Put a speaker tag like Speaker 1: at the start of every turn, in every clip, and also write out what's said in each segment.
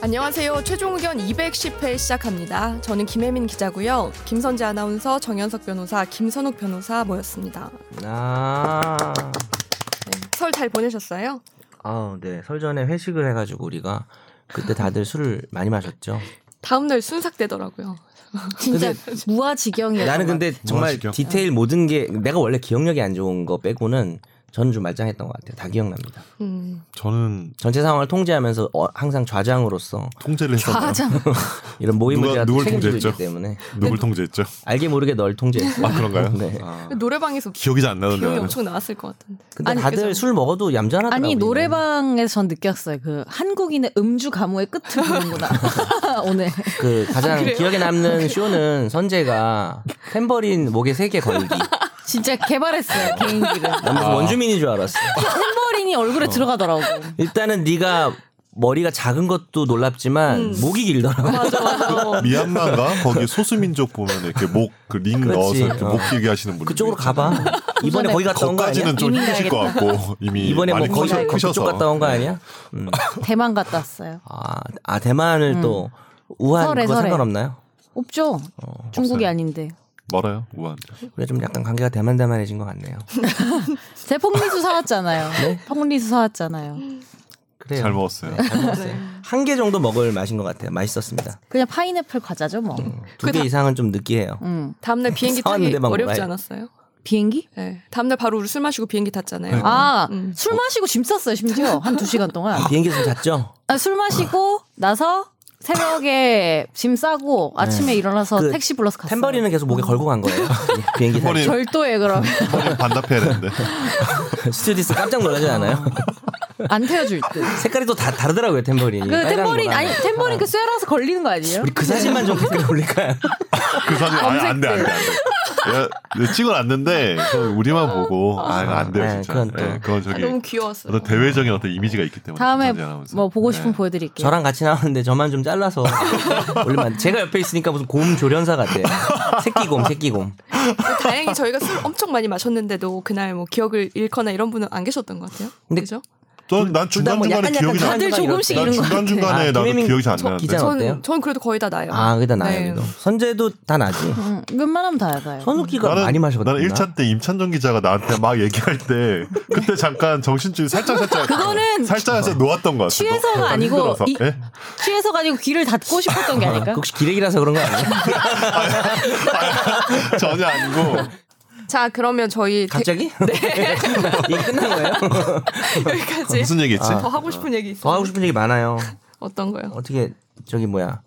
Speaker 1: 안녕하세요. 최종 의견 210회 시작합니다. 저는 김혜민 기자고요. 김선재 아나운서, 정현석 변호사, 김선욱 변호사 모였습니다. 네,
Speaker 2: 아,
Speaker 1: 설 잘 보내셨어요?
Speaker 2: 아, 네. 설 전에 회식을 해가지고 우리가 그때 다들 술을 많이 마셨죠.
Speaker 1: 다음날 순삭되더라고요.
Speaker 2: 근데
Speaker 1: 네.
Speaker 3: 무아지경이야.
Speaker 2: 나는 근데
Speaker 4: 뭐
Speaker 2: 정말
Speaker 4: 지겹.
Speaker 2: 디테일 모든 게 내가 원래 기억력이 안 좋은 거 빼고는 저는 좀 말짱했던 것 같아요. 다 기억납니다.
Speaker 1: 음,
Speaker 4: 저는
Speaker 2: 전체 상황을 통제하면서 어, 항상 좌장으로서
Speaker 4: 통제를 했었나요?
Speaker 3: 과장.
Speaker 2: 이런 모임을
Speaker 4: 누가-
Speaker 2: 제가
Speaker 4: 누굴
Speaker 2: 책임지고
Speaker 4: 통제했죠?
Speaker 2: 있기 때문에
Speaker 4: 누굴 통제했죠?
Speaker 2: 알게 모르게 널 통제했어요.
Speaker 4: 아 그런가요?
Speaker 2: 네.
Speaker 4: 아,
Speaker 1: 노래방에서
Speaker 4: 기억이 잘 안 나는데.
Speaker 1: 기억이
Speaker 4: 나는.
Speaker 1: 엄청 나왔을 것 같은데.
Speaker 2: 근데
Speaker 1: 아니,
Speaker 2: 다들
Speaker 1: 그죠.
Speaker 2: 술 먹어도 얌전하더라고요.
Speaker 3: 아니
Speaker 2: 우리는.
Speaker 3: 노래방에서 전 느꼈어요. 그 한국인의 음주 가무의 끝을 보는구나. 오늘.
Speaker 2: 그 가장
Speaker 1: 아, 그래요?
Speaker 2: 기억에 남는 쇼는 선재가 탬버린 목에 세 개 걸기.
Speaker 3: 진짜 개발했어요 개인기를.
Speaker 2: 난
Speaker 4: 아.
Speaker 2: 무슨 원주민인 줄 알았어.
Speaker 3: 탬버린이 얼굴에 들어가더라고.
Speaker 2: 일단은 네가 머리가 작은 것도 놀랍지만
Speaker 3: 음.
Speaker 2: 목이 길더라고.
Speaker 1: 맞아, 어. 맞아.
Speaker 4: 미얀마가 거기 소수민족 보면 이렇게 목 그 링
Speaker 2: 그렇지.
Speaker 4: 넣어서 이렇게
Speaker 2: 어.
Speaker 4: 목 길게 하시는 분들
Speaker 2: 그쪽으로 가봐. 이번에 거기 갔다 온 거 아니야?
Speaker 4: 거까지는 좀
Speaker 3: 이미
Speaker 4: 힘드실 것 같고 이미
Speaker 2: 이번에 뭐
Speaker 4: 많이
Speaker 2: 거기
Speaker 4: 커셔-
Speaker 2: 거기
Speaker 4: 크셔서 네.
Speaker 2: 그쪽 갔다 온 거 아니야? 음.
Speaker 3: 대만 갔다 왔어요.
Speaker 2: 아, 아, 대만을 또 우한
Speaker 3: 음. 설에,
Speaker 2: 그거
Speaker 3: 설에.
Speaker 2: 상관없나요?
Speaker 3: 없죠. 중국이
Speaker 4: 없어요.
Speaker 3: 아닌데.
Speaker 4: 멀어요 우한.
Speaker 2: 그래 좀 약간 관계가 대만 대만해진 것 같네요.
Speaker 3: 제 폭리수 사왔잖아요. 폭리수 사왔잖아요.
Speaker 2: 그래요. 네,
Speaker 4: 잘 먹었어요.
Speaker 2: 한 개 정도 먹을 맛인 것 같아요. 맛있었습니다.
Speaker 3: 그냥 파인애플 과자죠 뭐.
Speaker 2: 두 개 이상은 좀 느끼해요.
Speaker 3: 음.
Speaker 1: 다음날 비행기 타기
Speaker 2: 싸웠는데 막
Speaker 1: 어렵지
Speaker 2: 뭐야.
Speaker 1: 않았어요?
Speaker 3: 비행기?
Speaker 1: 네. 다음날 바로 우리 술 마시고 비행기
Speaker 2: 네.
Speaker 1: 탔잖아요.
Speaker 3: 아,
Speaker 1: 음.
Speaker 3: 술 마시고 짐 쌌어요, 심지어. 한 두 시간 동안.
Speaker 2: 비행기에서 잤죠?
Speaker 3: 아, 술 마시고 나서 새벽에 짐 싸고 아침에 일어나서
Speaker 2: 그
Speaker 3: 택시 불러서 갔어요.
Speaker 2: 탬버리는 계속 목에 걸고 간 거예요. 비행기 탈
Speaker 4: 탬버린-
Speaker 2: 때.
Speaker 3: 별도에 그럼
Speaker 4: 허리 반납해야 되는데
Speaker 2: 스튜디스 깜짝 놀라지 않아요?
Speaker 3: 안 태워줄 듯.
Speaker 2: 색깔이 또 다 다르더라고요 탬버린이.
Speaker 3: 그
Speaker 2: 빨간
Speaker 3: 탬버린
Speaker 2: 거랑.
Speaker 3: 아니 탬버린 그 쇠라서 걸리는 거 아니에요?
Speaker 2: 우리 그 사진만 좀 댓글에 올릴까요?
Speaker 4: 그 사진 아예 안돼 안돼 안돼. 찍어놨는데 그건 우리만 보고 아 이거 안 돼요
Speaker 2: 네,
Speaker 4: 진짜.
Speaker 2: 그건 또.
Speaker 4: 네, 그건
Speaker 1: 아,
Speaker 4: 저기
Speaker 1: 너무 귀여웠어요.
Speaker 4: 어떤 대외적인 어떤 이미지가 있기 때문에.
Speaker 3: 다음에
Speaker 4: 김선재 아나운서.
Speaker 3: 뭐 보고 싶으면
Speaker 4: 네.
Speaker 3: 보여드릴게요.
Speaker 2: 저랑 같이 나왔는데 저만 좀 잘라서 원래 만 제가 옆에 있으니까 무슨 곰 조련사 같아요. 새끼곰, 새끼곰.
Speaker 1: 다행히 저희가 술 엄청 많이 마셨는데도 그날 뭐 기억을 잃거나 이런 분은 안 계셨던 것 같아요.
Speaker 2: 근데
Speaker 1: 그죠?
Speaker 4: 저는 난 중간 중간에 기억이 나.
Speaker 3: 다들 조금씩 이런
Speaker 4: 난
Speaker 3: 거
Speaker 4: 중간
Speaker 2: 아,
Speaker 4: 중간에 나도
Speaker 2: 김혜민
Speaker 4: 기억이 잘 안
Speaker 2: 첫
Speaker 4: 나는데.
Speaker 2: 기자. 어때요?
Speaker 1: 저는, 저는 그래도 거의 다 나요.
Speaker 2: 아, 그게 다 나요.
Speaker 1: 네.
Speaker 2: 그래도. 선재도 다 나지.
Speaker 3: 응, 음, 웬만하면 다가요
Speaker 2: 선욱이가 많이 마셨거든요.
Speaker 4: 나는 1차 때 임찬정 기자가 나한테 막 얘기할 때 그때 잠깐 정신줄 살짝 살짝
Speaker 3: 그거는
Speaker 4: 살짝 해서 놓았던 것 같아.
Speaker 3: 취해서가 아니고
Speaker 4: 힘들어서.
Speaker 3: 이-
Speaker 4: 예?
Speaker 3: 취해서가 아니고 귀를 닫고 싶었던 게 아닐까?
Speaker 2: 혹시 기레기라서 그런 거 아니에요?
Speaker 4: 전혀 아니고
Speaker 1: 자, 그러면 저희 대-
Speaker 2: 갑자기? 네. 이게 끝난 거예요?
Speaker 1: 여기까지
Speaker 4: 무슨 얘기했지?
Speaker 1: 더 하고 싶은 얘기 있어요?
Speaker 2: 더 하고 싶은 얘기 많아요.
Speaker 1: 어떤 거요?
Speaker 2: 어떻게 저기 뭐야?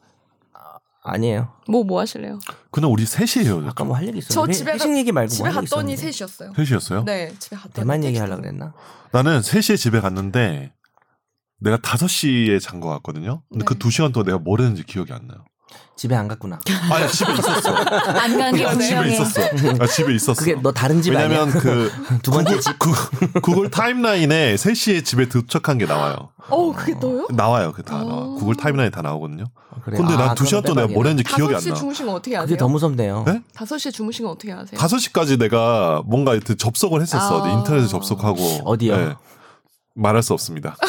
Speaker 2: 아, 아니에요.
Speaker 1: 뭐 뭐 하실래요?
Speaker 4: 근데 우리 셋이에요.
Speaker 2: 아까 뭐 할 얘기
Speaker 1: 저
Speaker 2: 있었는데.
Speaker 1: 집에
Speaker 2: 회식 얘기 말고
Speaker 1: 집에
Speaker 2: 뭐 할 얘기
Speaker 1: 갔더니
Speaker 2: 있었는데.
Speaker 1: 셋이었어요.
Speaker 4: 셋이었어요?
Speaker 1: 네, 집에 갔더니
Speaker 2: 대만 얘기
Speaker 1: 셋이었어요.
Speaker 2: 하려 그랬나?
Speaker 4: 나는 3시에 집에 갔는데 내가 5시에 잔 것 같거든요.
Speaker 1: 네.
Speaker 4: 근데 그 2시간 동안 내가 뭘 했는지 기억이 안 나요.
Speaker 2: 집에 안 갔구나.
Speaker 3: 네.
Speaker 4: 아니 집에 있었어. 그
Speaker 3: 안 간 게
Speaker 4: 집에
Speaker 3: 분명해.
Speaker 4: 있었어. 아, 집에 있었어.
Speaker 2: 그게 너 다른 집 아니야?
Speaker 4: 왜냐면 그
Speaker 2: 두 번째 집.
Speaker 4: 구- 구글 타임라인에 3시에 집에 도착한 게 나와요.
Speaker 1: 어우, 그게 너요?
Speaker 4: 나와요. 그 다
Speaker 1: 어.
Speaker 4: 나와. 구글 타임라인에 다 나오거든요.
Speaker 2: 그래.
Speaker 4: 근데
Speaker 2: 아,
Speaker 4: 난 두 시간
Speaker 2: 그럼
Speaker 4: 동안 내가 뭘 했는지 기억이
Speaker 1: 다섯
Speaker 4: 안
Speaker 1: 시에
Speaker 4: 나.
Speaker 1: 주무신 건 어떻게
Speaker 2: 그게
Speaker 1: 아세요?
Speaker 2: 더 무섭네요.
Speaker 4: 네?
Speaker 1: 다섯 시에 주무신 건 어떻게 아세요?
Speaker 4: 5시까지 내가 뭔가 이렇게 접속을 했었어.
Speaker 1: 아.
Speaker 4: 인터넷에 접속하고. 네.
Speaker 2: 어디요?
Speaker 4: 말할 수 없습니다.
Speaker 1: 아,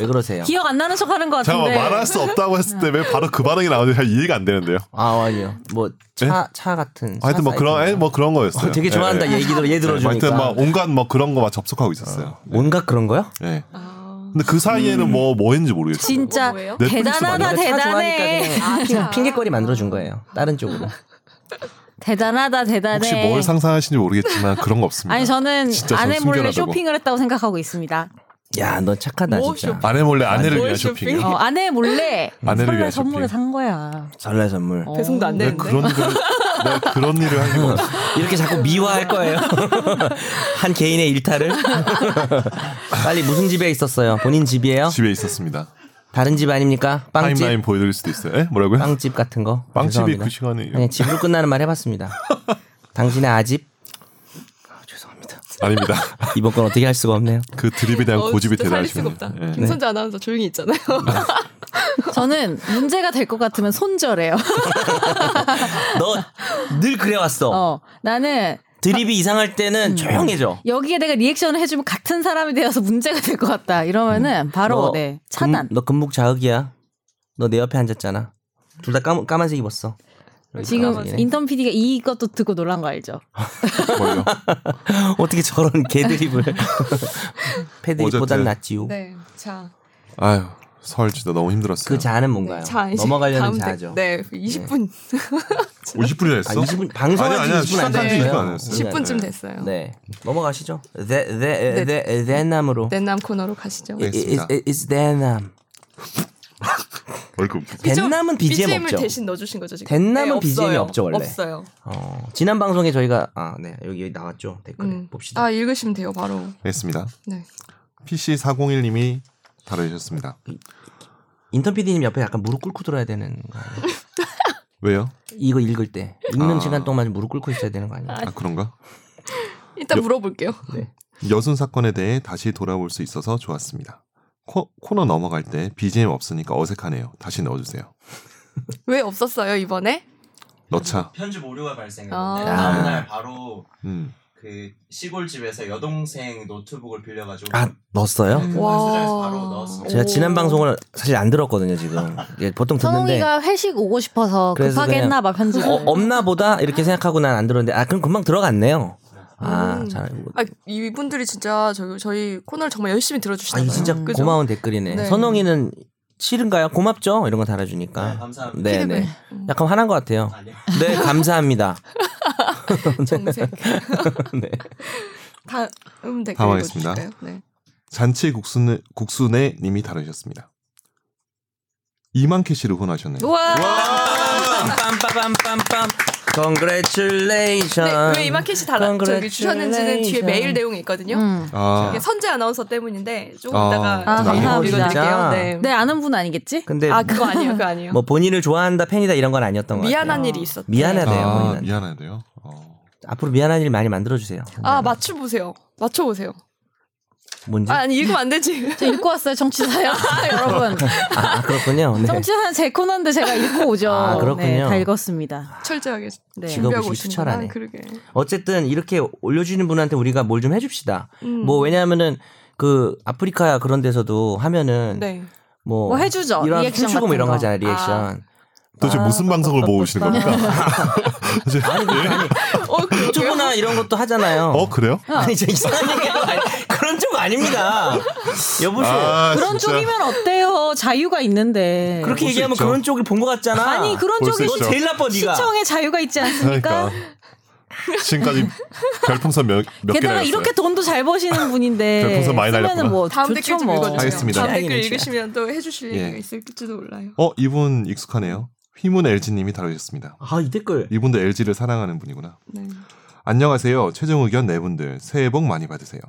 Speaker 2: 왜 그러세요?
Speaker 3: 기억 안 나는 척 하는 것 같은데.
Speaker 4: 잠깐만 말할 수 없다고 했을 때 왜 바로 그 반응이 나오는지 잘 이해가 안 되는데요.
Speaker 2: 아 아니요 뭐 차 차 같은 차
Speaker 4: 네? 하여튼 뭐
Speaker 2: 아, 사이트인가?
Speaker 4: 그런 에, 뭐 그런 거였어요.
Speaker 2: 되게 좋아한다
Speaker 4: 예, 예.
Speaker 2: 얘기들 얘
Speaker 4: 예,
Speaker 2: 들어주니까
Speaker 4: 하여튼 막 온갖 뭐 그런 거 막 접속하고 있었어요.
Speaker 2: 온갖 그런 거요?
Speaker 4: 예.
Speaker 1: 아,
Speaker 4: 근데 그 사이에는
Speaker 2: 음.
Speaker 4: 뭐 뭐했는지 모르겠어요.
Speaker 3: 진짜
Speaker 1: 뭐, 뭐예요?
Speaker 3: 아, 대단하다
Speaker 2: 차
Speaker 3: 대단해.
Speaker 2: 좋아하니까 그냥
Speaker 1: 아, 차.
Speaker 2: 핑- 핑계거리 만들어 준 거예요 다른 쪽으로
Speaker 3: 대단하다 대단해.
Speaker 4: 혹시 뭘 상상하시는지 모르겠지만 그런 거 없습니다.
Speaker 3: 아니 저는
Speaker 4: 진짜
Speaker 3: 아내
Speaker 4: 저는
Speaker 3: 몰래
Speaker 4: 숨겨놔두고.
Speaker 3: 쇼핑을 했다고 생각하고 있습니다.
Speaker 2: 야 너 착하다
Speaker 1: 뭐
Speaker 2: 진짜
Speaker 1: 쇼핑?
Speaker 4: 아내 몰래 아내를
Speaker 1: 뭘
Speaker 4: 위한
Speaker 1: 쇼핑?
Speaker 4: 쇼핑.
Speaker 3: 어, 아내 몰래
Speaker 4: 아내를
Speaker 3: 설날
Speaker 4: 위한
Speaker 3: 선물을
Speaker 4: 쇼핑.
Speaker 3: 산 거야.
Speaker 2: 설날 선물
Speaker 3: 어.
Speaker 1: 배송도 안
Speaker 4: 내가
Speaker 1: 되는데.
Speaker 4: 네, 그런 일을 내가 그런 일을 하는 거 같아.
Speaker 2: 이렇게 자꾸 미화할 거예요 한 개인의 일탈을 빨리 무슨 집에 있었어요 본인 집이에요?
Speaker 4: 집에 있었습니다.
Speaker 2: 다른 집 아닙니까? 빵집
Speaker 4: 타임라인 보여드릴 수도 있어요. 에? 뭐라고요?
Speaker 2: 빵집 같은 거
Speaker 4: 빵집이
Speaker 2: 죄송합니다.
Speaker 4: 그 시간에
Speaker 2: 네, 집으로 끝나는 말 해봤습니다 당신의 아집 아, 죄송합니다
Speaker 4: 아닙니다.
Speaker 2: 이번 건 어떻게 할 수가 없네요
Speaker 4: 그 드립에 대한
Speaker 1: 어,
Speaker 4: 고집이
Speaker 1: 진짜 살릴 수가
Speaker 4: 대단하시네요.
Speaker 1: 없다.
Speaker 4: 예.
Speaker 1: 김선재 아나운서 조용히 있잖아요.
Speaker 3: 저는 문제가 될 것 같으면 손절해요.
Speaker 2: 너 늘 그래왔어
Speaker 3: 어, 나는
Speaker 2: 드립이 이상할 때는 조용해져.
Speaker 3: 여기에 내가 리액션을 해주면 같은 사람이 되어서 문제가 될 것 같다. 이러면은
Speaker 4: 음.
Speaker 3: 바로
Speaker 4: 뭐,
Speaker 2: 너 금-
Speaker 3: 네 차단.
Speaker 2: 너 금목 자흑이야. 너 내 옆에 앉았잖아. 둘 다 까만색 입었어.
Speaker 4: 음.
Speaker 2: 이렇게
Speaker 3: 지금
Speaker 4: 그러니까.
Speaker 2: 까만색이네.
Speaker 3: 인턴 PD가 이것도 듣고 놀란 거 알죠?
Speaker 4: 아, 뭐예요?
Speaker 2: 어떻게 저런 개드립을 패드립보단
Speaker 4: 어쨌든.
Speaker 2: 낫지요.
Speaker 1: 네. 자.
Speaker 4: 아유 설 진짜 너무 힘들었어요.
Speaker 2: 그 자는 뭔가요?
Speaker 1: 네, 자, 이제
Speaker 2: 넘어가려는
Speaker 1: 다음
Speaker 2: 자죠.
Speaker 1: 대- 네. 20분.
Speaker 4: 50분이나
Speaker 2: 아,
Speaker 4: 했어?
Speaker 2: 20분 방송
Speaker 4: 아니, 아니야.
Speaker 2: 한 20분 안
Speaker 4: 시작한 지 20분 안
Speaker 2: 됐어요.
Speaker 4: 됐어요.
Speaker 1: 10분쯤 됐어요. 네.
Speaker 2: 네. 넘어가시죠. 대대대대남으로.
Speaker 1: 넷남 코너로 가시죠.
Speaker 4: 네. 알겠습니다.
Speaker 2: is 대남.
Speaker 4: 얼굴 웃기지?
Speaker 1: BGM
Speaker 2: 대남은 BGM
Speaker 1: BGM을
Speaker 2: 없죠.
Speaker 1: 대신 넣어주신 거죠 지금?
Speaker 2: 덴남은
Speaker 1: 네,
Speaker 2: BGM 이
Speaker 1: 없어요.
Speaker 2: 없죠, 원래.
Speaker 1: 없어요.
Speaker 2: 어, 지난 방송에 저희가 아, 네. 여기 여기 나왔죠. 댓글에
Speaker 1: 음.
Speaker 2: 봅시다.
Speaker 1: 아 읽으시면 돼요 바로.
Speaker 4: 알겠습니다.
Speaker 1: 네.
Speaker 4: PC401님이 다루셨습니다.
Speaker 2: 인턴 PD님 옆에 약간 무릎 꿇고 들어야 되는 거 아니에요?
Speaker 4: 왜요?
Speaker 2: 이거 읽을 때 읽는
Speaker 4: 아.
Speaker 2: 시간 동안 무릎 꿇고 있어야 되는 거 아니에요?
Speaker 4: 아 그런가?
Speaker 1: 일단
Speaker 4: 여-
Speaker 1: 물어볼게요.
Speaker 4: 여순 사건에 대해 다시 돌아올 수 있어서 좋았습니다. 코, 코너 넘어갈 때 BGM 없으니까 어색하네요. 다시 넣어주세요.
Speaker 1: 왜 없었어요 이번에?
Speaker 4: 넣자.
Speaker 5: 편집 오류가 발생했는데
Speaker 1: 아.
Speaker 5: 다음날 바로
Speaker 4: 음.
Speaker 5: 그 시골 집에서 여동생 노트북을 빌려가지고
Speaker 2: 아, 넣었어요?
Speaker 1: 와.
Speaker 5: 수장에서 바로 넣었어요.
Speaker 2: 제가 지난
Speaker 1: 오.
Speaker 2: 방송을 사실 안 들었거든요 지금 예, 보통 듣는데
Speaker 3: 선웅이가 회식 오고 싶어서
Speaker 2: 그래서
Speaker 3: 급하게
Speaker 2: 그냥-
Speaker 3: 했나 봐 편집을.
Speaker 2: 어, 없나 보다 이렇게 생각하고 난 안 들었는데 아 그럼 금방 들어갔네요
Speaker 1: 음.
Speaker 2: 아잘
Speaker 1: 아 이분들이 진짜 저희 저희 코너를 정말 열심히
Speaker 2: 아,
Speaker 1: 들어주시나요?
Speaker 2: 이 진짜
Speaker 1: 그죠?
Speaker 2: 고마운 댓글이네
Speaker 1: 음. 네.
Speaker 2: 선홍이는 싫은가요 고맙죠 이런 거
Speaker 5: 네,
Speaker 2: 달아주니까
Speaker 5: 감사합니다.
Speaker 2: 네네
Speaker 1: 피드백.
Speaker 2: 약간 화난 것 같아요
Speaker 5: 아니요.
Speaker 2: 네 감사합니다
Speaker 1: 정색.
Speaker 2: 네.
Speaker 1: 다음 댓글
Speaker 4: 당황했습니다.
Speaker 1: 읽어주실까요? 네.
Speaker 4: 잔치 국수네, 국수네 님이 다루셨습니다. 2만 캐시를 후원하셨네요.
Speaker 1: 우와.
Speaker 2: 빰빰빰빰빰 Congratulations
Speaker 1: 네, 왜 이마켓이 달라 저기 주셨는지는 뒤에 메일 내용이 있거든요.
Speaker 3: 음.
Speaker 4: 아,
Speaker 1: 이게 선재 아나운서 때문인데 조금
Speaker 4: 아.
Speaker 1: 이따가
Speaker 3: 아,
Speaker 1: 나중에
Speaker 3: 감사합니다.
Speaker 1: 읽어드릴게요. 네.
Speaker 3: 내 아는 분 아니겠지?
Speaker 2: 근데
Speaker 1: 아 그거 아니에요, 그거 아니에요.
Speaker 2: 뭐 본인을 좋아한다 팬이다 이런 건 아니었던 것 같아요
Speaker 1: 미안한
Speaker 3: 같아요.
Speaker 1: 일이 있었.
Speaker 2: 미안하대요
Speaker 4: 아
Speaker 2: 본인한테.
Speaker 4: 미안하네요. 어.
Speaker 2: 앞으로 미안한 일 많이 만들어주세요
Speaker 1: 아 맞춰 보세요. 맞춰 보세요.
Speaker 2: 뭔지
Speaker 1: 아, 아니 읽으면 안 되지.
Speaker 3: 저 읽고 왔어요 청취사연 여러분.
Speaker 2: 아, 아, 그렇군요. 네.
Speaker 3: 청취사연 제 코너인데 제가 읽고 오죠.
Speaker 2: 아, 그렇군요.
Speaker 3: 네, 다
Speaker 4: 아,
Speaker 3: 읽었습니다.
Speaker 1: 철저하게
Speaker 3: 네.
Speaker 2: 직업이
Speaker 1: 준비하고 오신다.
Speaker 2: 수철하네.
Speaker 1: 그러게.
Speaker 2: 어쨌든 이렇게 올려주는 분한테 우리가 뭘 좀 해줍시다.
Speaker 1: 음.
Speaker 2: 뭐 왜냐하면은 그 아프리카 그런 데서도 하면은
Speaker 1: 네.
Speaker 2: 뭐,
Speaker 3: 뭐 해주죠.
Speaker 2: 이런
Speaker 3: 리액션
Speaker 2: 춤추고
Speaker 3: 같은
Speaker 2: 뭐 이런
Speaker 3: 거.
Speaker 2: 거잖아 리액션.
Speaker 4: 도대체
Speaker 3: 아,
Speaker 4: 무슨 방송을 보고 오시는 겁니까? 도대체-
Speaker 1: 어, 그러게요.
Speaker 2: 유튜브나 이런 것도 하잖아요.
Speaker 4: 어, 그래요?
Speaker 2: 아니 저 이상한 얘기하고 아니- 그런 쪽 아닙니다. 여보세요.
Speaker 4: 아,
Speaker 3: 그런
Speaker 4: 진짜.
Speaker 3: 쪽이면 어때요? 자유가 있는데.
Speaker 2: 그렇게
Speaker 4: 볼수
Speaker 2: 얘기하면
Speaker 4: 있죠.
Speaker 2: 그런 쪽을 본 것 같잖아.
Speaker 3: 아니 그런
Speaker 4: 볼수
Speaker 3: 쪽이
Speaker 2: 너
Speaker 4: 있죠.
Speaker 2: 제일 나빠 네가.
Speaker 3: 시청의 자유가 있지 않습니까?
Speaker 4: 그러니까 지금까지 별풍선 몇, 몇 개나
Speaker 3: 게다가
Speaker 4: 했어요.
Speaker 3: 이렇게 돈도 잘 버시는 분인데
Speaker 4: 별풍선 많이 날렸구나.
Speaker 3: 뭐
Speaker 1: 다음 댓글
Speaker 3: 좋죠
Speaker 1: 좀
Speaker 3: 뭐.
Speaker 1: 읽어주세요.
Speaker 4: 알겠습니다.
Speaker 1: 다음 댓글
Speaker 2: 취향이네, 취향.
Speaker 1: 읽으시면 또 해주실
Speaker 4: 예.
Speaker 1: 얘기가 있을지도 몰라요.
Speaker 4: 어 이분 익숙하네요. 휘문 LG님이 다루셨습니다.
Speaker 2: 아 이 댓글.
Speaker 4: 이분도 LG를 사랑하는 분이구나.
Speaker 1: 네.
Speaker 4: 안녕하세요. 최종 의견 네 분들 새해 복 많이 받으세요.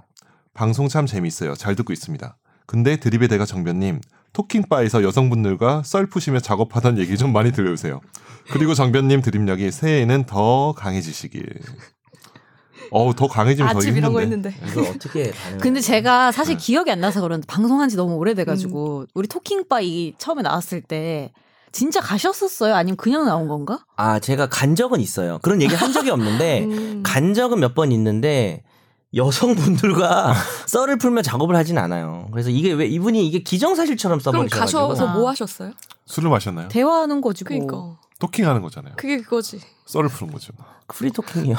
Speaker 4: 방송 참 재밌어요. 잘 듣고 있습니다. 근데 드립의 대가 정변님 토킹바에서 여성분들과 썰 푸시며 작업하던 얘기 좀 많이 들려주세요. 그리고 정변님 드립력이 새해에는 더 강해지시길. 어우 더 강해지면 더
Speaker 1: 아집
Speaker 4: 힘든데.
Speaker 1: 이런 거 했는데.
Speaker 2: 이거 어떻게 반응?
Speaker 3: 근데 제가 사실 기억이 안 나서 그런데 방송한 지 너무 오래돼가지고 우리 토킹바 이 처음에 나왔을 때 진짜 가셨었어요? 아니면 그냥 나온 건가?
Speaker 2: 아 제가 간 적은 있어요. 그런 얘기 한 적이 없는데
Speaker 1: 음.
Speaker 2: 간 적은 몇 번 있는데 여성분들과 썰을 풀며 작업을 하진 않아요. 그래서 이게 왜 이분이 이게 기정사실처럼
Speaker 1: 그럼
Speaker 2: 써버리셔가지고
Speaker 1: 가셔서
Speaker 3: 아.
Speaker 1: 뭐 하셨어요?
Speaker 4: 술을 마셨나요?
Speaker 3: 대화하는 거지 뭐.
Speaker 1: 그니까
Speaker 4: 토킹하는 거잖아요.
Speaker 1: 그게 그거지.
Speaker 4: 썰을 푸는 거죠. 뭐.
Speaker 2: 아, 프리토킹이요.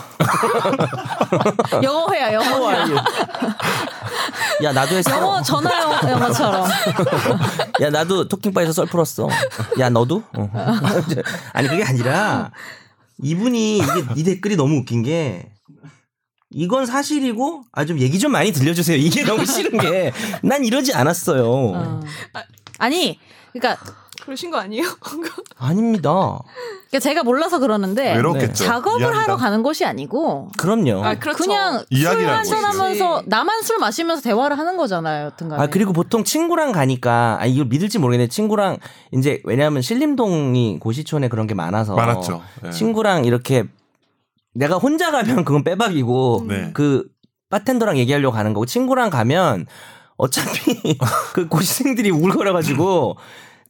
Speaker 3: 영어회야 영어회.
Speaker 2: 야 나도 했어.
Speaker 3: 영어 전화 영어, 영어처럼.
Speaker 2: 야 나도 토킹바에서 썰 풀었어. 야 너도? 어. 아니 그게 아니라 이분이 이게 이 댓글이 너무 웃긴 게 이건 사실이고 아 좀 얘기 좀 많이 들려주세요. 이게 너무 싫은 게 난 이러지 않았어요.
Speaker 3: 어. 아니 그러니까
Speaker 1: 그러신 거 아니에요?
Speaker 2: 아닙니다.
Speaker 3: 그러니까 제가 몰라서 그러는데
Speaker 4: 아, 외롭겠죠.
Speaker 3: 네. 작업을
Speaker 4: 이해합니다.
Speaker 3: 하러 가는 곳이 아니고
Speaker 2: 어, 그럼요.
Speaker 1: 아 그렇죠.
Speaker 3: 그냥 술
Speaker 4: 이야기라는
Speaker 3: 한잔
Speaker 4: 곳이죠.
Speaker 3: 하면서
Speaker 1: 그치.
Speaker 3: 나만 술 마시면서 대화를 하는 거잖아요, 여튼간에.
Speaker 2: 아 그리고 보통 친구랑 가니까 아 이걸 믿을지 모르겠는데 친구랑 이제 왜냐하면 신림동이 고시촌에 그런 게 많아서
Speaker 4: 많았죠. 예.
Speaker 2: 친구랑 이렇게 내가 혼자 가면 그건 빼박이고
Speaker 4: 네.
Speaker 2: 그 바텐더랑 얘기하려고 가는 거고 친구랑 가면 어차피 그 고시생들이 울거려 가지고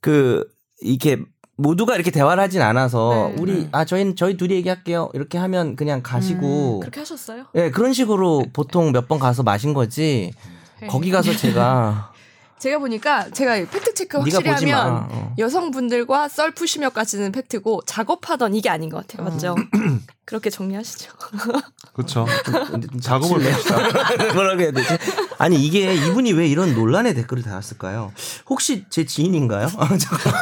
Speaker 2: 그 이렇게 모두가 이렇게 대화를 하진 않아서
Speaker 1: 네.
Speaker 2: 우리
Speaker 4: 네.
Speaker 2: 아 저희는 저희 둘이 얘기할게요 이렇게 하면 그냥 가시고
Speaker 1: 그렇게 하셨어요?
Speaker 2: 예 그런 식으로 보통 몇 번 가서 마신 거지
Speaker 1: 네.
Speaker 2: 거기 가서 제가
Speaker 1: 제가 보니까 제가 팩트 체크
Speaker 2: 네가
Speaker 1: 확실히
Speaker 2: 보지
Speaker 1: 하면
Speaker 2: 마 어.
Speaker 1: 여성분들과 썰 푸시며까지는 팩트고 작업하던 이게 아닌 것 같아요. 맞죠? 그렇게 정리하시죠.
Speaker 4: 그렇죠.
Speaker 2: 근데 좀
Speaker 4: 작업을
Speaker 2: 닥칠래요?
Speaker 4: 봅시다.
Speaker 2: 뭐라고 해야 되지? 아니 이게 이분이 왜 이런 논란의 댓글을 달았을까요? 혹시 제 지인인가요? 아, 잠깐만.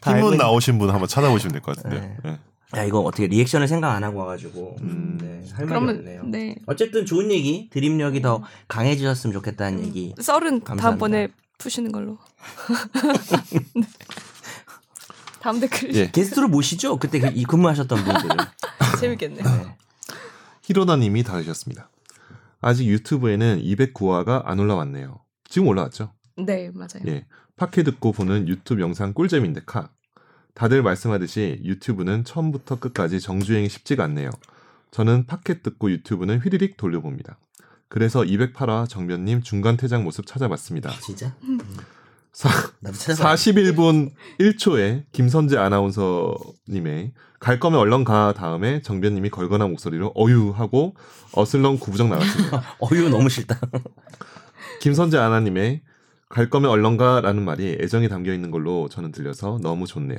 Speaker 2: 다 알고
Speaker 4: 팀문
Speaker 2: 있-
Speaker 4: 나오신 분 한번 찾아보시면 될 것 같은데요. 네.
Speaker 2: 야 이거 어떻게 리액션을 생각 안 하고 와가지고
Speaker 4: 음.
Speaker 2: 네, 할 말이 없네요.
Speaker 1: 그러면 네.
Speaker 2: 어쨌든 좋은 얘기 드립력이 더 강해지셨으면
Speaker 1: 음.
Speaker 2: 좋겠다는 얘기.
Speaker 1: 썰은
Speaker 2: 감사합니다.
Speaker 1: 다음번에 푸시는 걸로. 네. 다음 댓글
Speaker 4: 예.
Speaker 2: 게스트로 모시죠? 그때 그- 이 근무하셨던 분들.
Speaker 1: 재밌겠네.
Speaker 2: 네.
Speaker 4: 히로나님이 다루셨습니다. 아직 유튜브에는 209화가 안 올라왔네요. 지금 올라왔죠?
Speaker 1: 네 맞아요.
Speaker 4: 예. 팟캐 듣고 보는 유튜브 영상 꿀잼인데 카. 다들 말씀하듯이 유튜브는 처음부터 끝까지 정주행이 쉽지가 않네요. 저는 팟캐 듣고 유튜브는 휘리릭 돌려봅니다. 그래서 208화 정변님 중간 퇴장 모습 찾아봤습니다.
Speaker 2: 진짜?
Speaker 4: 사,
Speaker 2: 음. 나도 찾아봐.
Speaker 4: 41분 1초에 김선재 아나운서님의 갈 거면 얼른 가 다음에 정변님이 걸거나 목소리로 어유 하고 어슬렁 구부정 나왔습니다.
Speaker 2: 어휴 너무 싫다.
Speaker 4: 김선재 아나님의 갈 거면 얼른 가라는 말이 애정이 담겨 있는 걸로 저는 들려서 너무 좋네요.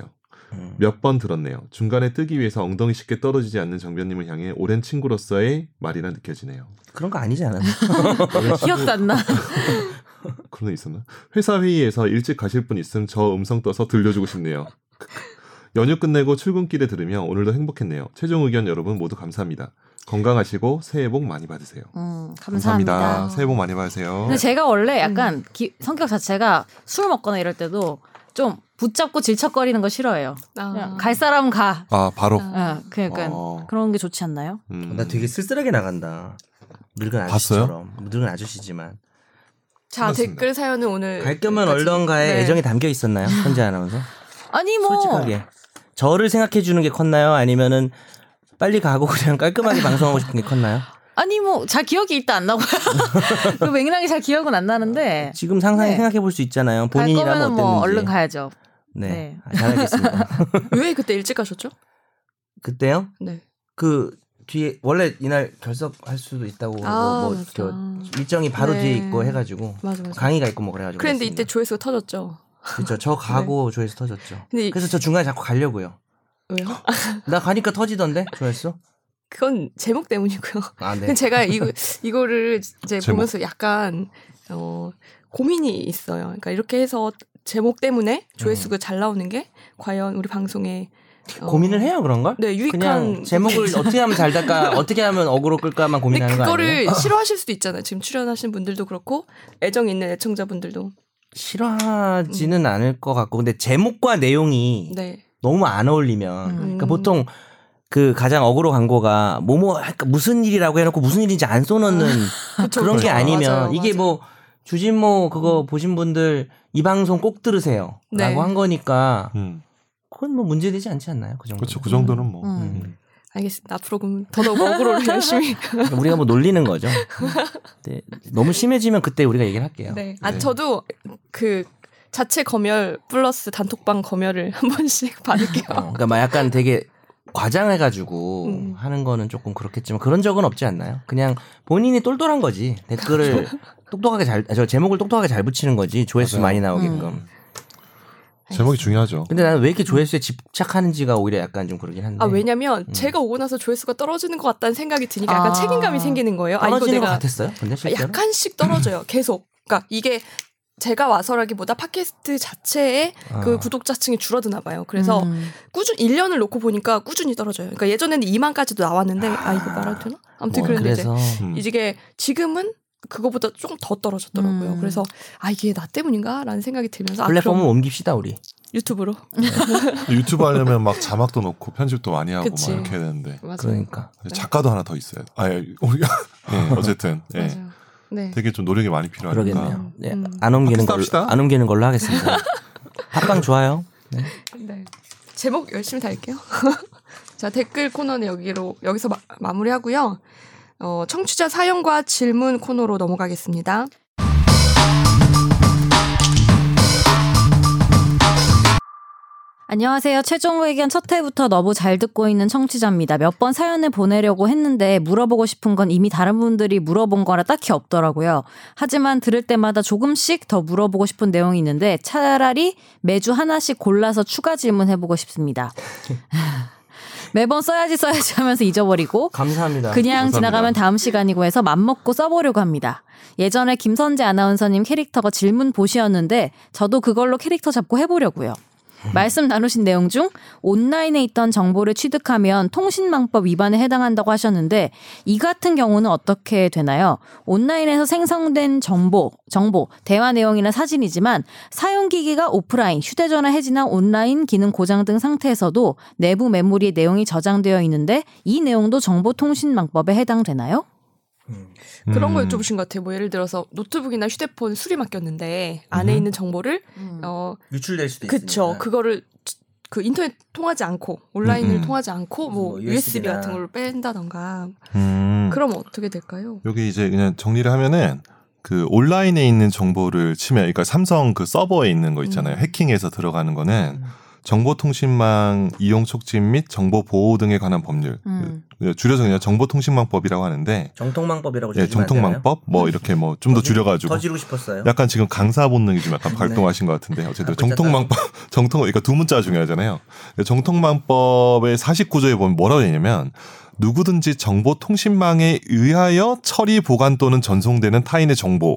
Speaker 2: 음.
Speaker 4: 몇 번 들었네요. 중간에 뜨기 위해서 엉덩이 쉽게 떨어지지 않는 정변님을 향해 오랜 친구로서의 말이라 느껴지네요.
Speaker 2: 그런 거 아니지 않았나?
Speaker 3: 기억도 안 나.
Speaker 4: 그런 애 있었나? 회사 회의에서 일찍 가실 분 있음 저 음성 떠서 들려주고 싶네요. 연휴 끝내고 출근길에 들으며 오늘도 행복했네요. 최종 의견 여러분 모두 감사합니다. 건강하시고 새해 복 많이 받으세요.
Speaker 3: 음, 감사합니다.
Speaker 4: 새해 복 많이 받으세요.
Speaker 2: 네.
Speaker 3: 근데 제가 원래 약간 기- 성격 자체가 술 먹거나 이럴 때도 좀 붙잡고 질척거리는 거 싫어해요. 그냥
Speaker 1: 아.
Speaker 3: 갈 사람 가.
Speaker 4: 아 바로.
Speaker 1: 아.
Speaker 3: 예, 그러니까
Speaker 4: 어.
Speaker 3: 그런 게 좋지 않나요?
Speaker 4: 음.
Speaker 2: 나 되게 쓸쓸하게 나간다. 늙은 아저씨처럼. 뭐 늙은 아저씨지만.
Speaker 1: 자
Speaker 4: 끝났습니다.
Speaker 1: 댓글 사연은 오늘
Speaker 2: 갈 겸은
Speaker 1: 네, 여기까지.
Speaker 2: 얼른가에
Speaker 1: 네.
Speaker 2: 애정이 담겨 있었나요? 현재 아나운서?
Speaker 3: 아니 뭐
Speaker 2: 솔직하게. 저를 생각해 주는 게 컸나요? 아니면은 빨리 가고 그냥 깔끔하게 방송하고 싶은 게 컸나요?
Speaker 3: 아니 뭐 잘 기억이 일단 안 나고요. 그 맥락이 잘 기억은 안 나는데
Speaker 2: 지금 상상해
Speaker 3: 네.
Speaker 2: 생각해 볼 수 있잖아요.
Speaker 3: 갈
Speaker 2: 본인이라면
Speaker 3: 거면
Speaker 2: 어땠는지.
Speaker 3: 뭐 얼른 가야죠.
Speaker 2: 네.
Speaker 3: 네.
Speaker 2: 아, 잘하겠습니다.
Speaker 1: 왜 그때 일찍 가셨죠?
Speaker 2: 그때요?
Speaker 1: 네.
Speaker 2: 그 뒤에 원래 이날 결석할 수도 있다고
Speaker 1: 아,
Speaker 2: 뭐, 뭐
Speaker 1: 맞아.
Speaker 2: 저 일정이 바로
Speaker 1: 네.
Speaker 2: 뒤에 있고 해가지고
Speaker 1: 맞아 맞아.
Speaker 2: 강의가 있고 뭐 그래가지고
Speaker 1: 그런데 이때 조회수가 터졌죠.
Speaker 2: 그렇죠 저 가고 조회수 터졌죠
Speaker 1: 근데 이-
Speaker 2: 그래서 저 중간에 자꾸 가려고요
Speaker 1: 왜요?
Speaker 2: 아. 나 가니까 터지던데 조회수
Speaker 1: 그건 제목 때문이고요.
Speaker 2: 아네
Speaker 1: 근데 제가 이거 이거를 이제
Speaker 4: 제목.
Speaker 1: 보면서 약간 어 고민이 있어요. 그러니까 이렇게 해서 제목 때문에 조회수가 잘 나오는 게 과연 우리 방송에 어,
Speaker 2: 음. 고민을 해요 그런 걸
Speaker 1: 네, 유익한
Speaker 2: 그냥 제목을 어떻게 하면 잘 될까 어떻게 하면 어그로 끌까만
Speaker 1: 근데
Speaker 2: 고민하는 거 아니에요
Speaker 1: 그거를 싫어하실 수도 있잖아요. 지금 출연하신 분들도 그렇고 애정 있는 애청자분들도
Speaker 2: 싫어하지는 않을 것 같고 근데 제목과 내용이
Speaker 1: 네.
Speaker 2: 너무 안 어울리면
Speaker 3: 음.
Speaker 2: 그러니까 보통 그 가장 어그로 광고가 뭐뭐 할까 무슨 일이라고 해놓고 무슨 일인지 안 써놓는
Speaker 1: 아, 그쵸,
Speaker 2: 그런 게
Speaker 1: 그쵸.
Speaker 2: 아니면
Speaker 1: 그렇죠. 맞아요,
Speaker 2: 이게
Speaker 1: 맞아요.
Speaker 2: 뭐 주진모 뭐 그거 보신 분들 이 방송 꼭 들으세요
Speaker 1: 네.
Speaker 2: 라고 한 거니까
Speaker 4: 음.
Speaker 2: 그건 뭐 문제되지 않지 않나요 그 정도
Speaker 4: 그렇죠. 그 정도는 뭐.
Speaker 3: 음.
Speaker 4: 음.
Speaker 1: 알겠습니다. 앞으로 그럼 더더욱 어그로를 열심히.
Speaker 2: 우리가 뭐 놀리는 거죠 네, 너무 심해지면 그때 우리가 얘기를 할게요
Speaker 1: 네. 아
Speaker 4: 네.
Speaker 1: 저도 그 자체 검열 플러스 단톡방 검열을 한 번씩
Speaker 2: 어,
Speaker 1: 받을게요.
Speaker 2: 그러니까 막 약간 되게 과장해가지고
Speaker 1: 음.
Speaker 2: 하는 거는 조금 그렇겠지만 그런 적은 없지 않나요? 그냥 본인이 똘똘한 거지 댓글을 똑똑하게 잘 저 제목을 똑똑하게 잘 붙이는 거지 조회수
Speaker 4: 그렇죠. 맞아요.
Speaker 2: 많이 나오게끔.
Speaker 4: 음. 제목이 중요하죠.
Speaker 2: 근데 나는 왜 이렇게 조회수에 집착하는지가 오히려 약간 좀 그러긴 한데.
Speaker 1: 아 왜냐면
Speaker 2: 음.
Speaker 1: 제가 오고 나서 조회수가 떨어지는 것 같다는 생각이 드니까 약간
Speaker 3: 아.
Speaker 1: 책임감이 생기는 거예요. 아 이거
Speaker 2: 떨어지는 것
Speaker 1: 내가
Speaker 2: 같았어요? 근데 실제로
Speaker 1: 약간씩 떨어져요. 계속. 그러니까 이게 제가 와서라기보다 팟캐스트 자체에 그
Speaker 2: 아.
Speaker 1: 구독자층이 줄어드나 봐요. 그래서
Speaker 3: 음.
Speaker 1: 꾸준 1년을 놓고 보니까 꾸준히 떨어져요. 그러니까 예전에는 2만까지도 나왔는데 아 이거 말해도 되나? 아무튼
Speaker 4: 뭐,
Speaker 1: 그런데
Speaker 2: 어, 그래서
Speaker 4: 음.
Speaker 1: 네. 이제 이게 지금은 그거보다 좀 더 떨어졌더라고요.
Speaker 3: 음.
Speaker 1: 그래서 아 이게 나 때문인가라는 생각이 들면서 아,
Speaker 2: 플랫폼을
Speaker 1: 그럼
Speaker 2: 옮깁시다 우리.
Speaker 1: 유튜브로
Speaker 4: 유튜브 하려면 막 자막도 넣고 편집도 많이 하고
Speaker 1: 그치. 네.
Speaker 4: 막 이렇게 해야 되는데
Speaker 1: 맞아요.
Speaker 2: 그러니까
Speaker 4: 작가도 하나 더 있어요. 아 예. 예, 어쨌든 예.
Speaker 1: 맞아요. 네.
Speaker 4: 되게 좀 노력이 많이 필요하니까.
Speaker 2: 그러겠네요. 예,
Speaker 1: 음.
Speaker 2: 안 옮기는 걸로
Speaker 4: 합시다, 합시다.
Speaker 2: 안 옮기는 걸로 하겠습니다. 팟빵 좋아요.
Speaker 1: 네. 제목 열심히 달게요. 자, 댓글 코너는 여기로, 여기서 마, 무리하고요 어, 청취자 사연과 질문 코너로 넘어가겠습니다.
Speaker 3: 안녕하세요. 최종 의견 첫 회부터 너무 잘 듣고 있는 청취자입니다. 몇 번 사연을 보내려고 했는데 물어보고 싶은 건 이미 다른 분들이 물어본 거라 딱히 없더라고요. 하지만 들을 때마다 조금씩 더 물어보고 싶은 내용이 있는데 차라리 매주 하나씩 골라서 추가 질문해보고 싶습니다. 매번 써야지 써야지 하면서 잊어버리고
Speaker 2: 감사합니다.
Speaker 3: 그냥
Speaker 4: 감사합니다.
Speaker 3: 지나가면 다음 시간이고 해서 맘먹고 써보려고 합니다. 예전에 김선재 아나운서님 캐릭터가 질문 보시였는데 저도 그걸로 캐릭터 잡고 해보려고요.
Speaker 4: 음.
Speaker 3: 말씀 나누신 내용 중 온라인에 있던 정보를 취득하면 통신망법 위반에 해당한다고 하셨는데 이 같은 경우는 어떻게 되나요? 온라인에서 생성된 정보, 정보, 대화 내용이나 사진이지만 사용기기가 오프라인, 휴대전화 해지나 온라인 기능 고장 등 상태에서도 내부 메모리에 내용이 저장되어 있는데 이 내용도 정보통신망법에 해당되나요?
Speaker 1: 그런 거
Speaker 4: 음.
Speaker 1: 여쭤보신 것 같아요. 뭐 예를 들어서 노트북이나 휴대폰 술이 맡겼는데 안에
Speaker 4: 음.
Speaker 1: 있는 정보를 어
Speaker 2: 유출될 수도
Speaker 1: 그쵸
Speaker 2: 있으니까.
Speaker 1: 그거를 그 인터넷 통하지 않고 온라인을
Speaker 4: 음.
Speaker 1: 통하지 않고 뭐
Speaker 2: 뭐
Speaker 1: USB
Speaker 2: USB 나.
Speaker 1: 같은 걸로 뺀다던가
Speaker 4: 음.
Speaker 1: 그러면 어떻게 될까요?
Speaker 4: 여기 이제 그냥 정리를 하면은 그 온라인에 있는 정보를 치면 그러니까 삼성 그 서버에 있는 거
Speaker 1: 음.
Speaker 4: 있잖아요. 해킹해서 들어가는 거는 정보통신망 이용 촉진 및 정보 보호 등에 관한 법률.
Speaker 3: 음.
Speaker 4: 그 줄여서 그냥 정보통신망법이라고 하는데
Speaker 2: 정통망법이라고
Speaker 4: 예,
Speaker 2: 줄이면 안 되나요?
Speaker 4: 정통망법 뭐 이렇게 뭐 좀 더
Speaker 2: 더 지-
Speaker 4: 줄여 가지고
Speaker 2: 더 지르고 싶었어요.
Speaker 4: 약간 지금 강사 본능이 좀 약간
Speaker 2: 네.
Speaker 4: 발동하신 것 같은데 어쨌든
Speaker 2: 아, 글자
Speaker 4: 정통망법 정통 그러니까 두 문자가 중요하잖아요. 근데 정통망법의 49조에 보면 뭐라고 되냐면 누구든지 정보통신망에 의하여 처리 보관 또는 전송되는 타인의 정보를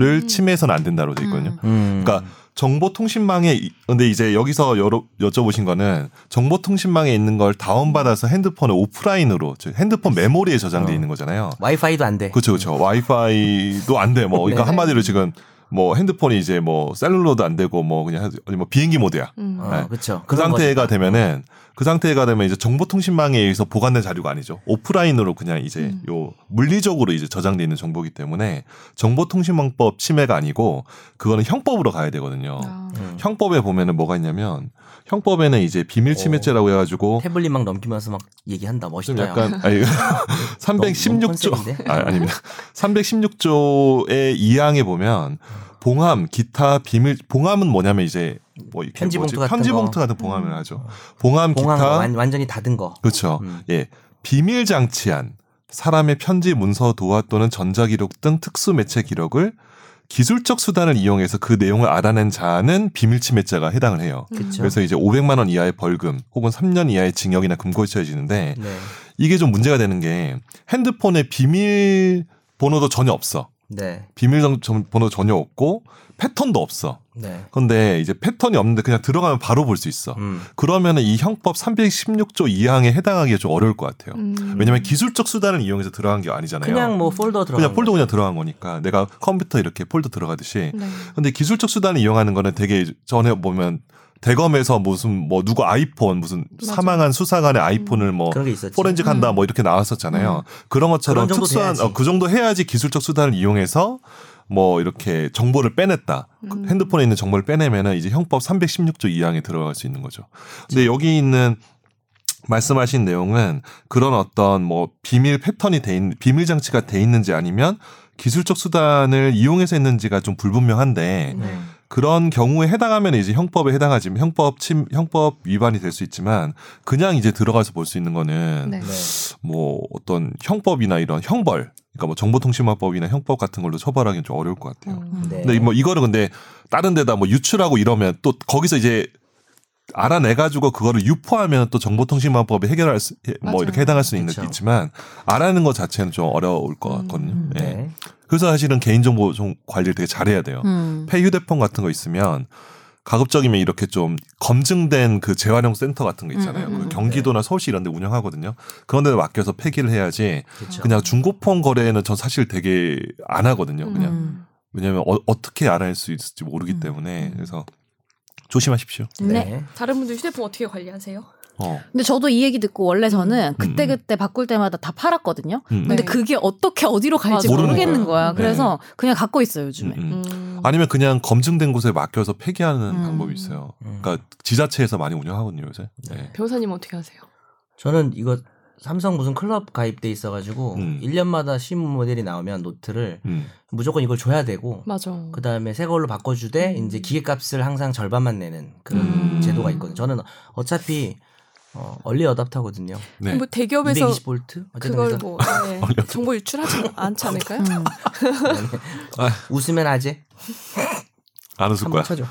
Speaker 1: 음.
Speaker 4: 침해해서는 안 된다로 돼 있거든요.
Speaker 3: 음.
Speaker 2: 음.
Speaker 4: 그러니까 정보통신망에 이- 근데 이제 여기서 여러, 여쭤보신 거는 정보통신망에 있는 걸 다운받아서 핸드폰에 오프라인으로 즉 핸드폰 메모리에 저장돼
Speaker 2: 어.
Speaker 4: 있는 거잖아요.
Speaker 2: 와이파이도 안 돼.
Speaker 4: 그렇죠, 그렇죠. 와이파이도 안 돼. 뭐 그러니까
Speaker 1: 예. 네.
Speaker 4: 한마디로 지금 뭐 핸드폰이 이제 뭐 셀룰러도 안 되고 뭐 그냥 아니 뭐 비행기 모드야.
Speaker 1: 음.
Speaker 2: 어,
Speaker 4: 네.
Speaker 2: 그렇죠.
Speaker 4: 그 상태가 되면은
Speaker 1: 네.
Speaker 4: 그 상태가 되면 이제 정보통신망에 의해서 보관된 자료가 아니죠. 오프라인으로 그냥 이제
Speaker 1: 음.
Speaker 4: 요 물리적으로 이제 저장돼 있는 정보기 때문에 정보통신망법 침해가 아니고 그거는 형법으로 가야 되거든요.
Speaker 1: 아.
Speaker 4: 형법에 보면은 뭐가 있냐면 형법에는 이제 비밀 침해죄라고 해가지고
Speaker 2: 태블릿 막 넘기면서 막 얘기한다.
Speaker 4: 좀
Speaker 2: 멋있다.
Speaker 4: 약간 아니, 316조
Speaker 2: 너무 컨셉인데?
Speaker 4: 아, 아닙니다. 316조의 2항에 보면 봉함, 기타, 비밀 봉함은 뭐냐면 이제 뭐 이렇게
Speaker 2: 편지
Speaker 4: 뭐지?
Speaker 2: 봉투 같은
Speaker 4: 편지
Speaker 2: 거.
Speaker 4: 봉투 같은 봉함을 하죠.
Speaker 2: 공항
Speaker 4: 봉함,
Speaker 2: 뭐
Speaker 4: 기타
Speaker 2: 완, 완전히 닫은 거.
Speaker 4: 그렇죠.
Speaker 2: 음.
Speaker 4: 예. 비밀 장치한 사람의 편지, 문서, 도화 또는 전자기록 등 특수 매체 기록을 기술적 수단을 이용해서 그 내용을 알아낸 자는 비밀 침해죄가 해당을 해요.
Speaker 3: 음.
Speaker 2: 그쵸.
Speaker 4: 그래서 이제 500만 원 이하의 벌금 혹은 3년 이하의 징역이나 금고에 처해지는데
Speaker 2: 네.
Speaker 4: 이게 좀 문제가 되는 게 핸드폰에 비밀 번호도 전혀 없어.
Speaker 2: 네.
Speaker 4: 비밀 정- 정- 번호 전혀 없고 패턴도 없어.
Speaker 2: 네.
Speaker 4: 근데 이제 패턴이 없는데 그냥 들어가면 바로 볼 수 있어.
Speaker 2: 음.
Speaker 4: 그러면은 이 형법 316조 2항에 해당하기가 좀 어려울 것 같아요.
Speaker 1: 음.
Speaker 4: 왜냐면 기술적 수단을 이용해서 들어간 게 아니잖아요.
Speaker 2: 그냥 뭐 폴더 들어.
Speaker 4: 그냥 폴더 그냥 들어간 거니까 내가 컴퓨터 이렇게 폴더 들어가듯이
Speaker 1: 네.
Speaker 4: 근데 기술적 수단을 이용하는 거는 되게 전에 보면 대검에서 무슨 뭐 누구 아이폰 무슨
Speaker 1: 맞아.
Speaker 4: 사망한 수사관의 아이폰을 뭐
Speaker 2: 그런 게 있었지.
Speaker 4: 포렌즈 간다 뭐 이렇게 나왔었잖아요. 그런 것처럼
Speaker 2: 음. 그런 정도
Speaker 4: 특수한
Speaker 2: 돼야지.
Speaker 4: 어, 그 정도 해야지 기술적 수단을 이용해서 뭐 이렇게 정보를 빼냈다. 그
Speaker 1: 음.
Speaker 4: 핸드폰에 있는 정보를 빼내면은 이제 형법 316조 2항에 들어갈 수 있는 거죠. 근데 여기 있는 말씀하신 내용은 그런 어떤 뭐 비밀 패턴이 돼 있는 비밀 장치가 돼 있는지 아니면 기술적 수단을 이용해서 했는지가 좀 불분명한데
Speaker 1: 네.
Speaker 4: 그런 경우에 해당하면 이제 형법에 해당하지만 형법 침 형법 위반이 될 수 있지만 그냥 이제 들어가서 볼 수 있는 거는
Speaker 1: 네.
Speaker 4: 뭐 어떤 형법이나 이런 형벌, 그러니까 뭐 정보통신망법이나 형법 같은 걸로 처벌하기는 좀 어려울 것 같아요.
Speaker 1: 음.
Speaker 2: 네.
Speaker 4: 근데 뭐 이거를 근데 다른 데다 뭐 유출하고 이러면 또 거기서 이제 알아내 가지고 그거를 유포하면 또 정보통신망법에 해결할 수, 해-
Speaker 1: 맞아요.
Speaker 4: 뭐 이렇게 해당할 수는 있는
Speaker 2: 그쵸.
Speaker 4: 있지만 알아내는 것 자체는 좀 어려울 것
Speaker 1: 음.
Speaker 4: 같거든요.
Speaker 3: 음.
Speaker 4: 예.
Speaker 2: 네.
Speaker 4: 그래서 사실은 개인정보 좀 관리를 되게 잘해야 돼요.
Speaker 3: 음.
Speaker 4: 폐 휴대폰 같은 거 있으면 가급적이면 이렇게 좀 검증된 그 재활용 센터 같은 거 있잖아요.
Speaker 3: 음, 음,
Speaker 4: 그
Speaker 3: 음.
Speaker 4: 경기도나 서울시 이런 데 운영하거든요. 그런 데 맡겨서 폐기를 해야지
Speaker 2: 그렇죠.
Speaker 4: 그냥 중고폰 거래는 전 사실 되게 안 하거든요. 네. 그냥
Speaker 3: 음.
Speaker 4: 왜냐하면 어, 떻게 알아낼 수 있을지 모르기
Speaker 3: 음.
Speaker 4: 때문에 그래서 조심하십시오.
Speaker 3: 네.
Speaker 1: 다른 분들 휴대폰 어떻게 관리하세요?
Speaker 4: 어.
Speaker 3: 근데 저도 이 얘기 듣고 원래 저는 그때
Speaker 4: 음.
Speaker 3: 그때 바꿀 때마다 다 팔았거든요.
Speaker 4: 음.
Speaker 3: 근데
Speaker 1: 네.
Speaker 3: 그게 어떻게 어디로
Speaker 4: 맞아.
Speaker 3: 갈지 모르겠는
Speaker 4: 모르는
Speaker 3: 거야.
Speaker 4: 거야.
Speaker 3: 그래서 그냥 갖고 있어요 요즘에.
Speaker 4: 음, 음.
Speaker 1: 음.
Speaker 4: 아니면 그냥 검증된 곳에 맡겨서 폐기하는
Speaker 3: 음.
Speaker 4: 방법이 있어요.
Speaker 2: 음.
Speaker 4: 그러니까 지자체에서 많이 운영하거든요 요새. 네.
Speaker 1: 변호사님 어떻게 하세요?
Speaker 2: 저는 이거 삼성 무슨 클럽 가입돼 있어가지고
Speaker 4: 음.
Speaker 2: 1년마다 신문 모델이 나오면 노트를
Speaker 4: 음.
Speaker 2: 무조건 이걸 줘야 되고
Speaker 1: 맞아.
Speaker 2: 그 다음에 새 걸로 바꿔주되
Speaker 1: 음.
Speaker 2: 이제 기계값을 항상 절반만 내는 그런
Speaker 1: 음.
Speaker 2: 제도가 있거든요. 저는 어차피 어, 얼리 어답터거든요.
Speaker 4: 네.
Speaker 1: 뭐 대기업에서
Speaker 2: 220V 어쨌든
Speaker 1: 그걸
Speaker 2: 그래서
Speaker 1: 뭐 예. 정보 유출하지 않지 않을까요?
Speaker 3: 음.
Speaker 2: 웃으면 아재
Speaker 4: 안 웃을
Speaker 2: 한번
Speaker 4: 거야.
Speaker 2: 쳐줘.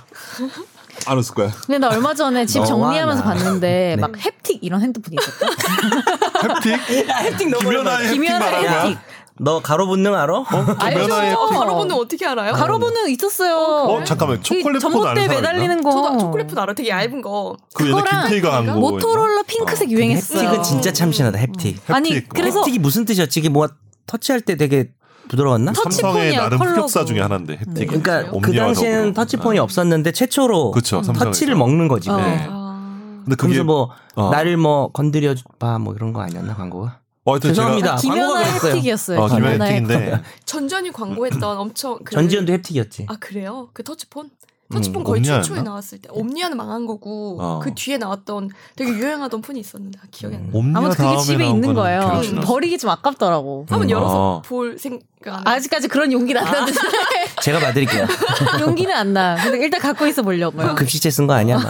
Speaker 4: 안 웃을 거야.
Speaker 3: 근데 나 얼마 전에 집
Speaker 2: 너와
Speaker 3: 정리하면서
Speaker 2: 나.
Speaker 3: 봤는데
Speaker 2: 네.
Speaker 3: 막 햅틱 이런 핸드폰이 있었다.
Speaker 4: 햅틱?
Speaker 2: 햅틱
Speaker 4: 김연아의 햅틱
Speaker 3: 김연아의
Speaker 4: 말하는 거야?
Speaker 3: 햅틱.
Speaker 2: 너 가로 본능 알아?
Speaker 3: 알죠.
Speaker 4: 김연아의
Speaker 1: 어,
Speaker 4: 햅틱.
Speaker 1: 가로보는 어떻게 알아요?
Speaker 3: 가로보는 있었어요.
Speaker 4: 어 잠깐만
Speaker 3: 이
Speaker 4: 초콜릿 폰
Speaker 3: 전봇대
Speaker 4: 아는 사람 있나?
Speaker 3: 매달리는 거.
Speaker 1: 저도 초콜릿 푸드 알아. 되게 얇은 거.
Speaker 4: 그 옛날
Speaker 3: 그거랑 그러니까
Speaker 4: 김태희가 한 거.
Speaker 2: 뭐
Speaker 3: 모토로라 핑크색 유행했어요.
Speaker 2: 아, 햅틱은 진짜 참신하다. 햅틱.
Speaker 3: 아니
Speaker 4: 햅틱.
Speaker 3: 그래서
Speaker 2: 햅틱이 무슨 뜻이었지? 이게 뭐 터치할 때 되게 부드러웠나?
Speaker 3: 터치폰이야,
Speaker 4: 삼성의 나름
Speaker 3: 컬러고. 네.
Speaker 4: 흑역사 중에 하나인데 햅틱은.
Speaker 2: 그러니까 그
Speaker 4: 옴니아라고
Speaker 2: 당시에는
Speaker 4: 그러고.
Speaker 2: 터치폰이
Speaker 4: 아.
Speaker 2: 없었는데 최초로
Speaker 4: 그쵸, 삼성에서.
Speaker 2: 터치를 먹는 거지.
Speaker 3: 어.
Speaker 2: 그게.
Speaker 4: 네.
Speaker 1: 아.
Speaker 4: 근데 그게
Speaker 2: 그래서 뭐
Speaker 4: 어.
Speaker 2: 나를 뭐 건드려 봐뭐 이런 거 아니었나 광고가?
Speaker 4: 어, 하여튼
Speaker 2: 죄송합니다.
Speaker 3: 김연아의
Speaker 2: 광고가 그랬어요.
Speaker 3: 햅틱이었어요. 네.
Speaker 4: 제가 어, 김연아
Speaker 3: 김연아의
Speaker 4: 햅틱인데
Speaker 1: 전전이 광고했던 엄청 그
Speaker 2: 전지현도 햅틱이었지.
Speaker 1: 아 그래요? 그 터치폰? 터치폰
Speaker 4: 음,
Speaker 1: 거의
Speaker 4: 옴니아였나?
Speaker 1: 최초에 나왔을 때 옴니아는 망한 거고
Speaker 4: 어.
Speaker 1: 그 뒤에 나왔던 되게 유행하던 폰이 있었는데 아, 기억이 안 나.
Speaker 4: 옴니아
Speaker 3: 아무튼 그게
Speaker 4: 다음에
Speaker 3: 집에
Speaker 4: 나온
Speaker 3: 있는
Speaker 4: 거는 아,
Speaker 3: 거예요.
Speaker 4: 기억이 안
Speaker 1: 음.
Speaker 4: 나서.
Speaker 3: 버리기 좀 아깝더라고.
Speaker 1: 한번
Speaker 2: 음.
Speaker 1: 열어서
Speaker 4: 아.
Speaker 1: 볼 생각. 안
Speaker 3: 아직까지 그런 용기는 안 나는데
Speaker 2: 제가 봐드릴게요.
Speaker 3: 용기는 안 나. 근데 일단 갖고 있어 보려고요.
Speaker 2: 급식체 쓴 거 아니야? 막.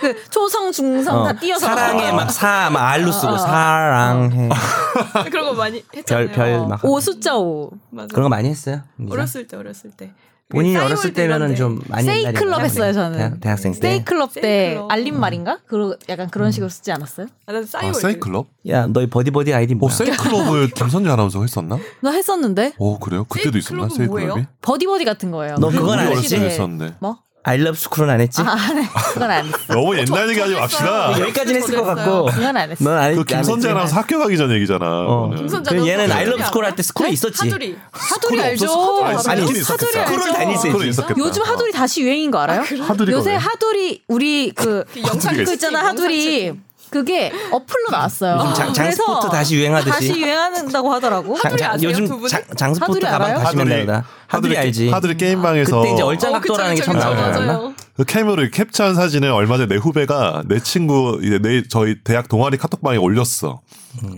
Speaker 3: 그 초성 중성
Speaker 2: 어.
Speaker 3: 다 띄어서
Speaker 2: 사랑해 막사막 알로 쓰고
Speaker 3: 어, 어.
Speaker 2: 사랑해
Speaker 1: 해요. 그런 거 많이 했잖아요.
Speaker 2: 별별 막
Speaker 3: 오 숫자 오.
Speaker 1: 맞아.
Speaker 2: 그런 거 많이 했어요. 민지야?
Speaker 1: 어렸을 때 어렸을 때. 그
Speaker 2: 본인이 어렸을 때면은 좀 많이
Speaker 3: 세이
Speaker 2: 옛날이구나.
Speaker 3: 클럽 했어요, 저는.
Speaker 2: 대학, 대학생 때.
Speaker 3: 세이클럽 때
Speaker 1: 세이클럽.
Speaker 3: 알림 말인가? 그 약간
Speaker 2: 음.
Speaker 3: 그런 식으로 쓰지 않았어요?
Speaker 1: 나는
Speaker 4: 아,
Speaker 1: 싸이월드.
Speaker 4: 세이클럽?
Speaker 2: 야 너희 버디버디 아이디
Speaker 4: 어,
Speaker 3: 네.
Speaker 2: 뭐야?
Speaker 4: 세이클럽을 김선재 아나운서 했었나?
Speaker 3: 나 했었는데
Speaker 4: 어, 그래요? 그때도 있었나?
Speaker 1: 세이클럽은
Speaker 4: 세이클럽이?
Speaker 1: 뭐예요?
Speaker 3: 버디버디 같은 거예요.
Speaker 2: 너 그건
Speaker 4: 우리
Speaker 2: 안
Speaker 4: 어렸을
Speaker 2: 했지?
Speaker 4: 때 했었는데.
Speaker 3: 뭐?
Speaker 2: 아이러브 스쿨은 안 했지? 아,
Speaker 3: 아, 안 해. 그건 안 했어.
Speaker 4: 너무 옛날 얘기 하지 맙시다.
Speaker 1: 했어요.
Speaker 2: 여기까지는 했을 것
Speaker 1: 했어요.
Speaker 2: 같고
Speaker 3: 그건 안 했어.
Speaker 2: 넌안 했지.
Speaker 4: 그 김선재
Speaker 2: 안 했지.
Speaker 4: 아나운서 학교 가기 전 얘기잖아.
Speaker 2: 어.
Speaker 4: 그거는.
Speaker 1: 김선재
Speaker 2: 그 얘는
Speaker 1: 아나운서
Speaker 2: 아이러브
Speaker 1: 스쿨이
Speaker 2: 스쿨 할
Speaker 1: 알아요?
Speaker 2: 때 스쿨에 있었지.
Speaker 1: 네? 하두리.
Speaker 3: 하두리 알죠?
Speaker 4: 없었어? 아니,
Speaker 2: 아니,
Speaker 4: 스쿨은
Speaker 3: 하두리
Speaker 4: 있었겠다.
Speaker 3: 알죠?
Speaker 2: 스쿨을 다녔어야지.
Speaker 4: 스쿨은 있었겠다.
Speaker 3: 요즘 하두리 다시 유행인 거 알아요?
Speaker 4: 하두리가
Speaker 3: 요새
Speaker 4: 왜?
Speaker 3: 하두리 우리 그
Speaker 1: 그 영상
Speaker 4: 있어.
Speaker 3: 그 있잖아
Speaker 1: 채팅,
Speaker 3: 하두리
Speaker 1: 영상
Speaker 3: 그게 어플로 나왔어요.
Speaker 2: 요즘 장- 장스포트 다시 유행하듯이.
Speaker 3: 다시 유행한다고 하더라고.
Speaker 1: 하두리 아세요, 두
Speaker 2: 요즘
Speaker 1: 분은?
Speaker 2: 장, 장스포트
Speaker 3: 하두리
Speaker 2: 가방
Speaker 3: 알아요?
Speaker 2: 다시 맨다보다 하두리 알지.
Speaker 4: 하두리 게임방에서
Speaker 2: 그때 이제 얼짱
Speaker 1: 어, 그쵸,
Speaker 2: 각도라는 게
Speaker 1: 그쵸,
Speaker 2: 처음
Speaker 1: 그쵸,
Speaker 2: 나오지 않았나?
Speaker 1: 맞아요.
Speaker 4: 그 캠으로 캡처한 사진을 얼마 전에 내 후배가 내 친구 이제 내 저희 대학 동아리 카톡방에 올렸어.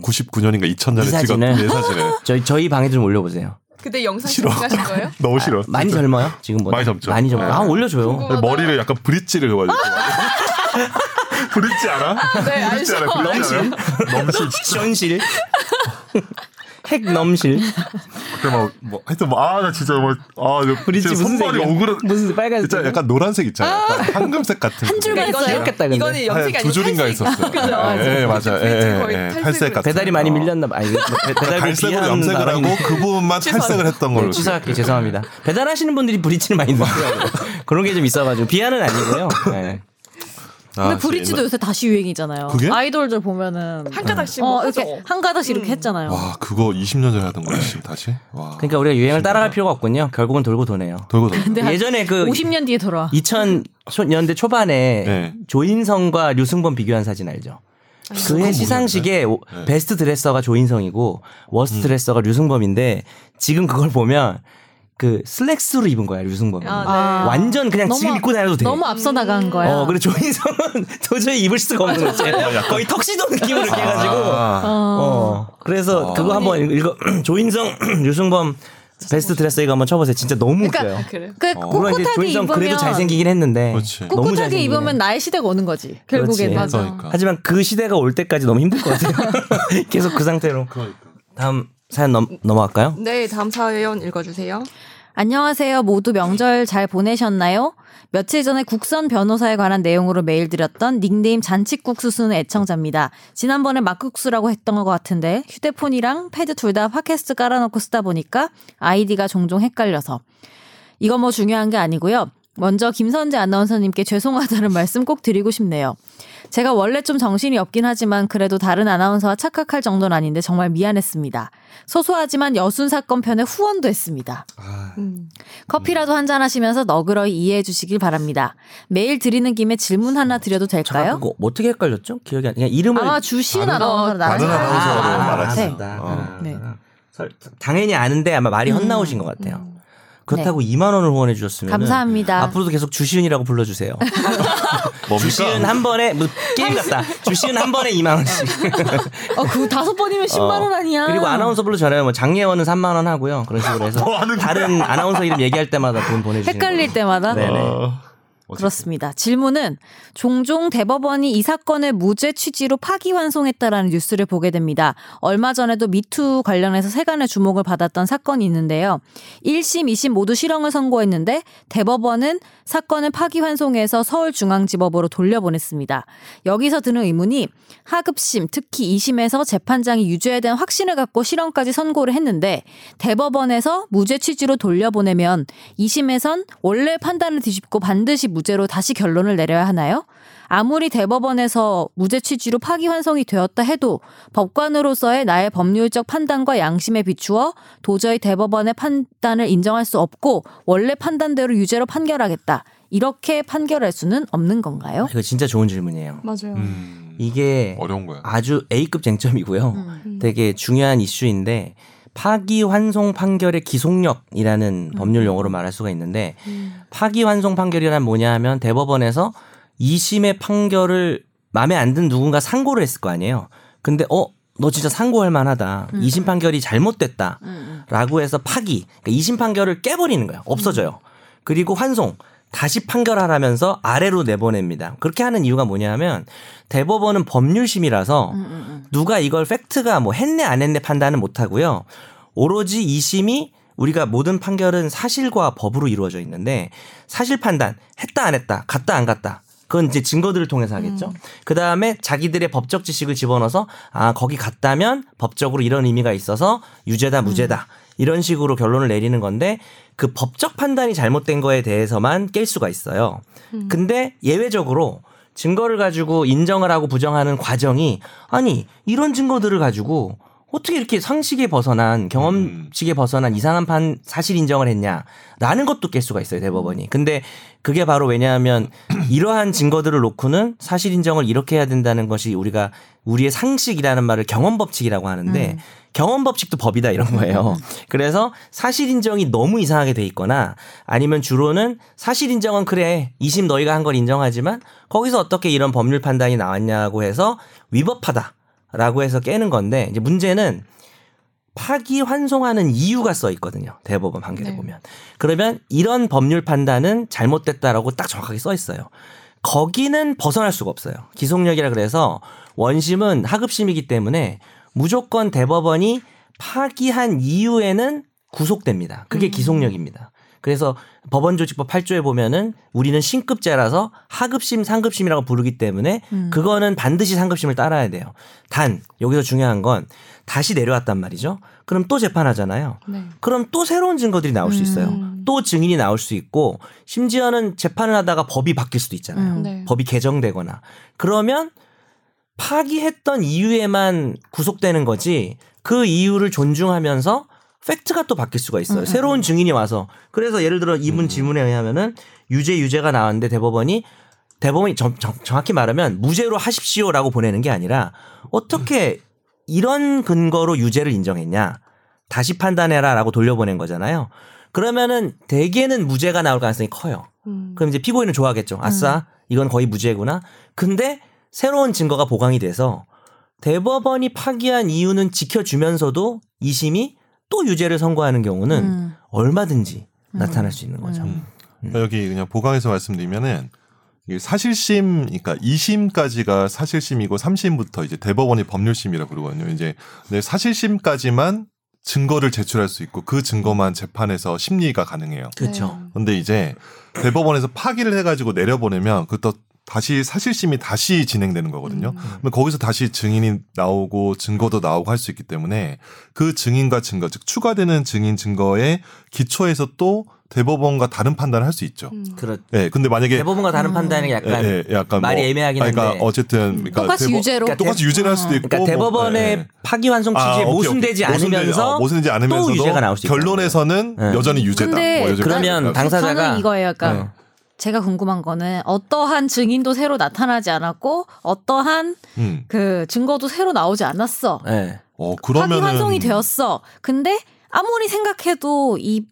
Speaker 4: 99년인가 2000년에
Speaker 2: 이
Speaker 4: 찍었던
Speaker 2: 사진을?
Speaker 4: 내 사진을.
Speaker 2: 저희 저희 방에 좀 올려보세요.
Speaker 1: 그때 영상
Speaker 4: 싫어.
Speaker 1: 채팅하신 거예요?
Speaker 4: 너무 싫어.
Speaker 2: 많이
Speaker 4: 진짜.
Speaker 2: 젊어요? 지금 뭐
Speaker 4: 많이 젊죠. 네.
Speaker 2: 많이 젊어요. 아 올려줘요.
Speaker 1: 궁금하다.
Speaker 4: 머리를 약간 브릿지를 가지고. 브릿지 알아?
Speaker 1: 네,
Speaker 4: 브릿지
Speaker 1: 알죠.
Speaker 4: 알아? 브릿지 알아? 넘실.
Speaker 2: 전실. 핵 넘실.
Speaker 4: 그때 막, 뭐, 하여튼 뭐, 아, 나 진짜 뭐, 아, 저
Speaker 2: 브릿지
Speaker 4: 진짜
Speaker 2: 무슨
Speaker 4: 손발이
Speaker 2: 색이야?
Speaker 4: 오그라.
Speaker 2: 무슨 빨간색?
Speaker 4: 진짜 약간 노란색 있잖아. 약간 황금색 같은.
Speaker 3: 한 줄만
Speaker 1: 이거는
Speaker 3: 했어요.
Speaker 2: 귀엽겠다, 근데.
Speaker 1: 이거는
Speaker 4: 한
Speaker 1: 염색이 아니고
Speaker 4: 두 줄인가
Speaker 1: 탈색.
Speaker 4: 있었어요.
Speaker 1: 그죠,
Speaker 4: 예, 예, 맞아. 예,
Speaker 1: 그치, 거의
Speaker 4: 예, 예.
Speaker 1: 탈색으로.
Speaker 4: 탈색 같은.
Speaker 2: 배달이 많이
Speaker 4: 어.
Speaker 2: 밀렸나 봐. 아, 이거 배- 배달비
Speaker 4: 갈색으로
Speaker 2: 비하는
Speaker 4: 염색을
Speaker 2: 나라니.
Speaker 4: 하고 그 부분만 탈색을 했던 걸로.
Speaker 2: 네, 사할게 죄송합니다. 배달하시는 분들이 브릿지를 많이 넣어요.
Speaker 4: 아.
Speaker 2: 그런 게 좀 있어가지고 비하는 아니고요. 네.
Speaker 4: 아,
Speaker 2: 아,
Speaker 3: 근데 브릿지도 요새 다시 유행이잖아요.
Speaker 4: 그게?
Speaker 3: 아이돌들 보면은
Speaker 1: 한 가닥씩
Speaker 3: 어
Speaker 1: 뭐
Speaker 3: 이렇게
Speaker 1: 하죠. 음.
Speaker 3: 한 가닥씩 이렇게 했잖아요.
Speaker 4: 와 그거 20년 전에 하던 거야 지금 다시. 와.
Speaker 2: 그러니까 우리가 유행을 따라갈 필요가 없군요. 결국은 돌고 도네요.
Speaker 4: 돌고 돌고.
Speaker 3: 근데 한
Speaker 2: 예전에 그
Speaker 3: 50년 뒤에 돌아.
Speaker 2: 2000년대 초반에
Speaker 4: 네.
Speaker 2: 조인성과 류승범 비교한 사진 알죠? 그해 시상식에 오-
Speaker 4: 네.
Speaker 2: 베스트 드레서가 조인성이고
Speaker 4: 음.
Speaker 2: 워스트 드레서가 류승범인데 지금 그걸 보면 그 슬랙스로 입은 거야 류승범.
Speaker 1: 아, 네.
Speaker 2: 완전 그냥
Speaker 3: 너무
Speaker 2: 지금
Speaker 3: 앞-
Speaker 2: 입고 다녀도 돼.
Speaker 3: 너무 앞서 나간 거야.
Speaker 2: 어, 그리고 조인성은 도저히 입을 수가 없는 거지. 거의 턱시도 느낌으로 이렇게 해가지고.
Speaker 4: 어, 아,
Speaker 2: 어. 그래서 그거 한번 읽어. 조인성, 류승범 베스트 드레서 이거 한번 쳐보세요. 진짜 너무
Speaker 3: 그러니까
Speaker 2: 웃겨요.
Speaker 1: 그래요.
Speaker 3: 그
Speaker 2: 물론 어. 이제
Speaker 3: 꿋꿋하게
Speaker 2: 조인성
Speaker 3: 입으면
Speaker 2: 그래도 잘생기긴 했는데.
Speaker 4: 그렇지.
Speaker 2: 너무
Speaker 3: 꿋꿋하게
Speaker 2: 잘생기긴
Speaker 3: 입으면
Speaker 2: 해요.
Speaker 3: 나의 시대가 오는 거지.
Speaker 2: 그렇지.
Speaker 3: 결국엔 맞아.
Speaker 4: 그러니까.
Speaker 2: 하지만 그 시대가 올 때까지 너무 힘들 것 같아요. 계속 그 상태로.
Speaker 4: 그러니까.
Speaker 2: 다음 사연 넘, 넘어갈까요?
Speaker 1: 네, 다음 사연 읽어주세요.
Speaker 3: 안녕하세요. 모두 명절 잘 보내셨나요? 며칠 전에 국선 변호사에 관한 내용으로 메일 드렸던 닉네임 잔치국수 쓰는 애청자입니다. 지난번에 막국수라고 했던 것 같은데 휴대폰이랑 패드 둘 다 팟캐스트 깔아놓고 쓰다 보니까 아이디가 종종 헷갈려서 이거 뭐 중요한 게 아니고요. 먼저 김선재 아나운서님께 죄송하다는 말씀 꼭 드리고 싶네요. 제가 원래 좀 정신이 없긴 하지만 그래도 다른 아나운서와 착각할 정도는 아닌데 정말 미안했습니다. 소소하지만 여순 사건 편에 후원도 했습니다.
Speaker 4: 아,
Speaker 1: 음.
Speaker 3: 커피라도 한잔 하시면서 너그러이 이해해 주시길 바랍니다. 메일 드리는 김에 질문 하나 드려도
Speaker 2: 잠깐
Speaker 3: 될까요?
Speaker 2: 그거 뭐, 어떻게 헷갈렸죠? 기억이 안. 그냥 이름을
Speaker 3: 아마 주신
Speaker 2: 다른-
Speaker 3: 아나운서 네.
Speaker 4: 다른 아나운서로
Speaker 2: 아,
Speaker 4: 말하시죠.
Speaker 2: 알았습니다.
Speaker 4: 어.
Speaker 3: 음.
Speaker 2: 네. 설- 당연히 아는데 아마 말이 헛나오신 것 같아요. 그렇다고 2만 원을 후원해 주셨으면
Speaker 3: 감사합니다. 그러니까.
Speaker 2: 앞으로도 계속 주시은이라고 불러주세요. 주시은 한 번에 뭐 게임 같다. 주시은 한 번에 2만 원씩.
Speaker 3: 어, 그 다섯 번이면 10만 원 아니야.
Speaker 2: 어. 그리고 아나운서별로 전해요. 뭐 장예원은 3만 원 하고요. 그런 식으로 해서 다른 아나운서 이름 얘기할 때마다 돈 보내주시는
Speaker 3: 헷갈릴 때마다
Speaker 2: 네. 네네.
Speaker 4: 아,
Speaker 3: 그렇습니다. 질문은 종종 대법원이 이 사건을 무죄 취지로 파기환송했다라는 뉴스를 보게 됩니다. 얼마 전에도 미투 관련해서 세간의 주목을 받았던 사건이 있는데요. 1심, 2심 모두 실형을 선고했는데 대법원은 사건을 파기환송해서 서울중앙지법으로 돌려보냈습니다. 여기서 드는 의문이 하급심, 특히 2심에서 재판장이 유죄에 대한 확신을 갖고 실형까지 선고를 했는데 대법원에서 무죄 취지로 돌려보내면 2심에선 원래 판단을 뒤집고 반드시 무죄로 다시 결론을 내려야 하나요? 아무리 대법원에서 무죄 취지로 파기환송이 되었다 해도 법관으로서의 나의 법률적 판단과 양심에 비추어 도저히 대법원의 판단을 인정할 수 없고 원래 판단대로 유죄로 판결하겠다. 이렇게 판결할 수는 없는 건가요?
Speaker 2: 이거 아, 진짜 좋은 질문이에요.
Speaker 1: 맞아요.
Speaker 4: 음,
Speaker 2: 이게
Speaker 4: 어려운 거야.
Speaker 2: 아주 A급 쟁점이고요.
Speaker 1: 음.
Speaker 2: 되게 중요한 이슈인데 파기환송 판결의 기속력이라는 법률 용어로 말할 수가 있는데
Speaker 1: 음.
Speaker 2: 파기환송 판결이란 뭐냐 하면 대법원에서 2심의 판결을 마음에 안 든 누군가 상고를 했을 거 아니에요. 근데 어, 너 진짜 상고할 만하다.
Speaker 3: 음.
Speaker 2: 2심 판결이 잘못됐다.
Speaker 3: 음,
Speaker 2: 라고 해서 파기. 그러니까 2심 판결을 깨버리는 거예요. 없어져요. 그리고 환송. 다시 판결하라면서 아래로 내보냅니다. 그렇게 하는 이유가 뭐냐면 대법원은 법률심이라서
Speaker 3: 음, 음, 음.
Speaker 2: 누가 이걸 팩트가 뭐 했네 안 했네 판단은 못 하고요. 오로지 이심이 우리가 모든 판결은 사실과 법으로 이루어져 있는데 사실 판단 했다 안 했다 갔다 안 갔다 그건 이제 증거들을 통해서 하겠죠. 그 다음에 자기들의 법적 지식을 집어넣어서 아 거기 갔다면 법적으로 이런 의미가 있어서 유죄다 무죄다 이런 식으로 결론을 내리는 건데 그 법적 판단이 잘못된 거에 대해서만 깰 수가 있어요. 근데 예외적으로 증거를 가지고 인정을 하고 부정하는 과정이 아니 이런 증거들을 가지고 어떻게 이렇게 상식에 벗어난 경험식에 벗어난 이상한 판 사실 인정을 했냐라는 것도 깰 수가 있어요 대법원이 근데 그게 바로 왜냐하면 이러한 증거들을 놓고는 사실 인정을 이렇게 해야 된다는 것이 우리가 우리의 상식이라는 말을 경험 법칙이라고 하는데 경험 법칙도 법이다 이런 거예요. 그래서 사실 인정이 너무 이상하게 돼 있거나 아니면 주로는 사실 인정은 그래 이심 너희가 한 걸 인정하지만 거기서 어떻게 이런 법률 판단이 나왔냐고 해서 위법하다라고 해서 깨는 건데 이제 문제는 파기 환송하는 이유가 써 있거든요 대법원 판결에
Speaker 1: 네.
Speaker 2: 보면 그러면 이런 법률 판단은 잘못됐다라고 딱 정확하게 써 있어요. 거기는 벗어날 수가 없어요. 기속력이라 그래서 원심은 하급심이기 때문에 무조건 대법원이 파기한 이후에는 구속됩니다. 그게 기속력입니다. 그래서 법원조직법 8조에 보면은 우리는 신급제라서 하급심, 상급심이라고 부르기 때문에
Speaker 3: 음.
Speaker 2: 그거는 반드시 상급심을 따라야 돼요. 단, 여기서 중요한 건 다시 내려왔단 말이죠. 그럼 또 재판하잖아요.
Speaker 1: 네.
Speaker 2: 그럼 또 새로운 증거들이 나올 수 있어요.
Speaker 1: 음.
Speaker 2: 또 증인이 나올 수 있고 심지어는 재판을 하다가 법이 바뀔 수도 있잖아요.
Speaker 3: 음.
Speaker 1: 네.
Speaker 2: 법이 개정되거나 그러면 파기했던 이유에만 구속되는 거지 그 이유를 존중하면서 팩트가 또 바뀔 수가 있어요. 새로운 증인이 와서 그래서 예를 들어 이분 질문에 의하면은 유죄 유죄가 나왔는데 대법원이 대법원이 정, 확히 말하면 무죄로 하십시오라고 보내는 게 아니라 어떻게 이런 근거로 유죄를 인정했냐 다시 판단해라라고 돌려보낸 거잖아요. 그러면은 대개는 무죄가 나올 가능성이 커요.
Speaker 1: 음.
Speaker 2: 그럼 이제 피고인은
Speaker 3: 음.
Speaker 2: 좋아하겠죠. 아싸, 이건 거의 무죄구나. 근데 새로운 증거가 보강이 돼서 대법원이 파기한 이유는 지켜주면서도 이심이 또 유죄를 선고하는 경우는 어,
Speaker 3: 음.
Speaker 2: 얼마든지 나타날 수 있는 거죠.
Speaker 4: 음. 그러니까 여기 그냥 보강해서 말씀드리면은 이게 사실심, 그러니까 2심까지가 사실심이고 3심부터 이제 대법원이 법률심이라고 그러거든요. 이제 근데 사실심까지만 증거를 제출할 수 있고 그 증거만 재판에서 심리가 가능해요.
Speaker 2: 그렇죠.
Speaker 3: 네.
Speaker 1: 네.
Speaker 4: 근데 이제 대법원에서 파기를 해가지고 내려보내면 그또 다시 사실심이 다시 진행되는 거거든요.
Speaker 3: 음.
Speaker 4: 근데 거기서 다시 증인이 나오고 증거도 나오고 할 수 있기 때문에 그 증인과 증거 즉 추가되는 증인 증거의 기초에서 또 대법원과 다른 판단을 할 수 있죠.
Speaker 1: 음. 음.
Speaker 2: 그렇.
Speaker 4: 예, 근데 만약에
Speaker 2: 대법원과 다른
Speaker 3: 음.
Speaker 2: 판단이
Speaker 4: 예,
Speaker 2: 약간
Speaker 4: 예, 약간
Speaker 2: 말이
Speaker 4: 뭐,
Speaker 2: 애매하긴
Speaker 4: 아니,
Speaker 2: 한데.
Speaker 4: 그러니까 어쨌든 그러니까
Speaker 3: 똑같이
Speaker 4: 대법-
Speaker 3: 유죄로. 어.
Speaker 2: 그러니까
Speaker 4: 똑같이 유죄를 할 수도 있고
Speaker 2: 그러니까 대법원의
Speaker 4: 뭐, 예.
Speaker 2: 파기환송
Speaker 4: 아,
Speaker 2: 취지에
Speaker 4: 오케이, 오케이.
Speaker 2: 모순되지
Speaker 4: 모순되-
Speaker 2: 않으면서
Speaker 4: 아, 모순되지 않으면서도
Speaker 2: 유죄가 나올 수 있다는
Speaker 4: 결론에서는
Speaker 2: 거예요. 예.
Speaker 4: 여전히 유죄다.
Speaker 3: 근데
Speaker 4: 뭐 여전히
Speaker 2: 그러면
Speaker 4: 그러니까
Speaker 2: 당사자가-
Speaker 3: 저는 이거예요. 약간
Speaker 2: 네.
Speaker 3: 제가 궁금한 거는 어떠한 증인도 새로 나타나지 않았고 어떠한
Speaker 4: 음.
Speaker 3: 그 증거도 새로 나오지 않았어.
Speaker 2: 예.
Speaker 4: 어
Speaker 3: 파기
Speaker 4: 그러면은
Speaker 3: 환송이 되었어. 근데 아무리 생각해도 이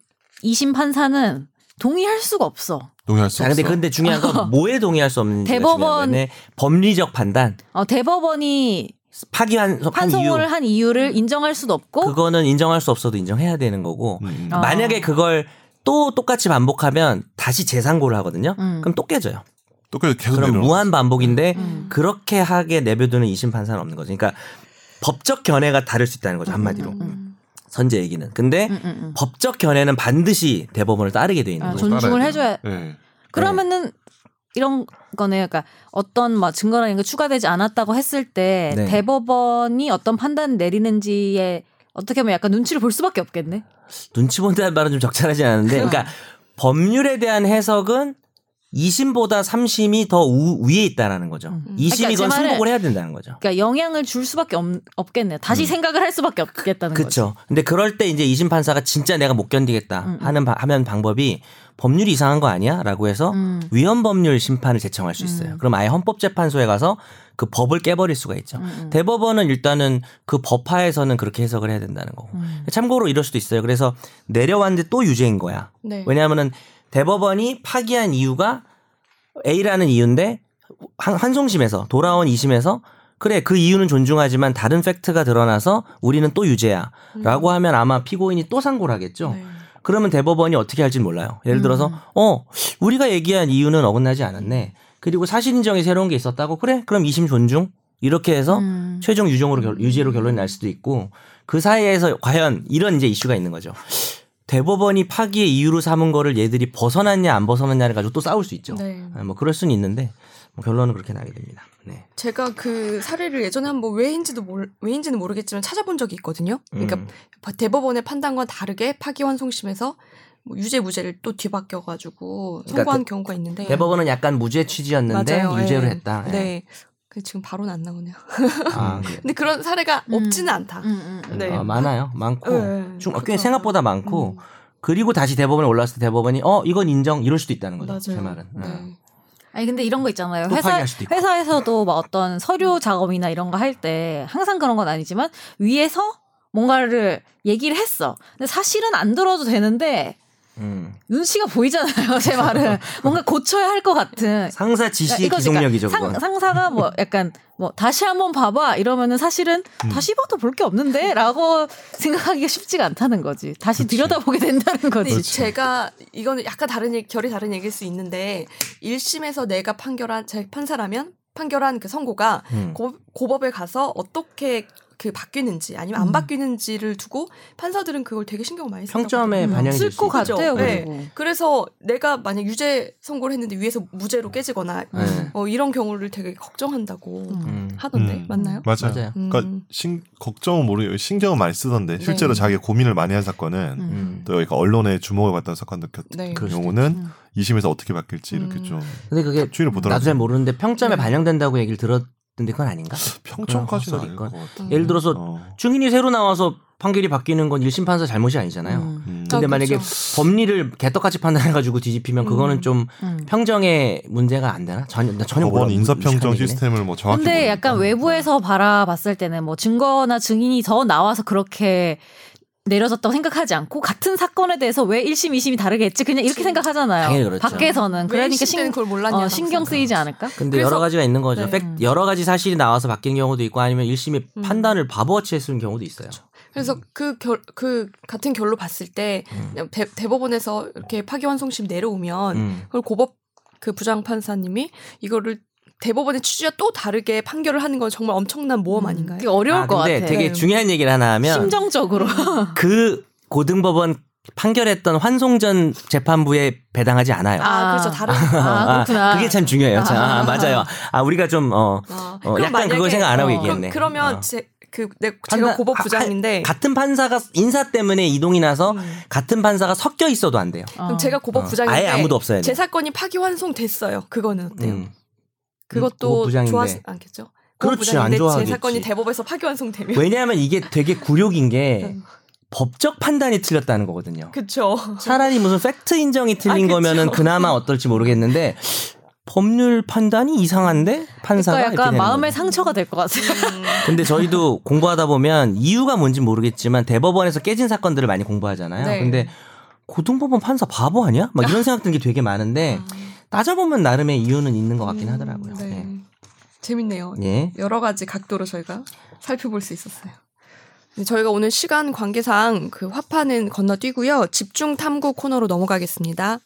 Speaker 3: 이심 판사는 동의할 수가 없어.
Speaker 4: 동의할 수
Speaker 2: 자,
Speaker 4: 없어.
Speaker 2: 아, 근데 근데 중요한 건 뭐에 동의할 수 없는지
Speaker 3: 대법원-
Speaker 2: 법리적 판단
Speaker 3: 어, 대법원이
Speaker 2: 파기한 한 이유
Speaker 3: 판송을 한 이유를 인정할 수도 없고
Speaker 2: 그거는 인정할 수 없어도 인정해야 되는 거고
Speaker 4: 음, 음.
Speaker 3: 어.
Speaker 2: 만약에 그걸 또 똑같이 반복하면 다시 재상고를 하거든요.
Speaker 3: 음.
Speaker 2: 그럼 또 깨져요.
Speaker 4: 또 계속 계속
Speaker 2: 그럼
Speaker 4: 내려.
Speaker 2: 무한 반복인데
Speaker 3: 음.
Speaker 2: 그렇게 하게 내버려두는 이심 판사는 없는 거죠. 그러니까 법적 견해가 다를 수 있다는 거죠 한마디로
Speaker 1: 음.
Speaker 2: 선제 얘기는. 근데
Speaker 3: 음, 음, 음.
Speaker 2: 법적 견해는 반드시 대법원을 따르게 돼 있는
Speaker 3: 아,
Speaker 2: 거죠.
Speaker 3: 존중을
Speaker 4: 따라야
Speaker 2: 네.
Speaker 3: 해줘야
Speaker 4: 예.
Speaker 3: 그러면은 이런 거네요. 그러니까 어떤 뭐 증거라는 게 추가되지 않았다고 했을 때
Speaker 2: 네.
Speaker 3: 대법원이 어떤 판단 내리는지에 어떻게 보면 약간 눈치를 볼 수밖에 없겠네.
Speaker 2: 눈치 본다는 말은 좀 적절하지 않은데,
Speaker 3: 음.
Speaker 2: 그러니까 법률에 대한 해석은 2심보다 3심이 더 우- 위에 있다라는 거죠.
Speaker 3: 음.
Speaker 2: 2심이건
Speaker 3: 그러니까 제 말은-
Speaker 2: 승복을 해야 된다는 거죠.
Speaker 3: 그러니까 영향을 줄 수밖에 없, 겠네요 다시 생각을 할 수밖에 없겠다는 거죠.
Speaker 2: 음. 그렇죠. 근데 그럴 때 이제 2심 판사가 진짜 내가 못 견디겠다
Speaker 3: 음, 음.
Speaker 2: 하는 바- 하면 방법이 법률이 이상한 거 아니야라고 해서
Speaker 3: 음.
Speaker 2: 위헌 법률 심판을 제청할 수 있어요.
Speaker 3: 음.
Speaker 2: 그럼 아예 헌법재판소에 가서 그 법을 깨버릴 수가 있죠.
Speaker 3: 음, 음.
Speaker 2: 대법원은 일단은 그 법하에서는 그렇게 해석을 해야 된다는 거고.
Speaker 3: 음.
Speaker 2: 참고로 이럴 수도 있어요. 그래서 내려왔는데 또 유죄인 거야.
Speaker 1: 네.
Speaker 3: 음.
Speaker 2: 왜냐하면은 대법원이 파기한 이유가 A라는 이유인데 한- 한송심에서 돌아온 2심에서 그래 그 이유는 존중하지만 다른 팩트가 드러나서 우리는 또 유죄야라고 하면 아마 피고인이 또 상고를 하겠죠.
Speaker 1: 음. 네. 음.
Speaker 2: 그러면 대법원이 어떻게 할지 몰라요. 예를 들어서
Speaker 3: 음,
Speaker 2: 어 우리가 얘기한 이유는 어긋나지 않았네. 그리고 사실 인정이 새로운 게 있었다고 그래 그럼 2심 존중 이렇게 해서
Speaker 3: 음.
Speaker 2: 어? 최종 유정으로 결- 유죄로 결론이 날 수도 있고 그 사이에서 과연 이런 이제 이슈가 있는 거죠. 대법원이 파기의 이유로 삼은 거를 얘들이 벗어났냐 안 벗어났냐를 가지고 또 싸울 수 있죠.
Speaker 1: 네.
Speaker 2: 아, 뭐 그럴 수는 있는데 뭐 결론은 그렇게 나게 됩니다. 네.
Speaker 1: 제가 그 사례를 예전에 한번 왜인지도 몰, 왜인지는 모르겠지만 찾아본 적이 있거든요. 그러니까
Speaker 2: 음.
Speaker 1: 대법원의 판단과 다르게 파기환송심에서 뭐 유죄 무죄를 또 뒤바뀌어가지고
Speaker 2: 그러니까
Speaker 1: 선고한
Speaker 2: 대-
Speaker 1: 경우가 있는데
Speaker 2: 대법원은 약간 무죄 취지였는데
Speaker 1: 예. 맞아요.
Speaker 2: 유죄로
Speaker 1: 예.
Speaker 2: 했다. 예.
Speaker 1: 네. 그 지금 바로는 안 나오네요.
Speaker 2: 아, 그래요.
Speaker 1: 근데 그런 사례가
Speaker 3: 음.
Speaker 1: 없지는 않다.
Speaker 3: 음, 음.
Speaker 1: 네.
Speaker 2: 어, 많아요. 많고
Speaker 1: 예.
Speaker 2: 중- 어, 꽤
Speaker 1: 그래서-
Speaker 2: 생각보다 많고
Speaker 1: 음,
Speaker 2: 그리고 다시 대법원에 올랐을 때 대법원이 어 이건 인정 이럴 수도 있다는 거죠.
Speaker 1: 맞아요.
Speaker 2: 제 말은. 어.
Speaker 1: 네.
Speaker 3: 아니 근데 이런 거 있잖아요.
Speaker 2: 또
Speaker 3: 회사
Speaker 2: 파기할 수도 있고. 음.
Speaker 3: 회사에서도 막 어떤 서류 작업이나 이런 거 할 때 항상 그런 건 아니지만 위에서 뭔가를 얘기를 했어. 근데 사실은 안 들어도 되는데
Speaker 2: 음.
Speaker 3: 눈치가 보이잖아요. 제 말은 뭔가 고쳐야 할 것 같은.
Speaker 2: 상사 지시
Speaker 3: 이거지, 그러니까
Speaker 2: 기동력이죠.
Speaker 3: 상-
Speaker 2: 그건.
Speaker 3: 상사가 뭐 약간 뭐 다시 한번 봐봐 이러면은 사실은
Speaker 2: 음.
Speaker 3: 다시 봐도 볼 게 없는데라고 생각하기가 쉽지가 않다는 거지. 다시 들여다보게 된다는
Speaker 1: 근데
Speaker 2: 그렇죠.
Speaker 3: 거지.
Speaker 1: 제가 이거는 약간 다른 얘기, 결이 다른 얘기일 수 있는데 1심에서 내가 판결한 제 판사라면 판결한 그 선고가
Speaker 2: 음.
Speaker 1: 고, 고법에 가서 어떻게 그 바뀌는지 아니면 안
Speaker 3: 음.
Speaker 1: 바뀌는지를 두고 판사들은 그걸 되게 신경 을 많이 쓰고
Speaker 2: 평점에 반영이 될수
Speaker 3: 쓸것
Speaker 2: 있고.
Speaker 3: 같아요.
Speaker 1: 네.
Speaker 3: 그리고.
Speaker 1: 그래서 내가 만약 유죄 선고를 했는데 위에서 무죄로 깨지거나
Speaker 2: 네.
Speaker 1: 어, 이런 경우를 되게 걱정한다고
Speaker 2: 음.
Speaker 1: 하던데
Speaker 4: 음.
Speaker 1: 맞나요?
Speaker 4: 맞아요.
Speaker 2: 맞아요.
Speaker 1: 음.
Speaker 4: 그러니까 신, 걱정은 모르고 신경은 많이 쓰던데 실제로
Speaker 1: 네.
Speaker 4: 자기 고민을 많이 한 사건은
Speaker 3: 음.
Speaker 2: 음.
Speaker 4: 또 그러니까 언론에 주목을 받던 사건들 같은
Speaker 1: 네.
Speaker 2: 그럴 수도
Speaker 4: 경우는
Speaker 3: 있죠. 음.
Speaker 4: 이 2심에서 어떻게 바뀔지
Speaker 1: 음.
Speaker 4: 이렇게 좀
Speaker 2: 근데 그게
Speaker 4: 추이를 보더라고요.
Speaker 2: 나도 잘 모르는데
Speaker 1: 네.
Speaker 2: 평점에 반영된다고 얘기를 들었는데 그건 아닌가?
Speaker 4: 평점까지는
Speaker 2: 그런
Speaker 4: 아닐 것
Speaker 2: 확률이
Speaker 1: 음.
Speaker 4: 같아요.
Speaker 2: 예를 들어서
Speaker 4: 어.
Speaker 2: 증인이 새로 나와서 판결이 바뀌는 건 1심 판사 잘못이 아니잖아요.
Speaker 3: 음,
Speaker 4: 음.
Speaker 2: 근데
Speaker 1: 아,
Speaker 2: 만약에 법리를 개떡같이 판단해가지고 뒤집히면 그거는
Speaker 1: 음.
Speaker 2: 좀
Speaker 3: 음.
Speaker 2: 평정의 문제가 안 되나? 전혀 나 전혀
Speaker 4: 법원
Speaker 2: 몰라. 무식한
Speaker 4: 인사평정
Speaker 2: 얘기네.
Speaker 4: 시스템을 뭐 정확히
Speaker 3: 근데
Speaker 4: 모르니까.
Speaker 3: 약간 외부에서 바라봤을 때는 뭐 증거나 증인이 더 나와서 그렇게 내려졌다고 생각하지 않고 같은 사건에 대해서 왜 1심, 2심이 다르게 했지? 그냥 이렇게
Speaker 1: 그치.
Speaker 3: 생각하잖아요.
Speaker 2: 당연히 그렇죠.
Speaker 3: 밖에서는. 그러니까 신,
Speaker 1: 는 그걸 몰랐냐
Speaker 3: 어, 신경 쓰이지 않을까?
Speaker 2: 근데
Speaker 1: 그래서-
Speaker 2: 여러 가지가 있는 거죠.
Speaker 1: 네.
Speaker 2: 팩 여러 가지 사실이 나와서 바뀐 경우도 있고 아니면 1심이
Speaker 1: 음.
Speaker 2: 판단을 바보같이 했는 경우도 있어요. 음.
Speaker 1: 그래서 그 결, 그 같은 결로 봤을 때 그냥 대, 대법원에서 이렇게 파기환송심 내려오면
Speaker 2: 음.
Speaker 1: 그걸 고법 그 부장 판사님이 이거를 대법원의 취지와 또 다르게 판결을 하는 건 정말 엄청난
Speaker 3: 음.
Speaker 1: 모험 아닌가요?
Speaker 3: 그게 어려울
Speaker 2: 아,
Speaker 3: 것
Speaker 2: 근데
Speaker 3: 같아.
Speaker 2: 되게
Speaker 1: 네.
Speaker 2: 중요한 얘기를 하나 하면
Speaker 3: 심정적으로.
Speaker 2: 그 고등법원 판결했던 환송전 재판부에 배당하지 않아요.
Speaker 1: 아, 그렇죠. 다른
Speaker 3: 아, 그렇구나.
Speaker 2: 그게 참 중요해요. 참. 아,
Speaker 3: 아.
Speaker 2: 맞아요. 아, 우리가 좀, 어,
Speaker 1: 아,
Speaker 2: 어,
Speaker 1: 그럼
Speaker 2: 약간 그걸 생각 안 하고
Speaker 3: 어,
Speaker 2: 얘기했네.
Speaker 1: 그, 러면
Speaker 2: 어.
Speaker 1: 제, 그, 내, 제가
Speaker 2: 판단-
Speaker 1: 고법
Speaker 2: 아,
Speaker 1: 부장인데
Speaker 2: 아, 같은 판사가 인사 때문에 이동이 나서
Speaker 1: 음.
Speaker 2: 같은 판사가 섞여 있어도 안 돼요.
Speaker 1: 그럼 제가 고법
Speaker 2: 어,
Speaker 1: 뭐 부장인데
Speaker 2: 아예 아무도 없어야 돼.
Speaker 1: 제 사건이 파기환송 됐어요. 그거는 어때요?
Speaker 2: 음. 고법
Speaker 1: 그것도
Speaker 2: 부장인데.
Speaker 1: 좋아하지 않겠죠?
Speaker 2: 그렇지, 안 좋아하겠지.
Speaker 1: 제 사건이 대법에서 파기환송되면
Speaker 2: 왜냐하면 이게 되게 굴욕인 게
Speaker 1: 음.
Speaker 2: 법적 판단이 틀렸다는 거거든요.
Speaker 1: 그쵸.
Speaker 2: 차라리 무슨 팩트 인정이 틀린
Speaker 1: 어. 아, 그쵸.
Speaker 2: 거면은 그나마 어떨지 모르겠는데 법률 판단이 이상한데 판사가
Speaker 3: 그러니까
Speaker 2: 이렇게
Speaker 3: 약간
Speaker 2: 되는
Speaker 3: 마음의
Speaker 2: 거죠.
Speaker 3: 상처가 될 것 같아요.
Speaker 2: 근데 저희도 공부하다 보면 이유가 뭔지 모르겠지만 대법원에서 깨진 사건들을 많이 공부하잖아요.
Speaker 1: 네.
Speaker 2: 근데 고등법원 판사 바보 아니야? 막 이런 생각 드는 게 되게 많은데 따져보면 나름의 이유는 있는 것 같긴
Speaker 1: 아. 음,
Speaker 2: 하더라고요.
Speaker 1: 네. 재밌네요.
Speaker 2: 예. 예.
Speaker 1: 여러 가지 각도로 저희가 살펴볼 수 있었어요. 근데 저희가 오늘 시간 관계상 그 화파는 건너뛰고요. 집중 탐구 코너로 넘어가겠습니다.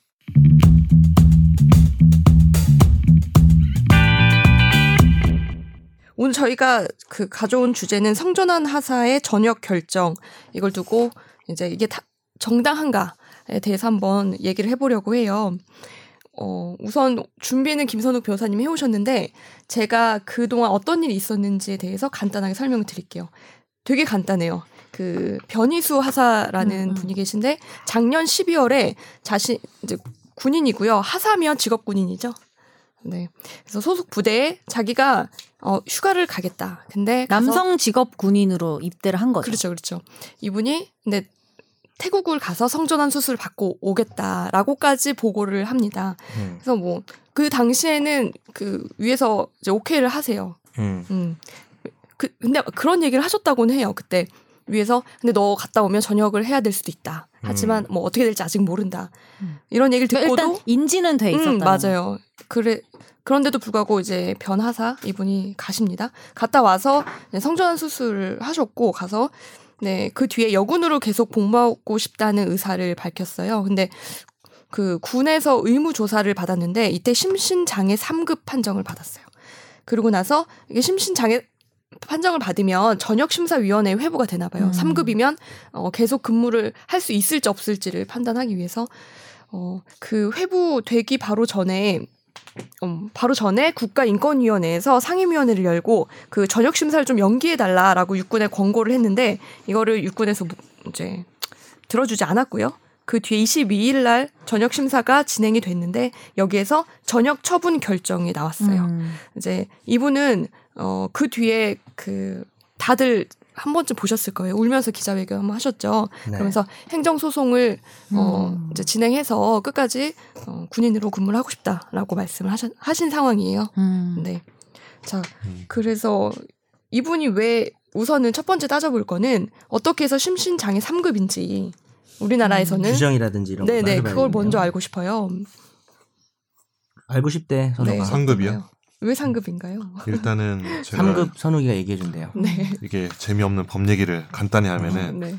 Speaker 1: 오늘 저희가 그 가져온 주제는 성전환 하사의 전역 결정 이걸 두고 이제 이게 다- 정당한가에 대해서 한번 얘기를 해보려고 해요. 어, 우선 준비는 김선욱 변호사님이 해오셨는데 제가 그동안 어떤 일이 있었는지에 대해서 간단하게 설명을 드릴게요. 되게 간단해요. 그 변희수 하사라는
Speaker 3: 음, 음.
Speaker 1: 분이 계신데 작년 12월에 자신 이제 군인이고요. 하사면 직업 군인이죠. 네. 그래서 소속 부대에 자기가 어, 휴가를 가겠다. 근데 가서-
Speaker 3: 남성 직업 군인으로 입대를 한 거죠.
Speaker 1: 그렇죠, 그렇죠. 이분이 근데 태국을 가서 성전환 수술 을 받고 오겠다라고까지 보고를 합니다.
Speaker 2: 음.
Speaker 1: 그래서 뭐 그 당시에는 그 위에서 이제 오케이를 하세요.
Speaker 2: 음.
Speaker 1: 음. 그, 근데 그런 얘기를 하셨다고는 해요. 그때 위에서 근데 너 갔다 오면 전역을 해야 될 수도 있다. 하지만
Speaker 2: 음.
Speaker 1: 뭐 어떻게 될지 아직 모른다.
Speaker 3: 음.
Speaker 1: 이런 얘기를 듣고도
Speaker 3: 그러니까 일단 인지는 돼 있었다.
Speaker 1: 음, 맞아요. 그래 그런데도 불구하고 이제 변하사 이분이 가십니다. 갔다 와서 이제 성전환 수술을 하셨고 가서 네 그 뒤에 여군으로 계속 복무하고 싶다는 의사를 밝혔어요. 근데 그 군에서 의무 조사를 받았는데 이때 심신 장애 3급 판정을 받았어요. 그러고 나서 이게 심신 장애 판정을 받으면 전역 심사 위원회 에 회부가 되나 봐요.
Speaker 3: 음.
Speaker 1: 3급이면 어 계속 근무를 할 수 있을지 없을지를 판단하기 위해서 어, 그 회부되기 바로 전에 음, 바로 전에 국가인권위원회에서 상임위원회를 열고 그 전역 심사를 좀 연기해 달라라고 육군에 권고를 했는데 이거를 육군에서 무- 이제 들어주지 않았고요. 그 뒤에 22일 날 전역 심사가 진행이 됐는데 여기에서 전역 처분 결정이 나왔어요.
Speaker 3: 음.
Speaker 1: 이제 이분은 어 그 뒤에 그 다들 한 번쯤 보셨을 거예요. 울면서 기자회견 한번 하셨죠.
Speaker 2: 네.
Speaker 1: 그러면서 행정 소송을 어,
Speaker 3: 음.
Speaker 1: 이제 진행해서 끝까지 어, 군인으로 근무를 하고 싶다라고 말씀을 하셨, 하신 상황이에요.
Speaker 3: 음.
Speaker 1: 네. 자,
Speaker 4: 음.
Speaker 1: 그래서 이분이 왜 우선은 첫 번째 따져볼 거는 어떻게 해서 심신장애 3급인지 우리나라에서는
Speaker 2: 음, 규정이라든지 이런 거
Speaker 1: 네네
Speaker 2: 알아봐야겠네요.
Speaker 1: 그걸 먼저 알고 싶어요.
Speaker 2: 알고 싶대
Speaker 1: 네.
Speaker 2: 선우가
Speaker 4: 상급이요?
Speaker 1: 왜 3급인가요?
Speaker 4: 음. 일단은 제가
Speaker 2: 3급 선우기가 얘기해 준대요.
Speaker 1: 네.
Speaker 4: 이게 재미없는 법 얘기를 간단히
Speaker 2: 음.
Speaker 4: 하면은
Speaker 1: 네.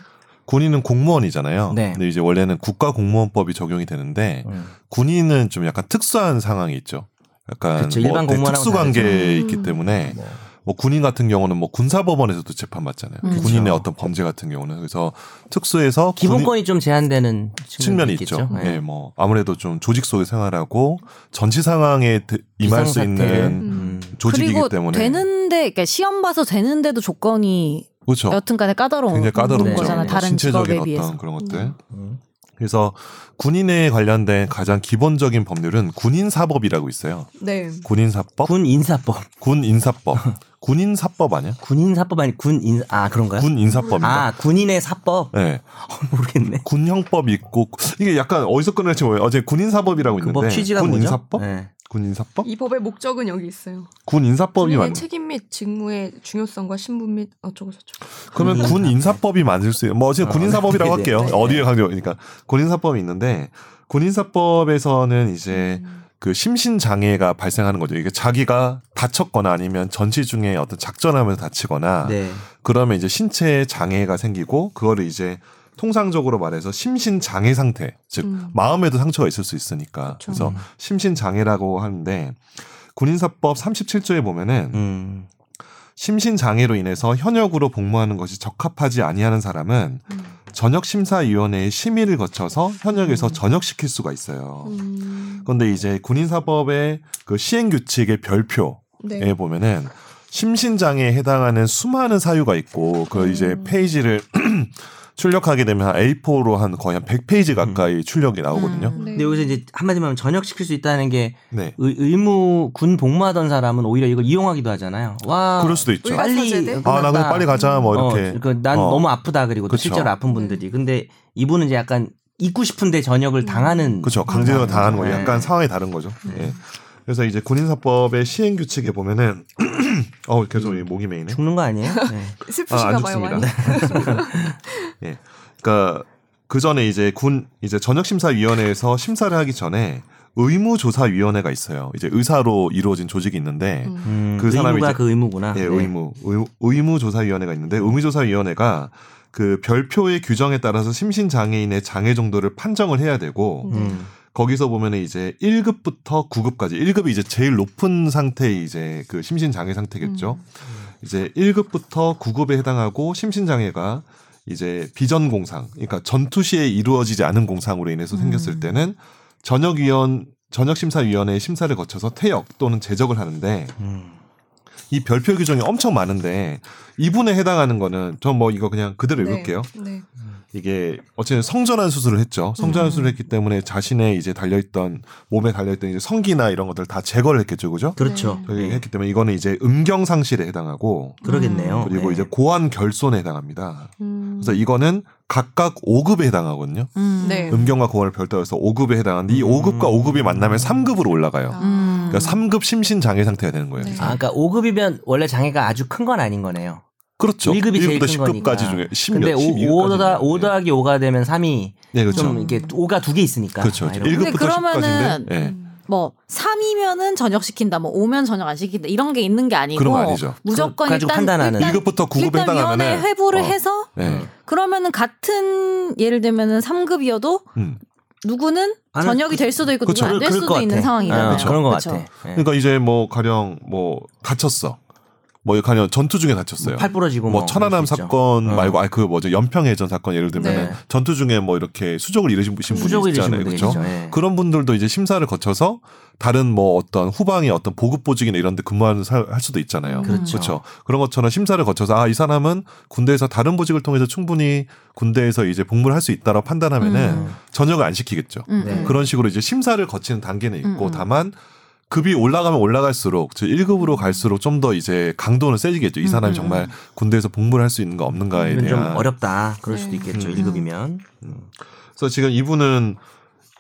Speaker 4: 군인은 공무원이잖아요.
Speaker 2: 네.
Speaker 4: 근데 이제 원래는 국가공무원법이 적용이 되는데
Speaker 2: 음.
Speaker 4: 군인은 좀 약간 특수한 상황이 있죠. 약간
Speaker 2: 그쵸, 그렇죠.
Speaker 4: 뭐
Speaker 2: 일반
Speaker 4: 어떤
Speaker 2: 공무원하고
Speaker 4: 특수
Speaker 1: 다르죠.
Speaker 4: 관계에
Speaker 1: 음.
Speaker 4: 있기 때문에
Speaker 2: 뭐.
Speaker 4: 뭐 군인 같은 경우는 뭐 군사법원에서도 재판받잖아요.
Speaker 3: 음. 그쵸.
Speaker 4: 군인의 어떤 범죄 같은 경우는 그래서 특수에서 군인
Speaker 2: 기본권이 좀 제한되는 측면이,
Speaker 4: 측면이
Speaker 2: 있겠죠.
Speaker 4: 있죠. 예,
Speaker 2: 네.
Speaker 4: 뭐 아무래도 좀 조직 속에 생활하고 전시 상황에 드- 임할 수
Speaker 2: 비상사태를.
Speaker 4: 있는
Speaker 2: 음.
Speaker 4: 조직이기
Speaker 3: 그리고
Speaker 4: 때문에
Speaker 3: 되는데 그러니까 시험 봐서 되는데도 조건이
Speaker 4: 그렇죠.
Speaker 3: 여튼간에 까다로운
Speaker 4: 굉장히 까다로운
Speaker 2: 거잖아,
Speaker 4: 거잖아요.
Speaker 3: 어, 다른
Speaker 4: 신체적인
Speaker 3: 직업에
Speaker 4: 어떤
Speaker 3: 비해서.
Speaker 4: 그런 것들.
Speaker 1: 음.
Speaker 2: 음.
Speaker 4: 그래서 군인에 관련된 가장 기본적인 법률은 군인사법이라고 있어요.
Speaker 1: 네.
Speaker 4: 군인사법,
Speaker 2: 군 인사법,
Speaker 4: 군인사법, 군인사법 아니야?
Speaker 2: 군인사법 아니 군인 아 그런가요?
Speaker 4: 군인사법입니다.
Speaker 2: 아 군인의 사법
Speaker 4: 네.
Speaker 2: 모르겠네.
Speaker 4: 군형법 있고 이게 약간 어디서 끊을지 모르요 어제 군인사법이라고
Speaker 2: 그
Speaker 4: 있는데
Speaker 2: 법 취지가
Speaker 4: 군인사법,
Speaker 2: 뭐죠? 네.
Speaker 4: 군인사법,
Speaker 1: 이 법의 목적은 여기 있어요.
Speaker 4: 군인사법이
Speaker 1: 군인의
Speaker 4: 맞.
Speaker 1: 책임 및 직무의 중요성과 신분 및 어쩌고 저쩌고.
Speaker 4: 그러면
Speaker 2: 군인
Speaker 4: 군인사법이 맞을 수. 있- 뭐 어제
Speaker 2: 음. 아,
Speaker 4: 군인사법이라고
Speaker 2: 네,
Speaker 4: 할게요.
Speaker 2: 네.
Speaker 4: 어디에 강조? 그러니까 군인사법이 있는데 군인사법에서는 이제
Speaker 1: 음.
Speaker 4: 그 심신 장애가 발생하는 거죠. 이게 자기가 다쳤거나 아니면 전시 중에 어떤 작전하면서 다치거나
Speaker 2: 네.
Speaker 4: 그러면 이제 신체에 장애가 생기고 그거를 이제 통상적으로 말해서 심신 장애 상태, 즉
Speaker 1: 음.
Speaker 4: 그, 마음에도 상처가 있을 수 있으니까 그래서
Speaker 2: 음.
Speaker 4: 심신 장애라고 하는데 군인사법 37조에 보면은
Speaker 2: 음.
Speaker 4: 심신 장애로 인해서 현역으로 복무하는 것이 적합하지 아니하는 사람은
Speaker 1: 음.
Speaker 4: 전역 심사위원회의 심의를 거쳐서 현역에서
Speaker 1: 음.
Speaker 4: 전역시킬 수가 있어요.
Speaker 1: 음.
Speaker 4: 그런데 이제 군인사법의 그 시행 규칙의 별표에
Speaker 1: 네.
Speaker 4: 보면은 심신장애에 해당하는 수많은 사유가 있고 그 이제
Speaker 1: 음.
Speaker 4: 페이지를 출력하게 되면 한 A4로 한 거의 한 100페이지 가까이
Speaker 1: 음.
Speaker 4: 출력이 나오거든요.
Speaker 3: 음.
Speaker 2: 근데 여기서 이제 한마디만 하면 전역시킬 수 있다는 게
Speaker 4: 네.
Speaker 2: 의, 의무 군 복무하던 사람은 오히려 이걸 이용하기도 하잖아요. 와.
Speaker 4: 그럴 수도 있죠.
Speaker 1: 우리가
Speaker 2: 빨리
Speaker 1: 사제대?
Speaker 2: 끝났다.
Speaker 4: 아, 나 그냥 빨리 가자. 뭐 이렇게.
Speaker 2: 어, 그러니까 난
Speaker 4: 어.
Speaker 2: 너무 아프다 그리고 또
Speaker 4: 그쵸.
Speaker 2: 실제로
Speaker 1: 네.
Speaker 2: 아픈 분들이. 근데 이분은 이제 약간 있고 싶은데
Speaker 1: 음.
Speaker 2: 전역을 당하는
Speaker 4: 그렇죠. 강제로 당하는 거예요.
Speaker 2: 네.
Speaker 4: 약간 상황이 다른 거죠. 예. 그래서 이제 군인사법의 시행 규칙에 보면은 어
Speaker 2: 음.
Speaker 4: 계속 이 목이 메이네.
Speaker 2: 죽는 거 아니에요? 네.
Speaker 1: 슬프신가
Speaker 4: 안
Speaker 1: 봐요
Speaker 4: 좋습니다.
Speaker 1: 많이.
Speaker 4: 예. 그러니까 그 전에 이제 군 이제 전역심사위원회에서 심사를 하기 전에 의무조사위원회가 있어요. 이제 의사로 이루어진 조직이 있는데
Speaker 1: 음.
Speaker 2: 음,
Speaker 4: 그 사람이
Speaker 2: 의무가
Speaker 4: 이제-
Speaker 2: 그 의무구나.
Speaker 4: 예,
Speaker 2: 네.
Speaker 4: 의무 의무 조사 위원회가 있는데 의무 조사 위원회가 그 별표의 규정에 따라서 심신 장애인의 장애 정도를 판정을 해야 되고
Speaker 1: 음.
Speaker 2: 음.
Speaker 4: 거기서 보면은 이제 1급부터 9급까지 1급이 이제 제일 높은 상태의 이제 그 심신 장애 상태겠죠. 이제 1급부터 9급에 해당하고 심신 장애가 이제 비전공상, 그러니까 전투 시에 이루어지지 않은 공상으로 인해서 생겼을
Speaker 3: 음.
Speaker 4: 때는 전역위원 전역심사위원회 심사를 거쳐서 퇴역 또는 제적을 하는데
Speaker 2: 음.
Speaker 4: 이 별표 규정이 엄청 많은데 이분에 해당하는 거는 전 뭐 이거 그냥 그대로 읽을게요.
Speaker 1: 네.
Speaker 4: 이게 어쨌든 성전환 수술을 했죠. 성전환
Speaker 1: 음.
Speaker 4: 수술을 했기 때문에 자신의 이제 달려있던 몸에 달려있던 이제 성기나 이런 것들 다 제거를 했겠죠, 그죠?
Speaker 2: 그렇죠.
Speaker 3: 음.
Speaker 1: 네.
Speaker 4: 저기 했기 때문에 이거는 이제 음경 상실에 해당하고
Speaker 2: 그러겠네요.
Speaker 4: 그리고
Speaker 2: 네.
Speaker 4: 이제 고환 결손에 해당합니다.
Speaker 1: 음.
Speaker 4: 그래서 이거는 각각 5급에 해당하거든요.
Speaker 3: 음.
Speaker 1: 네.
Speaker 4: 음경과 고환을 별도로 해서 5급에 해당하는데 이
Speaker 2: 음.
Speaker 4: 5급과 5급이 만나면 3급으로 올라가요.
Speaker 1: 아.
Speaker 3: 음.
Speaker 4: 그러니까 3급 심신 장애 상태가 되는 거예요.
Speaker 1: 네.
Speaker 2: 아, 그러니까 5급이면 원래 장애가 아주 큰 건 아닌 거네요.
Speaker 4: 그렇죠.
Speaker 2: 일급이 제일
Speaker 4: 1급부터
Speaker 2: 큰
Speaker 4: 10급까지
Speaker 2: 거니까.
Speaker 4: 중에 10몇
Speaker 2: 근데 5, 5다, 5 더하기 5가 되면 3이
Speaker 4: 네, 그렇죠.
Speaker 2: 좀 이게 5가 두 개 있으니까.
Speaker 4: 그렇죠.
Speaker 2: 아, 이런 거.
Speaker 3: 근데
Speaker 4: 1급부터 10까지인데.
Speaker 3: 그러면은
Speaker 4: 예.
Speaker 1: 음.
Speaker 3: 뭐 3이면은 저녁 시킨다. 뭐 5면 저녁 안 시킨다. 이런 게 있는 게 아니고
Speaker 4: 그런 거 아니죠.
Speaker 3: 무조건
Speaker 2: 그거
Speaker 3: 일단
Speaker 2: 가지고 판단하는. 음.
Speaker 3: 일단,
Speaker 4: 1급부터 9급에
Speaker 3: 일단 위원회
Speaker 4: 네. 해당하면은
Speaker 3: 회부를
Speaker 4: 어.
Speaker 3: 해서
Speaker 4: 예.
Speaker 3: 그러면은 같은 예를 들면은 3급이어도
Speaker 4: 음.
Speaker 3: 누구는
Speaker 2: 아니,
Speaker 3: 저녁이
Speaker 2: 그-
Speaker 3: 될 수도 있고
Speaker 2: 그쵸.
Speaker 4: 그렇죠.
Speaker 3: 누구는 안 될
Speaker 2: 그럴
Speaker 3: 수도
Speaker 2: 것
Speaker 3: 있는
Speaker 2: 같아.
Speaker 3: 상황이잖아요. 그렇죠.
Speaker 2: 아, 그런 것
Speaker 3: 그쵸?
Speaker 2: 같아. 예.
Speaker 4: 그러니까 이제 뭐 가령 뭐 갇혔어. 뭐 가령 전투 중에 갇혔어요.
Speaker 2: 그 팔 부러지고
Speaker 4: 뭐 천안함
Speaker 2: 그럴 수 있죠.
Speaker 4: 사건
Speaker 2: 어.
Speaker 4: 말고 아그 뭐죠 연평해전 사건 예를 들면
Speaker 2: 네.
Speaker 4: 은 전투 중에 뭐 이렇게 수족을 잃으신 분이
Speaker 2: 수족을 잃으신
Speaker 4: 있잖아요,
Speaker 2: 분들
Speaker 4: 그렇죠?
Speaker 2: 계시죠. 예.
Speaker 4: 그런 분들도 이제 심사를 거쳐서 다른 뭐 어떤 후방의 어떤 보급 보직이나 이런 데 근무하는 사- 할 수도 있잖아요.
Speaker 2: 그렇죠.
Speaker 4: 그런 것처럼 심사를 거쳐서 아 이 사람은 군대에서 다른 보직을 통해서 충분히 군대에서 이제 복무를 할 수 있다라고 판단하면은
Speaker 3: 음.
Speaker 4: 전역을 안 시키겠죠.
Speaker 3: 음,
Speaker 2: 네.
Speaker 3: 음.
Speaker 4: 그런 식으로 이제 심사를 거치는 단계는 있고
Speaker 3: 음, 음.
Speaker 4: 다만 급이 올라가면 올라갈수록 즉 1급으로 갈수록 좀 더 이제 강도는 세지겠죠. 이 사람이
Speaker 3: 음, 음,
Speaker 4: 정말 군대에서 복무를 할 수 있는가 없는가에
Speaker 2: 그러면
Speaker 4: 대한
Speaker 2: 좀 어렵다. 그럴
Speaker 1: 네.
Speaker 2: 수도 있겠죠.
Speaker 4: 음.
Speaker 2: 1급이면.
Speaker 4: 그래서 지금 이분은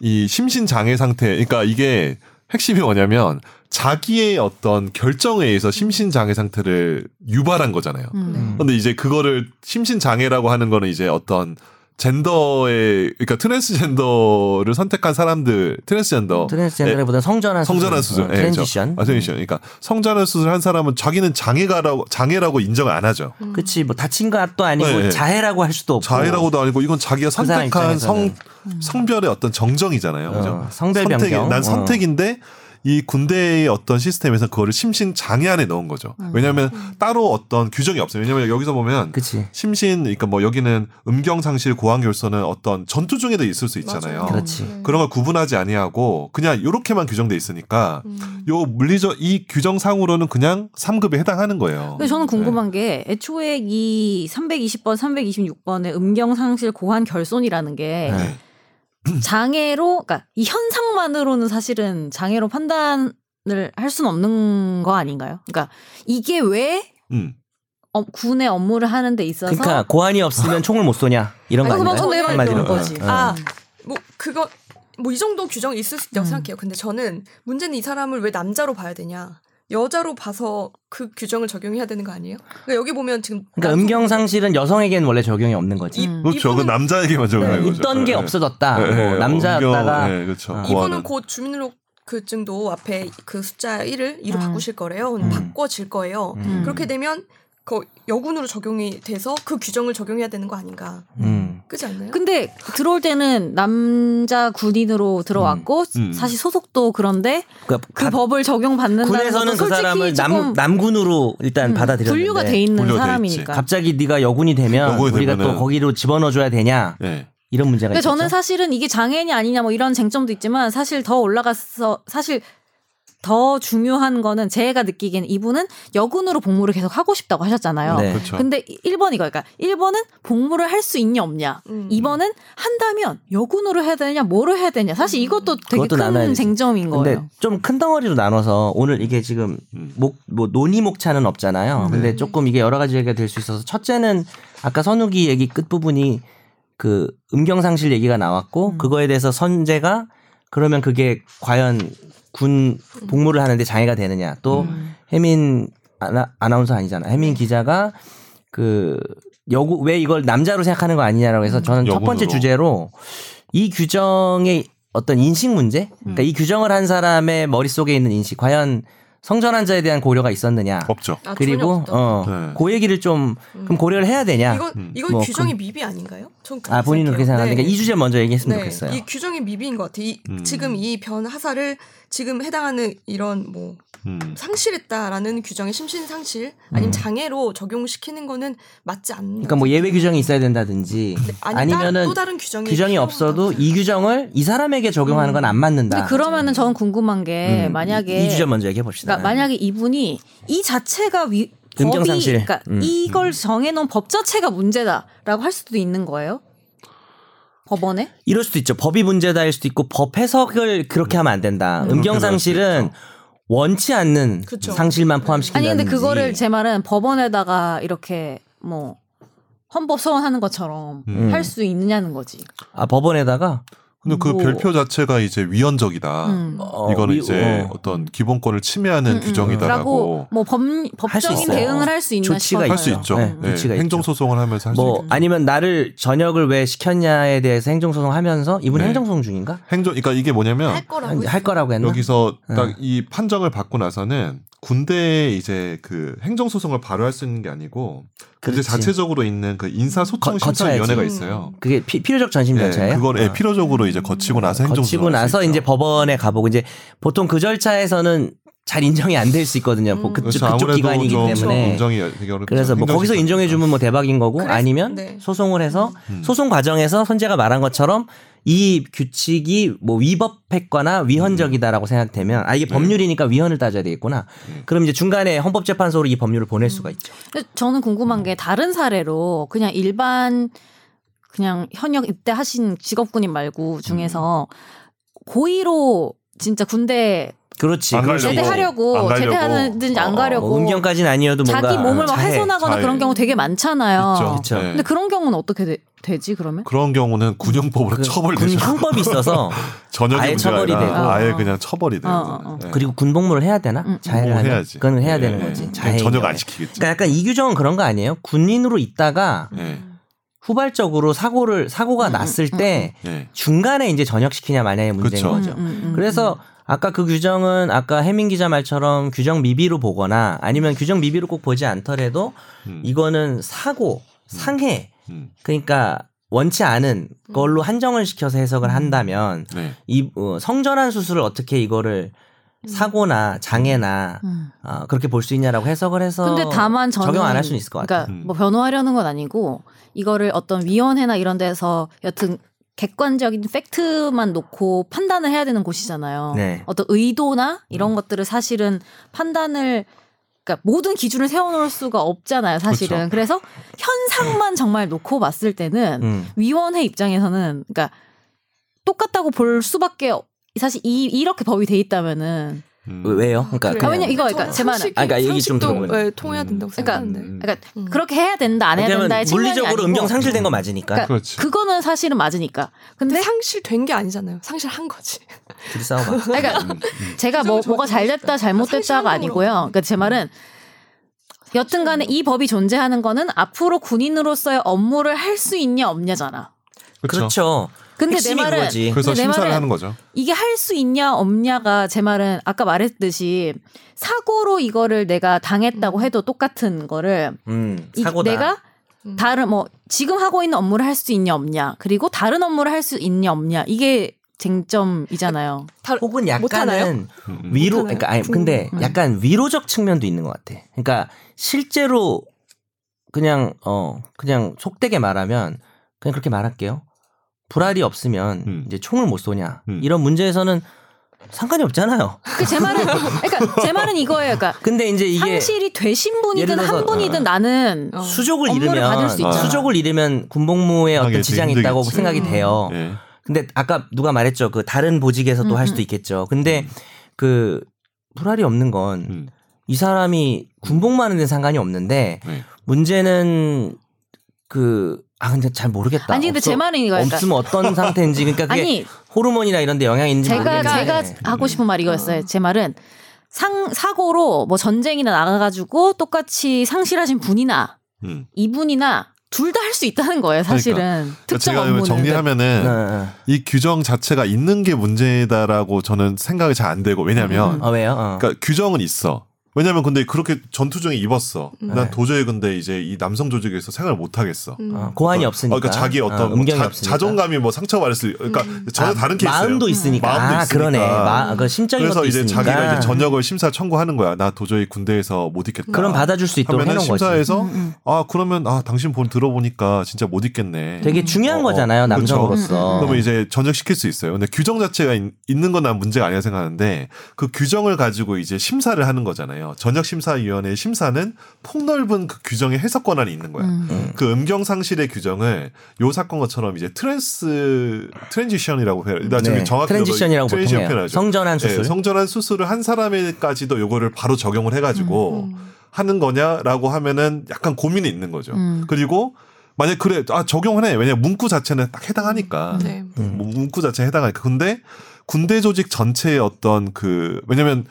Speaker 4: 이 심신 장애 상태, 그러니까 이게 핵심이 뭐냐면 자기의 어떤 결정에 의해서 심신 장애 상태를 유발한 거잖아요.
Speaker 1: 네.
Speaker 3: 음.
Speaker 4: 근데 이제 그거를 심신 장애라고 하는 거는 이제 어떤 젠더의 그러니까 트랜스젠더를 선택한 사람들 트랜스젠더
Speaker 2: 음, 트랜스젠더보다 성전환
Speaker 4: 뭐, 네. 성전환 수술,
Speaker 2: 어,
Speaker 4: 예, 그렇죠.
Speaker 2: 트랜지션.
Speaker 4: 아, 트랜지션. 그러니까 성전환 수술한 사람은 자기는 장애가라고 장애라고 인정을 안 하죠.
Speaker 1: 음.
Speaker 2: 그치 뭐 다친 것도 아니고
Speaker 4: 네, 네.
Speaker 2: 자해라고 할 수도 없고.
Speaker 4: 자해라고도 아니고 이건 자기가
Speaker 2: 그 사람
Speaker 4: 선택한 성
Speaker 2: 입장에서는. 음.
Speaker 4: 성별의 어떤 정정이잖아요. 그죠?
Speaker 2: 어, 성별 변경.
Speaker 4: 선택이- 난 선택인데 이 군대의 어떤 시스템에서 그거를 심신 장애 안에 넣은 거죠. 왜냐하면 따로 어떤 규정이 없어요. 왜냐하면 여기서 보면
Speaker 2: 그치.
Speaker 4: 심신 그러니까 뭐 여기는 음경 상실 고환 결손은 어떤 전투 중에도 있을 수 있잖아요.
Speaker 1: 맞아요.
Speaker 2: 그렇지.
Speaker 1: 네.
Speaker 4: 그런 걸 구분하지 아니하고 그냥 요렇게만 규정돼 있으니까
Speaker 1: 음.
Speaker 4: 요 물리적 이 규정상으로는 그냥 3급에 해당하는 거예요.
Speaker 2: 그
Speaker 3: 근데
Speaker 2: 네.
Speaker 3: 저는 궁금한 게 애초에 이 320번, 326번의 음경 상실 고환 결손이라는 게
Speaker 2: 네.
Speaker 3: 장애로 그러니까 이 현상만으로는 사실은 장애로 판단을 할 수는 없는 거 아닌가요? 그러니까 이게 왜
Speaker 4: 음.
Speaker 3: 어, 군의 업무를 하는 데 있어서
Speaker 2: 그러니까 고환이
Speaker 4: 아.
Speaker 2: 없으면 총을 못 쏘냐 이런 거
Speaker 3: 아니,
Speaker 2: 아닌가요?
Speaker 3: 그만 손해만
Speaker 2: 한마디로.
Speaker 3: 있는 거지.
Speaker 2: 어, 어.
Speaker 1: 아, 뭐 그거 뭐 이 정도 규정이 있을 수 있다고
Speaker 3: 음.
Speaker 1: 생각해요. 근데 저는 문제는 이 사람을 왜 남자로 봐야 되냐? 여자로 봐서 그 규정을 적용해야 되는 거 아니에요? 그러니까 여기 보면 지금
Speaker 2: 그러니까 음경 상실은 여성에게는 원래 적용이 없는 거지.
Speaker 3: 음.
Speaker 4: 그렇죠. 그
Speaker 1: 이분은-
Speaker 4: 남자에게만 적용하는 거죠.
Speaker 2: 네, 있던 게
Speaker 4: 예, 예.
Speaker 2: 없어졌다.
Speaker 4: 예, 예.
Speaker 2: 뭐 남자였다가
Speaker 4: 음경, 예, 그렇죠.
Speaker 2: 이분은
Speaker 1: 이분은
Speaker 4: 고환은.
Speaker 1: 곧 주민등록증도 앞에 그 숫자 1을 2로
Speaker 3: 음.
Speaker 1: 바꾸실 거래요.
Speaker 2: 음.
Speaker 1: 바꿔질 거예요.
Speaker 2: 음.
Speaker 1: 그렇게 되면 그 여군으로 적용이 돼서 그 규정을 적용해야 되는 거 아닌가?
Speaker 4: 네.
Speaker 2: 음.
Speaker 1: 그지 않나요?
Speaker 3: 근데 들어올 때는 남자 군인으로 들어왔고
Speaker 4: 음.
Speaker 3: 사실 소속도 그런데
Speaker 2: 그러니까
Speaker 3: 그
Speaker 2: 가-
Speaker 3: 법을 적용받는다는
Speaker 2: 군에서는
Speaker 3: 것도
Speaker 2: 그
Speaker 3: 솔직히
Speaker 2: 사람을
Speaker 3: 조금
Speaker 2: 남, 남군으로 일단
Speaker 3: 음,
Speaker 2: 받아들였는데
Speaker 3: 분류가 돼 있는
Speaker 4: 분류가 돼
Speaker 3: 사람이니까.
Speaker 2: 갑자기 네가 여군이 되면
Speaker 4: 여군이
Speaker 2: 우리가
Speaker 4: 되면은-
Speaker 2: 또 거기로 집어넣어줘야 되냐
Speaker 4: 예.
Speaker 2: 이런 문제가
Speaker 3: 근데
Speaker 2: 있죠.
Speaker 3: 저는 사실은 이게 장애인이 아니냐 뭐 이런 쟁점도 있지만 사실 더 올라가서 사실 더 중요한 거는 제가 느끼기엔 이분은 여군으로 복무를 계속 하고 싶다고 하셨잖아요.
Speaker 2: 네.
Speaker 4: 그렇죠.
Speaker 3: 근데 1번 이거 그러니까 1번은 복무를 할 수 있냐 없냐.
Speaker 1: 음.
Speaker 3: 2번은 한다면 여군으로 해야 되냐 뭐로 해야 되냐. 사실 이것도 되게
Speaker 2: 그것도
Speaker 3: 큰
Speaker 2: 나눠야 되지.
Speaker 3: 쟁점인
Speaker 2: 음. 근데
Speaker 3: 거예요.
Speaker 2: 좀 큰 덩어리로 나눠서 오늘 이게 지금
Speaker 4: 음.
Speaker 2: 목, 뭐 논의 목차는 없잖아요.
Speaker 4: 네.
Speaker 2: 근데 조금 이게 여러 가지 얘기가 될 수 있어서 첫째는 아까 선욱이 얘기 끝부분이 그 음경상실 얘기가 나왔고
Speaker 3: 음.
Speaker 2: 그거에 대해서 선재가 그러면 그게 과연 군 복무를 하는데 장애가 되느냐 또
Speaker 3: 음.
Speaker 4: 네.
Speaker 2: 혜민 아나, 아나운서 아니잖아. 혜민 기자가 그 여고 왜 이걸 남자로 생각하는 거 아니냐라고 해서 저는 첫 번째
Speaker 4: 여군으로.
Speaker 2: 주제로 이 규정의 어떤 인식 문제,
Speaker 4: 음.
Speaker 2: 그러니까 이 규정을 한 사람의 머릿 속에 있는 인식, 과연 성전환자에 대한 고려가 있었느냐,
Speaker 4: 없죠.
Speaker 1: 아, 전혀
Speaker 2: 그리고
Speaker 1: 없다.
Speaker 2: 어,
Speaker 4: 어. 네.
Speaker 2: 그 얘기를 좀
Speaker 1: 음.
Speaker 2: 그럼 고려를 해야 되냐?
Speaker 1: 이건
Speaker 4: 음.
Speaker 1: 이건
Speaker 2: 뭐
Speaker 1: 규정의 미비 아닌가요? 전 그렇게
Speaker 2: 아 본인은 그렇게
Speaker 1: 생각해요.
Speaker 2: 생각하니까
Speaker 1: 네.
Speaker 2: 이 주제 먼저 얘기했으면 좋겠어요.
Speaker 1: 이 규정의 미비인 것 같아요. 이-
Speaker 4: 음.
Speaker 1: 지금 이 변하사를 지금 해당하는 이런 뭐
Speaker 4: 음.
Speaker 1: 상실했다라는 규정의 심신 상실 아니면
Speaker 2: 음.
Speaker 1: 장애로 적용시키는 거는 맞지 않는.
Speaker 2: 그러니까 뭐 예외 규정이 있어야 된다든지 아니면은
Speaker 1: 또 다른 네. 규정이
Speaker 2: 규정이
Speaker 1: 필요하다. 음.
Speaker 2: 없어도 이 규정을 이 사람에게 적용하는 건 안
Speaker 3: 근데
Speaker 2: 맞는다.
Speaker 3: 그러면은 저는 궁금한 게
Speaker 2: 음,
Speaker 3: 예, 만약에
Speaker 2: 이, 이 주제 먼저 얘기해 봅시다.
Speaker 3: 그러니까 만약에 이분이 이 자체가 위, 법이
Speaker 2: 음정상실.
Speaker 3: 그러니까
Speaker 2: 음.
Speaker 3: 이걸 정해놓은 법 자체가 문제다라고 할 수도 있는 거예요. 법원에?
Speaker 2: 예. 이럴 수도 있죠. 법이 문제다일 수도 있고 법 해석을 그렇게 하면 안 된다.
Speaker 4: 음.
Speaker 2: 음경 상실은
Speaker 4: 그렇게
Speaker 2: 원치 않는
Speaker 1: 그쵸.
Speaker 2: 상실만
Speaker 3: 아니
Speaker 2: 포함시킨다든지.
Speaker 3: 근데 그거를 제 말은 법원에다가 이렇게 뭐 헌법 소원하는 것처럼
Speaker 4: 음.
Speaker 3: 할 수 있느냐는 거지.
Speaker 2: 아 법원에다가
Speaker 4: 근데 그
Speaker 3: 뭐-
Speaker 4: 별표 자체가 이제 위헌적이다.
Speaker 3: 음.
Speaker 2: 어,
Speaker 4: 이거는
Speaker 2: 이-
Speaker 4: 이제
Speaker 2: 어,
Speaker 4: 어. 떤 기본권을 아, 침해하는
Speaker 3: 음, 음.
Speaker 4: 규정이다라고
Speaker 3: 라고 뭐법
Speaker 2: 할수
Speaker 3: 법적인
Speaker 2: 있어요.
Speaker 3: 대응을 할 수 있나
Speaker 2: 조치가
Speaker 3: 싶어서요.
Speaker 4: 할 수 있죠.
Speaker 2: 네,
Speaker 4: 네,
Speaker 2: 조치가 있죠.
Speaker 4: 행정 소송을 하면서 할 수
Speaker 2: 뭐
Speaker 4: 있죠.
Speaker 2: 아니면 나를 전역을 왜 시켰냐에 대해서 행정소송 하면서 이분
Speaker 4: 네.
Speaker 2: 행정소송
Speaker 3: 아,
Speaker 2: 중인가?
Speaker 4: 행정 그러니까 이게 뭐냐면
Speaker 1: 할 거라고
Speaker 2: 할 거라고 했나?
Speaker 4: 여기서
Speaker 2: 네.
Speaker 4: 딱 이 판정을 받고 나서는 군대에 이제 그 행정 소송을 바로 할 수 있는 게 아니고 군대
Speaker 2: 그렇지.
Speaker 4: 자체적으로 있는 그 인사 소청
Speaker 2: 거-
Speaker 4: 심사 위원회가
Speaker 1: 거쳐야지.
Speaker 4: 있어요.
Speaker 2: 그게 피, 필요적 전심
Speaker 4: 예,
Speaker 2: 절차예요.
Speaker 4: 그걸 예, 필요적으로 이제 거치고 나서 행정 소송
Speaker 2: 아. 거치고 나서 이제 법원에 가보고 이제 보통 그 절차에서는 잘 인정이 안 될 수 있거든요. 보-
Speaker 1: 음.
Speaker 2: 그,
Speaker 4: 그렇죠.
Speaker 2: 쪽
Speaker 4: 아무래도
Speaker 2: 기관이기
Speaker 4: 좀
Speaker 2: 때문에.
Speaker 4: 인정이 되게 어렵죠. 그렇죠.
Speaker 2: 그래서 뭐
Speaker 4: 행정
Speaker 2: 거기서
Speaker 4: 심사.
Speaker 2: 인정해 주면 뭐 대박인 거고
Speaker 1: 그래서-
Speaker 2: 아니면
Speaker 1: 네.
Speaker 2: 소송을 해서
Speaker 4: 음.
Speaker 2: 소송 과정에서 선재가 말한 것처럼 이 규칙이 뭐 위법했거나 위헌적이다라고 생각되면
Speaker 4: 음.
Speaker 2: 아 이게 법률이니까 위헌을 따져야 되겠구나. 그럼 이제 중간에 헌법재판소로 이 법률을 보낼 수가 있죠.
Speaker 3: 근데 저는 궁금한 게 다른 사례로 그냥 일반 그냥 현역 입대하신 직업군인 말고 중에서 고의로 진짜 군대
Speaker 2: 그렇지.
Speaker 4: 안
Speaker 2: 그럴
Speaker 4: 가려고.
Speaker 2: 수 있죠.
Speaker 4: 안
Speaker 3: 음. 제대하려고
Speaker 4: 가려고.
Speaker 3: 제대하든지 안
Speaker 2: 어,
Speaker 3: 가려고
Speaker 2: 뭐 음경까지는 아니어도 뭔가
Speaker 3: 자기 몸을 막
Speaker 2: 자해.
Speaker 3: 훼손하거나
Speaker 4: 자해.
Speaker 3: 그런 경우 되게 많잖아요.
Speaker 2: 그쵸.
Speaker 4: 있죠. 예.
Speaker 3: 근데 그런 경우는 어떻게 되, 지 그러면?
Speaker 4: 그런 경우는 군형법으로
Speaker 2: 그
Speaker 4: 처벌되죠.
Speaker 2: 군 형법이 있어서
Speaker 4: 전역이
Speaker 2: 아예
Speaker 4: 문제가
Speaker 2: 처벌이
Speaker 4: 아니라
Speaker 2: 되고.
Speaker 4: 아예 그냥 처벌이 돼요.
Speaker 3: 어, 어, 어.
Speaker 4: 네.
Speaker 2: 그리고 군복무를 해야 되나?
Speaker 3: 음.
Speaker 2: 자해를
Speaker 4: 뭐
Speaker 2: 하면
Speaker 4: 해야지.
Speaker 2: 그건 해야 되는
Speaker 4: 예,
Speaker 2: 거지.
Speaker 4: 예.
Speaker 2: 자해.
Speaker 4: 전역 안 시키겠죠.
Speaker 2: 그러니까 약간 이 규정은 그런 거 아니에요? 군인으로 있다가
Speaker 3: 음.
Speaker 4: 예.
Speaker 2: 후발적으로 사고를 사고가 났을
Speaker 3: 음,
Speaker 2: 때
Speaker 4: 예.
Speaker 2: 중간에 이제 전역시키냐 마냐의 문제인
Speaker 4: 그쵸.
Speaker 2: 거죠.
Speaker 3: 음, 음, 음,
Speaker 2: 그래서 아까 그 규정은 아까 해민 기자 말처럼 규정 미비로 보거나 아니면 규정 미비로 꼭 보지 않더라도
Speaker 4: 음.
Speaker 2: 이거는 사고, 상해,
Speaker 4: 음.
Speaker 2: 그러니까 원치 않은
Speaker 3: 음.
Speaker 2: 걸로 한정을 시켜서 해석을 한다면
Speaker 4: 네.
Speaker 2: 이 어, 성전환 수술을 어떻게 이거를 사고나 장애나
Speaker 3: 음.
Speaker 2: 어, 그렇게 볼 수 있냐라고 해석을 해서
Speaker 3: 근데 다만 저는
Speaker 2: 어, 적용 안 할 수는 있을 것 같아요.
Speaker 3: 그러니까
Speaker 4: 음.
Speaker 3: 뭐 변호하려는 건 아니고 이거를 어떤 위원회나 이런 데서 여튼 객관적인 팩트만 놓고 판단을 해야 되는 곳이잖아요.
Speaker 2: 네. 음.
Speaker 3: 어떤 의도나 이런 것들을 사실은 판단을 그러니까 모든 기준을 세워놓을 수가 없잖아요, 사실은. 그래서 현상만 정말 놓고 봤을 때는
Speaker 2: 그렇죠. 음.
Speaker 3: 위원회 입장에서는 그러니까 똑같다고 볼 수밖에 없- 사실 이 이렇게 법이 돼 있다면은
Speaker 4: 음.
Speaker 2: 왜요? 그러니까
Speaker 3: 아, 왜냐-
Speaker 2: 그냥
Speaker 3: 이거 그러니까 제 말은-
Speaker 2: 아, 그러니까 얘기 좀 음. 들어보니까.
Speaker 1: 예, 통해야 된다고
Speaker 3: 그러니까-
Speaker 1: 생각하는데.
Speaker 3: 그러니까
Speaker 1: 음.
Speaker 3: 그렇게 해야 된다 안 해야
Speaker 2: 왜냐면
Speaker 3: 된다의 측면이
Speaker 2: 물리적으로
Speaker 3: 아니고
Speaker 2: 음경 상실된 거 맞으니까
Speaker 3: 그러니까
Speaker 4: 그렇지.
Speaker 3: 그거는 사실은 맞으니까. 근데
Speaker 1: 근데 상실된 게 아니잖아요. 상실한 거지.
Speaker 2: 둘이 싸워봐.
Speaker 3: 그러니까
Speaker 4: 음. 그렇죠.
Speaker 3: 제가 뭐
Speaker 1: 그래서 저는
Speaker 3: 뭐가 잘 됐다
Speaker 1: 사실상으로
Speaker 3: 잘못됐다가 아니고요. 그러니까 제 말은 여튼간에 이 법이 존재하는 거는 앞으로 군인으로서의 업무를 할 수 있냐 없냐잖아.
Speaker 2: 그렇죠.
Speaker 3: 근데 내
Speaker 2: 핵심이
Speaker 3: 말은
Speaker 2: 그거지.
Speaker 4: 그래서
Speaker 3: 근데 내
Speaker 4: 심사를
Speaker 3: 말은
Speaker 4: 하는 거죠.
Speaker 3: 이게 할 수 있냐 없냐가 제 말은 아까 말했듯이 사고로 이거를 내가 당했다고 해도 똑같은 거를
Speaker 2: 음,
Speaker 3: 이-
Speaker 2: 사고다.
Speaker 3: 내가
Speaker 1: 음.
Speaker 3: 다른 뭐 지금 하고 있는 업무를 할 수 있냐 없냐 그리고 다른 업무를 할 수 있냐 없냐 이게 쟁점이잖아요.
Speaker 1: 다-
Speaker 2: 혹은
Speaker 1: 못하나요?
Speaker 2: 약간은
Speaker 4: 음, 음.
Speaker 2: 위로
Speaker 1: 못하나요?
Speaker 2: 그러니까 아니 근데
Speaker 3: 음.
Speaker 2: 약간 위로적 측면도 있는 것 같아. 그러니까 실제로 그냥 어 그냥 속되게 말하면 그냥 그렇게 말할게요. 불알이 없으면
Speaker 4: 음.
Speaker 2: 이제 총을 못 쏘냐
Speaker 4: 음.
Speaker 2: 이런 문제에서는 상관이 없잖아요.
Speaker 3: 그 제 말은 그러니까 제 말은 이거예요. 그러니까
Speaker 2: 근데 이제 이게
Speaker 3: 상실이 되신 분이든
Speaker 2: 예를 들어서- 아.
Speaker 3: 한 분이든 나는
Speaker 1: 어.
Speaker 2: 수족을
Speaker 3: 업무를 받을
Speaker 2: 잃으면
Speaker 3: 수 있잖아.
Speaker 2: 수족을 잃으면 군복무에 어떤
Speaker 4: 하겠지,
Speaker 2: 지장이 있다고
Speaker 4: 힘들겠지.
Speaker 2: 생각이
Speaker 1: 음.
Speaker 2: 돼요.
Speaker 4: 예.
Speaker 2: 근데 아까 누가 말했죠. 그 다른 보직에서도
Speaker 3: 음,
Speaker 2: 할 수도
Speaker 3: 음.
Speaker 2: 있겠죠. 근데 그 불알이 없는 건 이
Speaker 4: 음.
Speaker 2: 사람이 군복무하는 데 상관이 없는데
Speaker 4: 네.
Speaker 2: 문제는 그 아 근데 잘 모르겠다.
Speaker 3: 아니 근데
Speaker 2: 없어-
Speaker 3: 제 말은 이거예요. 그러니까
Speaker 2: 없으면 어떤 상태인지 그러니까 그게 네.
Speaker 3: 아니
Speaker 2: 호르몬이나 이런 데 영향이 있는지
Speaker 3: 제가
Speaker 2: 모르겠는데
Speaker 3: 제가 하고 싶은 말이 이거였어요. 제 말은 상 사고로 뭐 전쟁이나 나가가지고 똑같이 상실하신 분이나
Speaker 4: 음.
Speaker 3: 이분이나 둘 다 할 수 있다는 거예요,
Speaker 2: 그러니까.
Speaker 3: 사실은. 특정
Speaker 4: 제가
Speaker 3: 업무는.
Speaker 2: 네.
Speaker 4: 정리하면은
Speaker 2: 네.
Speaker 4: 이 규정 자체가 있는 게 문제다라고 저는 생각이 잘 안 되고 왜냐면
Speaker 3: 음.
Speaker 2: 아 왜요? 어.
Speaker 4: 그러니까 규정은 있어. 왜냐면 근데 그렇게 전투 중에 입었어.
Speaker 1: 음.
Speaker 4: 난
Speaker 2: 네.
Speaker 4: 도저히 근데 이제 이 남성 조직에서 생활을 못 하겠어.
Speaker 1: 음.
Speaker 2: 어, 고안이
Speaker 4: 어,
Speaker 2: 없으니까.
Speaker 4: 그러니까 자기 어떤 뭐
Speaker 2: 음경이
Speaker 4: 자,
Speaker 2: 없으니까.
Speaker 4: 자존감이 뭐 상처받았을. 그러니까
Speaker 1: 음.
Speaker 4: 전혀
Speaker 2: 아,
Speaker 4: 다른 케이스예요.
Speaker 2: 마음도 있으니까.
Speaker 4: 마음도
Speaker 2: 아, 그러네.
Speaker 4: 있으니까.
Speaker 2: 마, 그 심적인
Speaker 4: 그래서
Speaker 2: 것도
Speaker 4: 이제
Speaker 2: 있으니까. 음.
Speaker 4: 자기가 이제 전역을 심사 청구하는 거야. 나 도저히 군대에서 못 있겠다.
Speaker 2: 그럼 받아줄 수 있도록
Speaker 4: 하면은
Speaker 2: 해놓은 거지.
Speaker 4: 심사에서
Speaker 3: 음, 음.
Speaker 4: 아 그러면 아 당신 본 들어보니까 진짜 못 있겠네.
Speaker 2: 되게 중요한
Speaker 4: 어, 어.
Speaker 2: 거잖아요
Speaker 4: 그렇죠.
Speaker 2: 남성으로서. 네.
Speaker 4: 그러면 이제 전역시킬 수 있어요. 근데 규정 자체가 있, 는 건 난 문제가 아니라 생각하는데 그 규정을 가지고 이제 심사를 하는 거잖아요. 전역심사위원회 심사는 폭넓은 그 규정의 해석 권한이 있는 거야.
Speaker 3: 음.
Speaker 4: 그 음경 상실의 규정을 요 사건 것처럼 이제 트랜스 트랜지션이라고 해요. 나 지금
Speaker 2: 네.
Speaker 4: 정확히
Speaker 2: 트랜지션이라고 보통
Speaker 4: 트랜지션
Speaker 2: 해요.
Speaker 4: 표현하죠.
Speaker 2: 성전환 수술.
Speaker 4: 예, 성전환 수술을 한 사람에까지도 요거를 바로 적용을 해가지고
Speaker 1: 음.
Speaker 4: 하는 거냐라고 하면은 약간 고민이 있는 거죠.
Speaker 3: 음.
Speaker 4: 그리고 만약 그래 아 적용하네 왜냐 면 문구 자체는 딱 해당하니까
Speaker 1: 네.
Speaker 2: 음.
Speaker 4: 뭐 문구 자체에 해당하니까 근데 군대 조직 전체의 어떤 그 왜냐면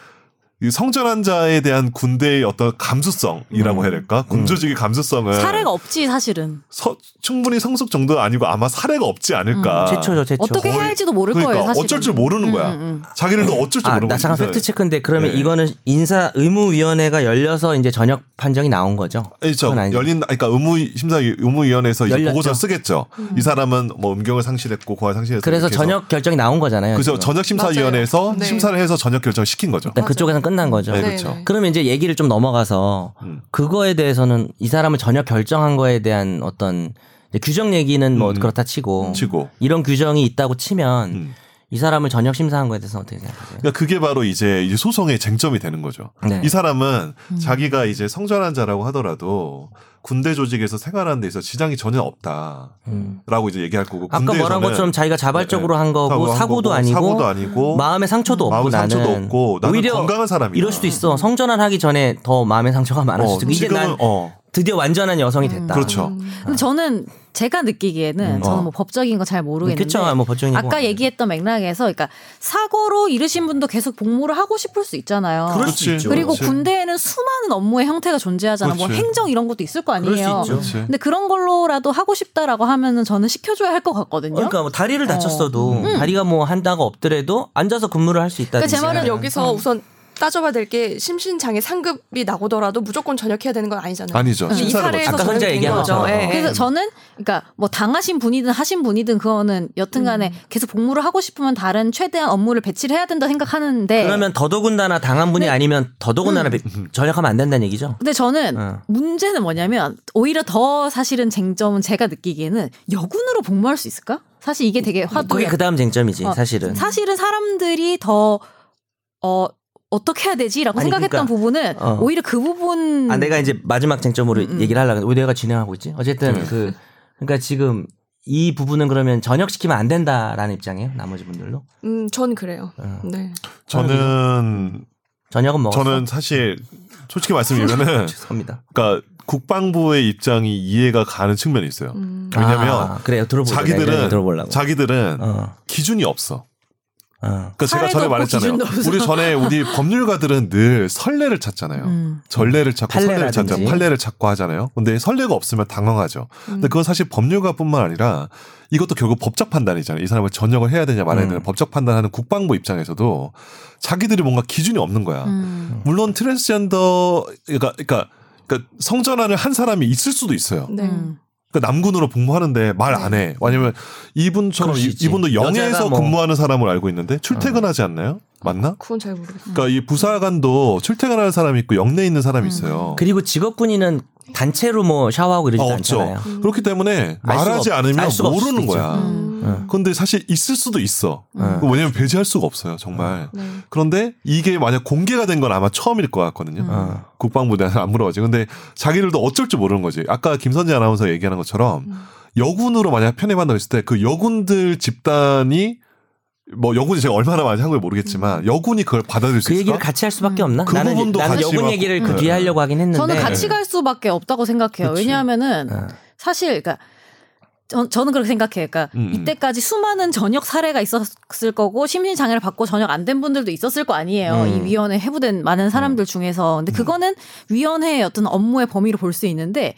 Speaker 4: 이 성전환자에 대한 군대의 어떤
Speaker 2: 음.
Speaker 4: 감수성이라고 해야 될까 군 조직의 감수성을
Speaker 2: 네.
Speaker 3: 사례가 없지, 사실은.
Speaker 4: 서- 충분히 성숙 정도는 아니고 아마 사례가 없지 않을까
Speaker 2: 음, 최초죠 최초.
Speaker 3: 어떻게 해야 할지도 모를
Speaker 4: 그러니까
Speaker 3: 거예요, 사실은.
Speaker 4: 어쩔 줄 모르는 거야
Speaker 3: 음, 음,
Speaker 4: 자기를 또 어쩔 줄
Speaker 2: 아,
Speaker 4: 모르는
Speaker 2: 나
Speaker 4: 거야
Speaker 2: 잠깐 팩트 체크인데 그러면
Speaker 4: 네.
Speaker 2: 이거는 인사 의무위원회가 열려서 이제 전역 판정이 나온 거죠.
Speaker 4: 그렇죠.
Speaker 2: 그건 아니죠.
Speaker 4: 열린 그러니까 의무 심사 의무위원회에서 이제
Speaker 2: 열렸죠.
Speaker 4: 보고서 쓰겠죠.
Speaker 3: 음.
Speaker 4: 이 사람은 뭐 음경을 상실했고 고아 상실했고
Speaker 2: 그래서 전역 결정이 나온 거잖아요.
Speaker 4: 그래서
Speaker 2: 지금.
Speaker 4: 전역 심사위원회에서
Speaker 1: 맞아요. 네.
Speaker 4: 심사를 해서 전역 결정 을 시킨 거죠.
Speaker 2: 일단
Speaker 1: 맞아요.
Speaker 2: 그쪽에서는 끝난 거죠.
Speaker 4: 네,
Speaker 1: 네,
Speaker 4: 그렇죠.
Speaker 1: 네.
Speaker 2: 그러면 이제 얘기를 좀 넘어가서
Speaker 4: 음.
Speaker 2: 그거에 대해서는 이 사람을 전역 결정한 거에 대한 어떤 이제 규정 얘기는 뭐
Speaker 4: 음.
Speaker 2: 그렇다 치고
Speaker 4: 치고
Speaker 2: 이런 규정이 있다고 치면
Speaker 4: 음.
Speaker 2: 이 사람을 전역 심사한 거에 대해서 어떻게 생각하세요?
Speaker 4: 그러니까 그게 바로 이제 이제 소송의 쟁점이 되는 거죠.
Speaker 2: 네.
Speaker 4: 이 사람은 자기가 이제 성전환 자라고 하더라도 군대 조직에서 생활하는 데 있어 지장이 전혀 없다라고
Speaker 2: 음.
Speaker 4: 이제 얘기할 거고
Speaker 2: 아까 말한 것처럼 자기가 자발적으로 한 거고
Speaker 4: 네. 사고도 한
Speaker 2: 사고도 아니고,
Speaker 4: 거고, 사고도 아니고
Speaker 2: 마음의 상처도 없고
Speaker 4: 마음 상처도
Speaker 2: 나는
Speaker 4: 없고 나는
Speaker 2: 오히려
Speaker 4: 건강한 사람이다.
Speaker 2: 이럴 수도 있어. 성전환 하기 전에 더 마음의 상처가 많을
Speaker 4: 어,
Speaker 2: 수도 있고 이제
Speaker 4: 지금은
Speaker 2: 난
Speaker 4: 어.
Speaker 2: 드디어 완전한 여성이 됐다.
Speaker 3: 음,
Speaker 4: 그렇죠.
Speaker 1: 음.
Speaker 3: 근데 저는 제가 느끼기에는
Speaker 2: 아. 음.
Speaker 3: 저는
Speaker 2: 어.
Speaker 3: 뭐 법적인 거 잘 모르겠는데
Speaker 2: 그렇죠. 뭐 법정이
Speaker 3: 아까 얘기했던 맥락에서 그러니까 사고로 잃으신 분도 계속 복무를 하고 싶을 수 있잖아요.
Speaker 2: 그럴
Speaker 4: 그렇지.
Speaker 2: 수 있죠.
Speaker 3: 그리고
Speaker 4: 그렇지.
Speaker 3: 군대에는 수많은 업무의 형태가 존재하잖아. 뭐
Speaker 4: 그렇지.
Speaker 3: 행정 이런 것도 있을 거
Speaker 2: 그럴 수
Speaker 3: 아니에요.
Speaker 2: 있죠.
Speaker 4: 그렇지.
Speaker 3: 근데 그런 걸로라도 하고 싶다라고 하면은 저는 시켜줘야 할 것 같거든요.
Speaker 2: 그러니까 뭐 다리를 다쳤어도 다리가 뭐 한다가 없더라도 앉아서 근무를 할 수 있다.
Speaker 3: 음. 그러니까 제 말은
Speaker 1: 저는 여기서 우선 따져봐야 될 게 심신장애 상급이 나고더라도 무조건 전역해야 되는 건 아니잖아요.
Speaker 4: 아니죠.
Speaker 1: 근데 이
Speaker 4: 심사를 뭐
Speaker 1: 사례에서
Speaker 2: 아까 혼자
Speaker 1: 전역된
Speaker 2: 얘기한
Speaker 1: 거죠.
Speaker 2: 것처럼.
Speaker 1: 예, 예.
Speaker 3: 그래서 저는 그러니까 뭐 당하신 분이든 하신 분이든 그거는 여튼간에 계속 복무를 하고 싶으면 다른 최대한 업무를 배치를 해야 된다 생각하는데
Speaker 2: 그러면 더더군다나 당한
Speaker 3: 네.
Speaker 2: 분이 아니면
Speaker 3: 음.
Speaker 2: 더더군다나 전역하면 안 된다는 얘기죠.
Speaker 3: 근데 저는
Speaker 2: 어.
Speaker 3: 문제는 뭐냐면 오히려 더 사실은 쟁점은 제가 느끼기에는 여군으로 복무할 수 있을까? 사실 이게 되게 화두.
Speaker 2: 그게 그 다음 쟁점이지
Speaker 3: 어,
Speaker 2: 사실은.
Speaker 3: 사실은 사람들이 더 어. 어떻게 해야 되지라고
Speaker 2: 아니,
Speaker 3: 생각했던
Speaker 2: 그러니까,
Speaker 3: 부분은
Speaker 2: 어.
Speaker 3: 오히려 그 부분
Speaker 2: 아 내가 이제 마지막 쟁점으로
Speaker 3: 음, 음.
Speaker 2: 얘기를 하려고 했는데 왜 내가 진행하고 있지? 어쨌든
Speaker 4: 음.
Speaker 2: 그 그러니까 지금 이 부분은 그러면 전역시키면 안 된다라는 입장이에요. 나머지 분들로.
Speaker 1: 음, 전 그래요.
Speaker 2: 어.
Speaker 1: 네.
Speaker 4: 저는
Speaker 2: 저녁은 음. 먹었어.
Speaker 4: 저는 사실 솔직히 말씀드리면은
Speaker 2: 죄송합니다.
Speaker 4: 그러니까 국방부의 입장이 이해가 가는 측면이 있어요.
Speaker 1: 음.
Speaker 4: 왜냐면
Speaker 2: 아, 그래요. 들어보자. 내가 이거
Speaker 4: 자기들은
Speaker 2: 들어보려고.
Speaker 4: 자기들은
Speaker 2: 어,
Speaker 4: 기준이 없어.
Speaker 2: 어.
Speaker 4: 그러니까 제가
Speaker 3: 사례도
Speaker 4: 전에
Speaker 3: 없고
Speaker 4: 말했잖아요.
Speaker 3: 기준도 없어.
Speaker 4: 우리 전에 우리 법률가들은 늘 선례를 찾잖아요.
Speaker 3: 음.
Speaker 4: 전례를 찾고 선례를
Speaker 2: 판례라든지.
Speaker 4: 찾고 판례를 찾고 하잖아요. 근데 선례가 없으면 당황하죠.
Speaker 1: 음.
Speaker 4: 근데 그건 사실 법률가뿐만 아니라 이것도 결국 법적 판단이잖아요. 이 사람을 전역을 해야 되냐 말아야 되냐
Speaker 2: 음.
Speaker 4: 법적 판단하는 국방부 입장에서도 자기들이 뭔가 기준이 없는 거야.
Speaker 3: 음.
Speaker 4: 물론 트랜스젠더 그러니까 그러니까 그러니까 성전환을 한 사람이 있을 수도 있어요.
Speaker 1: 네.
Speaker 3: 음.
Speaker 4: 그러니까 남군으로 복무하는데 말 안 해. 왜냐면 이분처럼
Speaker 2: 네. 그럴 수
Speaker 4: 이-
Speaker 2: 있지.
Speaker 4: 이분도 영해에서
Speaker 2: 여자가 뭐-
Speaker 4: 근무하는 사람을 알고 있는데 출퇴근하지 않나요? 맞나?
Speaker 1: 그건 잘 모르겠어요.
Speaker 4: 그러니까 이 부사관도 출퇴근하는 사람이 있고 영내 에 있는 사람이 있어요.
Speaker 2: 음. 그리고 직업군인은 단체로 뭐 샤워하고 이러지
Speaker 4: 아, 없죠.
Speaker 2: 않잖아요.
Speaker 4: 그렇기 때문에
Speaker 2: 알 수가
Speaker 4: 말하지
Speaker 2: 없-
Speaker 4: 않으면
Speaker 2: 알 수가 없을
Speaker 4: 모르는
Speaker 2: 수도
Speaker 4: 거야.
Speaker 2: 있죠.
Speaker 3: 음.
Speaker 2: 어.
Speaker 4: 근데 사실 있을 수도 있어. 그
Speaker 2: 어.
Speaker 4: 왜냐면 배제할 수가 없어요,
Speaker 2: 음.
Speaker 4: 정말.
Speaker 1: 네.
Speaker 4: 그런데 이게 만약 공개가 된 건 아마 처음일 것 같거든요.
Speaker 2: 어.
Speaker 4: 국방부대는 안 물어봤지. 근데 자기들도 어쩔 줄 모르는 거지. 아까 김선재 아나운서 얘기하는 것처럼
Speaker 1: 음.
Speaker 4: 여군으로 만약 편입한다고 했을 때 그 여군들 집단이 뭐 여군이 제가 얼마나 많이 한 걸 모르겠지만 여군이 그걸 받아들일 수
Speaker 2: 음. 그 얘기를
Speaker 4: 있을까?
Speaker 2: 같이 할 수밖에 없나?
Speaker 4: 그
Speaker 2: 나는,
Speaker 4: 부분도
Speaker 2: 나는
Speaker 4: 같이
Speaker 2: 여군
Speaker 4: 막-
Speaker 2: 얘기를 그
Speaker 4: 네.
Speaker 2: 뒤에 하려고 하긴 했는데.
Speaker 3: 음. 저는 같이 갈 수밖에 없다고 생각해요.
Speaker 2: 음. 그치.
Speaker 3: 왜냐하면은
Speaker 2: 어.
Speaker 3: 사실 그러니까 저, 는 그렇게 생각해요. 그러니까
Speaker 4: 음, 음.
Speaker 3: 이때까지 수많은 전역 사례가 있었을 거고 심리 장애를 받고 전역 안 된 분들도 있었을 거 아니에요.
Speaker 2: 음.
Speaker 3: 이 위원회 해부된 많은 사람들 중에서 근데 그거는 위원회의 어떤 업무의 범위로 볼 수 있는데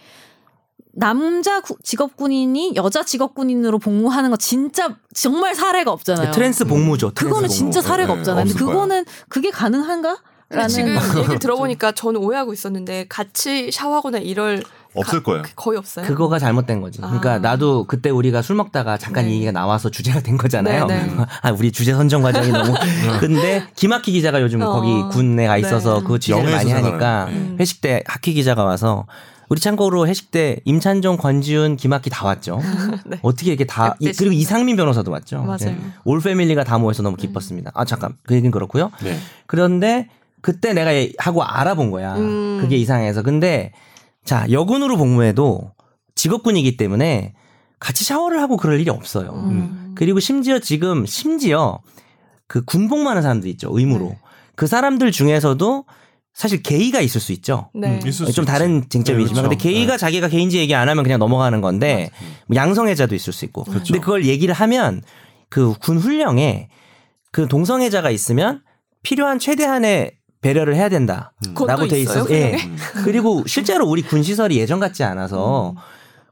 Speaker 3: 남자 구- 직업군인이 여자 직업군인으로 복무하는 거 진짜 정말 사례가 없잖아요.
Speaker 2: 네, 트랜스 복무죠. 트랜스
Speaker 3: 음. 그거는
Speaker 2: 복무.
Speaker 3: 진짜 사례가
Speaker 4: 네,
Speaker 3: 없잖아요. 근데
Speaker 4: 없을 거야.
Speaker 3: 그거는 그게 가능한가?
Speaker 1: 근데
Speaker 3: 라는
Speaker 1: 지금 얘기를 들어보니까 저는 오해하고 있었는데 같이 샤워하거나 이럴
Speaker 4: 없을 거예요.
Speaker 1: 거의 없어요.
Speaker 2: 그거가 잘못된 거지. 그러니까
Speaker 1: 아.
Speaker 2: 나도 그때 우리가 술 먹다가 잠깐
Speaker 1: 네.
Speaker 2: 이 얘기가 나와서 주제가 된 거잖아요.
Speaker 1: 네, 네.
Speaker 2: 아, 우리 주제 선정 과정이 너무. 근데 김학희 기자가 요즘
Speaker 1: 어.
Speaker 2: 거기 군에 가 있어서
Speaker 1: 네.
Speaker 2: 그 취재를
Speaker 4: 영해에서
Speaker 2: 많이
Speaker 4: 생활하는
Speaker 2: 하니까
Speaker 4: 거예요.
Speaker 1: 음.
Speaker 2: 회식 때 학희 기자가 와서 우리 참고로 회식 때 임찬종, 권지훈, 김학기 다 왔죠.
Speaker 1: 네.
Speaker 2: 어떻게 이게 다 이- 그리고
Speaker 1: 뵙겠습니다.
Speaker 2: 이상민 변호사도 왔죠. 네.
Speaker 1: 맞아요.
Speaker 2: 올 패밀리가 다 모여서
Speaker 1: 음.
Speaker 2: 너무 기뻤습니다. 아 잠깐 그 얘기는 그렇고요.
Speaker 4: 네.
Speaker 2: 그런데 그때 내가 얘- 하고 알아본 거야.
Speaker 1: 음.
Speaker 2: 그게 이상해서. 근데 자 여군으로 복무해도 직업군이기 때문에 같이 샤워를 하고 그럴 일이 없어요.
Speaker 1: 음.
Speaker 2: 그리고 심지어 지금 심지어 그 군복만 하는 사람들 있죠. 의무로
Speaker 1: 네.
Speaker 2: 그 사람들 중에서도 사실 게이가 있을 수 있죠.
Speaker 1: 네.
Speaker 4: 음, 있을 수
Speaker 2: 좀
Speaker 4: 있지.
Speaker 2: 다른 쟁점이지만
Speaker 4: 네, 그렇죠.
Speaker 2: 근데 게이가 자기가 게인지 얘기 안 하면 그냥 넘어가는 건데 뭐 양성애자도 있을 수 있고
Speaker 4: 그렇죠.
Speaker 2: 근데 그걸 얘기를 하면 그 군 훈령에 그 동성애자가 있으면 필요한 최대한의 배려를 해야 된다.
Speaker 4: 음.
Speaker 1: 그것도
Speaker 2: 라고 돼
Speaker 1: 있어요?
Speaker 2: 있어서 예.
Speaker 4: 음.
Speaker 2: 그리고 실제로 우리 군 시설이 예전 같지 않아서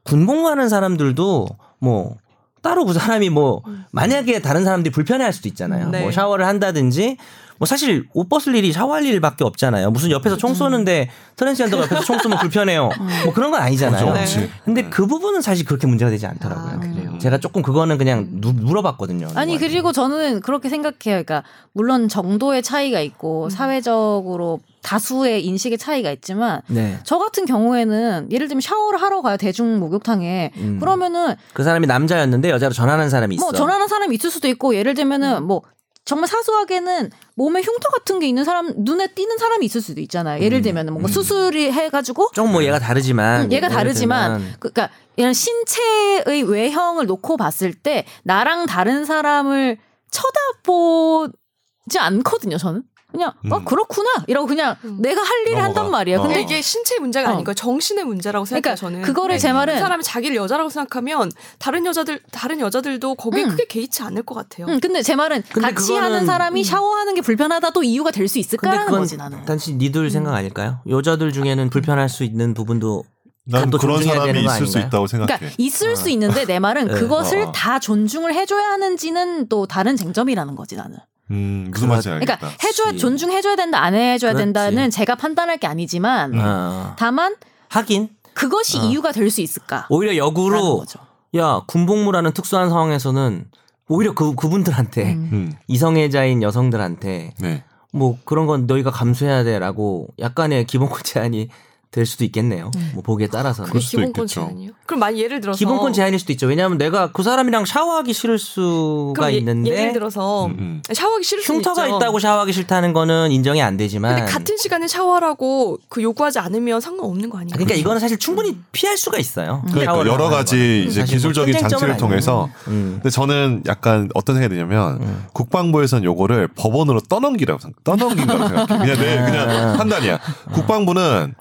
Speaker 2: 군복무하는 사람들도 뭐 따로 그 사람이 뭐
Speaker 4: 음.
Speaker 2: 만약에 다른 사람들이 불편해할 수도 있잖아요.
Speaker 1: 네.
Speaker 2: 뭐 샤워를 한다든지 뭐 사실 옷 벗을 일이 샤워할 일밖에 없잖아요. 무슨 옆에서
Speaker 4: 음.
Speaker 2: 총 쏘는데 트랜스젠더가 옆에서 총 쏘면 불편해요.
Speaker 3: 음.
Speaker 2: 뭐 그런 건 아니잖아요.
Speaker 1: 네.
Speaker 4: 그렇죠. 그렇지.
Speaker 2: 근데 그 부분은 사실 그렇게 문제가 되지 않더라고요.
Speaker 1: 아, 그래요?
Speaker 2: 제가 조금 그거는 그냥 누, 물어봤거든요.
Speaker 3: 아니 그리고 저는 그렇게 생각해요. 그러니까 물론 정도의 차이가 있고
Speaker 2: 음.
Speaker 3: 사회적으로 다수의 인식의 차이가 있지만
Speaker 2: 네.
Speaker 3: 저 같은 경우에는 예를 들면 샤워를 하러 가요 대중 목욕탕에
Speaker 2: 음.
Speaker 3: 그러면은
Speaker 2: 그 사람이 남자였는데 여자로 전환한 사람이 있어. 음.
Speaker 3: 뭐 전하는 사람이 있을 수도 있고 예를 들면은 뭐 정말 사소하게는 몸에 흉터 같은 게 있는 사람 눈에 띄는 사람이 있을 수도 있잖아요.
Speaker 2: 음.
Speaker 3: 예를 들면은 뭔가 수술이 해가지고
Speaker 2: 조금 뭐 얘가 다르지만
Speaker 3: 음, 얘가
Speaker 2: 예를
Speaker 3: 다르지만
Speaker 2: 들면
Speaker 3: 그러니까 이런 신체의 외형을 놓고 봤을 때 나랑 다른 사람을 쳐다보지 않거든요. 저는 그냥 어
Speaker 4: 음.
Speaker 3: 그렇구나 이러고 그냥
Speaker 1: 음.
Speaker 3: 내가 할 일을
Speaker 4: 넘어가.
Speaker 3: 한단 말이에요.
Speaker 4: 어.
Speaker 1: 근데
Speaker 3: 근데
Speaker 1: 이게 신체 문제가
Speaker 3: 어.
Speaker 1: 아닌 거예요. 정신의 문제라고
Speaker 3: 그러니까
Speaker 1: 생각해요. 저는.
Speaker 2: 어.
Speaker 3: 그거를
Speaker 4: 네.
Speaker 3: 제
Speaker 1: 그
Speaker 3: 말은
Speaker 1: 사람이 자기를 여자라고 생각하면 다른 여자들 다른 여자들도 거기에
Speaker 3: 음.
Speaker 1: 크게 개의치 않을 것 같아요.
Speaker 3: 음, 근데 제 말은
Speaker 2: 근데
Speaker 3: 같이
Speaker 2: 그거는-
Speaker 3: 하는
Speaker 1: 음.
Speaker 3: 사람이 샤워하는 게 불편하다 또 이유가 될 수
Speaker 2: 근데
Speaker 3: 있을까라는 거지 나는. 음.
Speaker 2: 그건 단지 니들 생각 아닐까요? 여자들 중에는 불편할 수 있는 부분도
Speaker 4: 난
Speaker 2: 또
Speaker 4: 그런
Speaker 2: 존중해야
Speaker 4: 사람이
Speaker 2: 되는 거
Speaker 4: 있을 수
Speaker 2: 아닌가요?
Speaker 4: 있다고 생각해.
Speaker 3: 그러니까 있을 수 있는데 내 말은
Speaker 2: 네.
Speaker 3: 그것을
Speaker 4: 어.
Speaker 3: 다 존중을 해줘야 하는지는 또 다른 쟁점이라는 거지 나는.
Speaker 4: 음, 무슨 말인지 알겠다.
Speaker 3: 그러니까 해줘야
Speaker 2: 그치.
Speaker 3: 존중해줘야 된다 안 해줘야
Speaker 2: 그렇지.
Speaker 3: 된다는 제가 판단할 게 아니지만
Speaker 1: 음.
Speaker 2: 아,
Speaker 3: 다만
Speaker 2: 하긴
Speaker 3: 그것이
Speaker 2: 어.
Speaker 3: 이유가 될 수 있을까?
Speaker 2: 오히려
Speaker 3: 라는
Speaker 2: 역으로
Speaker 3: 거죠.
Speaker 2: 야 군복무라는 특수한 상황에서는 오히려 그 그분들한테
Speaker 3: 음.
Speaker 4: 음,
Speaker 2: 이성애자인 여성들한테
Speaker 4: 네.
Speaker 2: 뭐 그런 건 너희가 감수해야 돼라고 약간의 기본권 제한이 될 수도 있겠네요. 뭐 보기에 따라서는.
Speaker 1: 음. 그게
Speaker 4: 그럴 수도
Speaker 1: 기본권
Speaker 4: 있겠죠.
Speaker 1: 제한이에요. 그럼 만약 예를 들어서
Speaker 2: 기본권 제한일 수도 있죠. 왜냐하면 내가 그 사람이랑 샤워하기 싫을 수가
Speaker 1: 그럼 예,
Speaker 2: 있는데
Speaker 1: 예를 들어서
Speaker 4: 음, 음.
Speaker 1: 샤워하기 싫을 수
Speaker 2: 흉터가
Speaker 1: 있죠.
Speaker 2: 있다고 네. 샤워하기 싫다는 거는 인정이 안 되지만.
Speaker 1: 근데 같은 시간에 샤워하고 그 요구하지 않으면 상관없는 거
Speaker 2: 아,
Speaker 1: 아닌가요?
Speaker 2: 그러니까 이거는 사실
Speaker 1: 음.
Speaker 2: 충분히 피할 수가 있어요.
Speaker 4: 그러니까
Speaker 2: 샤워를
Speaker 4: 여러
Speaker 2: 하는
Speaker 4: 가지
Speaker 2: 거는.
Speaker 4: 이제
Speaker 2: 사실 뭐
Speaker 4: 기술적인
Speaker 2: 큰 쟁점은
Speaker 4: 장치를
Speaker 2: 아니고.
Speaker 4: 통해서
Speaker 2: 음.
Speaker 4: 근데 저는 약간 어떤 생각이 드냐면 국방부에서는 요거를 법원으로 떠넘기라고 생- 떠넘긴다고 생각해. 그냥 내
Speaker 2: 아.
Speaker 4: 그냥 판단이야. 국방부는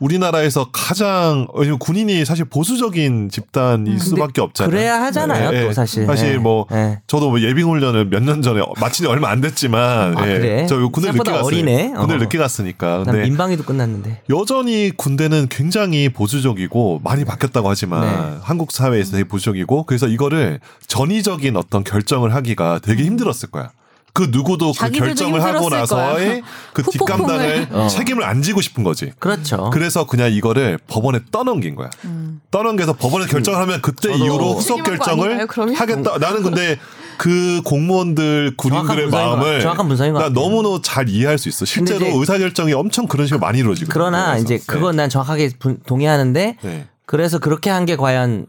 Speaker 4: 우리나라에서 가장 왜냐면 군인이 사실 보수적인 집단일 수밖에 없잖아요.
Speaker 2: 음. 그래야 하잖아요,
Speaker 4: 네,
Speaker 2: 또
Speaker 4: 네.
Speaker 2: 사실. 네.
Speaker 4: 뭐
Speaker 2: 네.
Speaker 4: 저도 뭐 예비 훈련을 몇 년 전에 마친 지 얼마 안 됐지만
Speaker 2: 아,
Speaker 4: 예,
Speaker 2: 그래?
Speaker 4: 저 군대 늦게
Speaker 2: 생각보다
Speaker 4: 갔어요.
Speaker 2: 어리네. 어.
Speaker 4: 군대 늦게 갔으니까.
Speaker 2: 난
Speaker 4: 근데
Speaker 2: 민방위도 끝났는데.
Speaker 4: 여전히 군대는 굉장히 보수적이고 많이 바뀌었다고 하지만
Speaker 2: 네.
Speaker 4: 한국 사회에서 되게 보수적이고 그래서 이거를 전위적인 어떤 결정을 하기가 되게 힘들었을 거야. 그 누구도 그
Speaker 3: 자기들도
Speaker 4: 결정을 하고
Speaker 3: 힘들었을
Speaker 4: 나서의 그
Speaker 3: 후폭풍을.
Speaker 4: 뒷감당을
Speaker 2: 어.
Speaker 4: 책임을 안 지고 싶은 거지.
Speaker 2: 그렇죠.
Speaker 4: 그래서 그냥 이거를 법원에 떠넘긴 거야.
Speaker 3: 음.
Speaker 4: 떠넘겨서 법원에 결정을 하면 그때
Speaker 2: 저도
Speaker 4: 이후로 후속
Speaker 1: 책임한 거
Speaker 4: 결정을
Speaker 1: 아닌가요, 그러면?
Speaker 4: 하겠다. 나는 근데 그 공무원들
Speaker 2: 정확한 분석인
Speaker 4: 군인들의
Speaker 2: 것 같-
Speaker 4: 마음을
Speaker 2: 정확한 분석인 것
Speaker 4: 나
Speaker 2: 같아요.
Speaker 4: 너무너무 잘 이해할 수 있어. 실제로
Speaker 2: 이제-
Speaker 4: 의사 결정이 엄청 그런 식으로 많이 이루어지고.
Speaker 2: 그러나 이제 그건 난 정확하게 분- 동의하는데
Speaker 4: 네.
Speaker 2: 그래서 그렇게 한 게 과연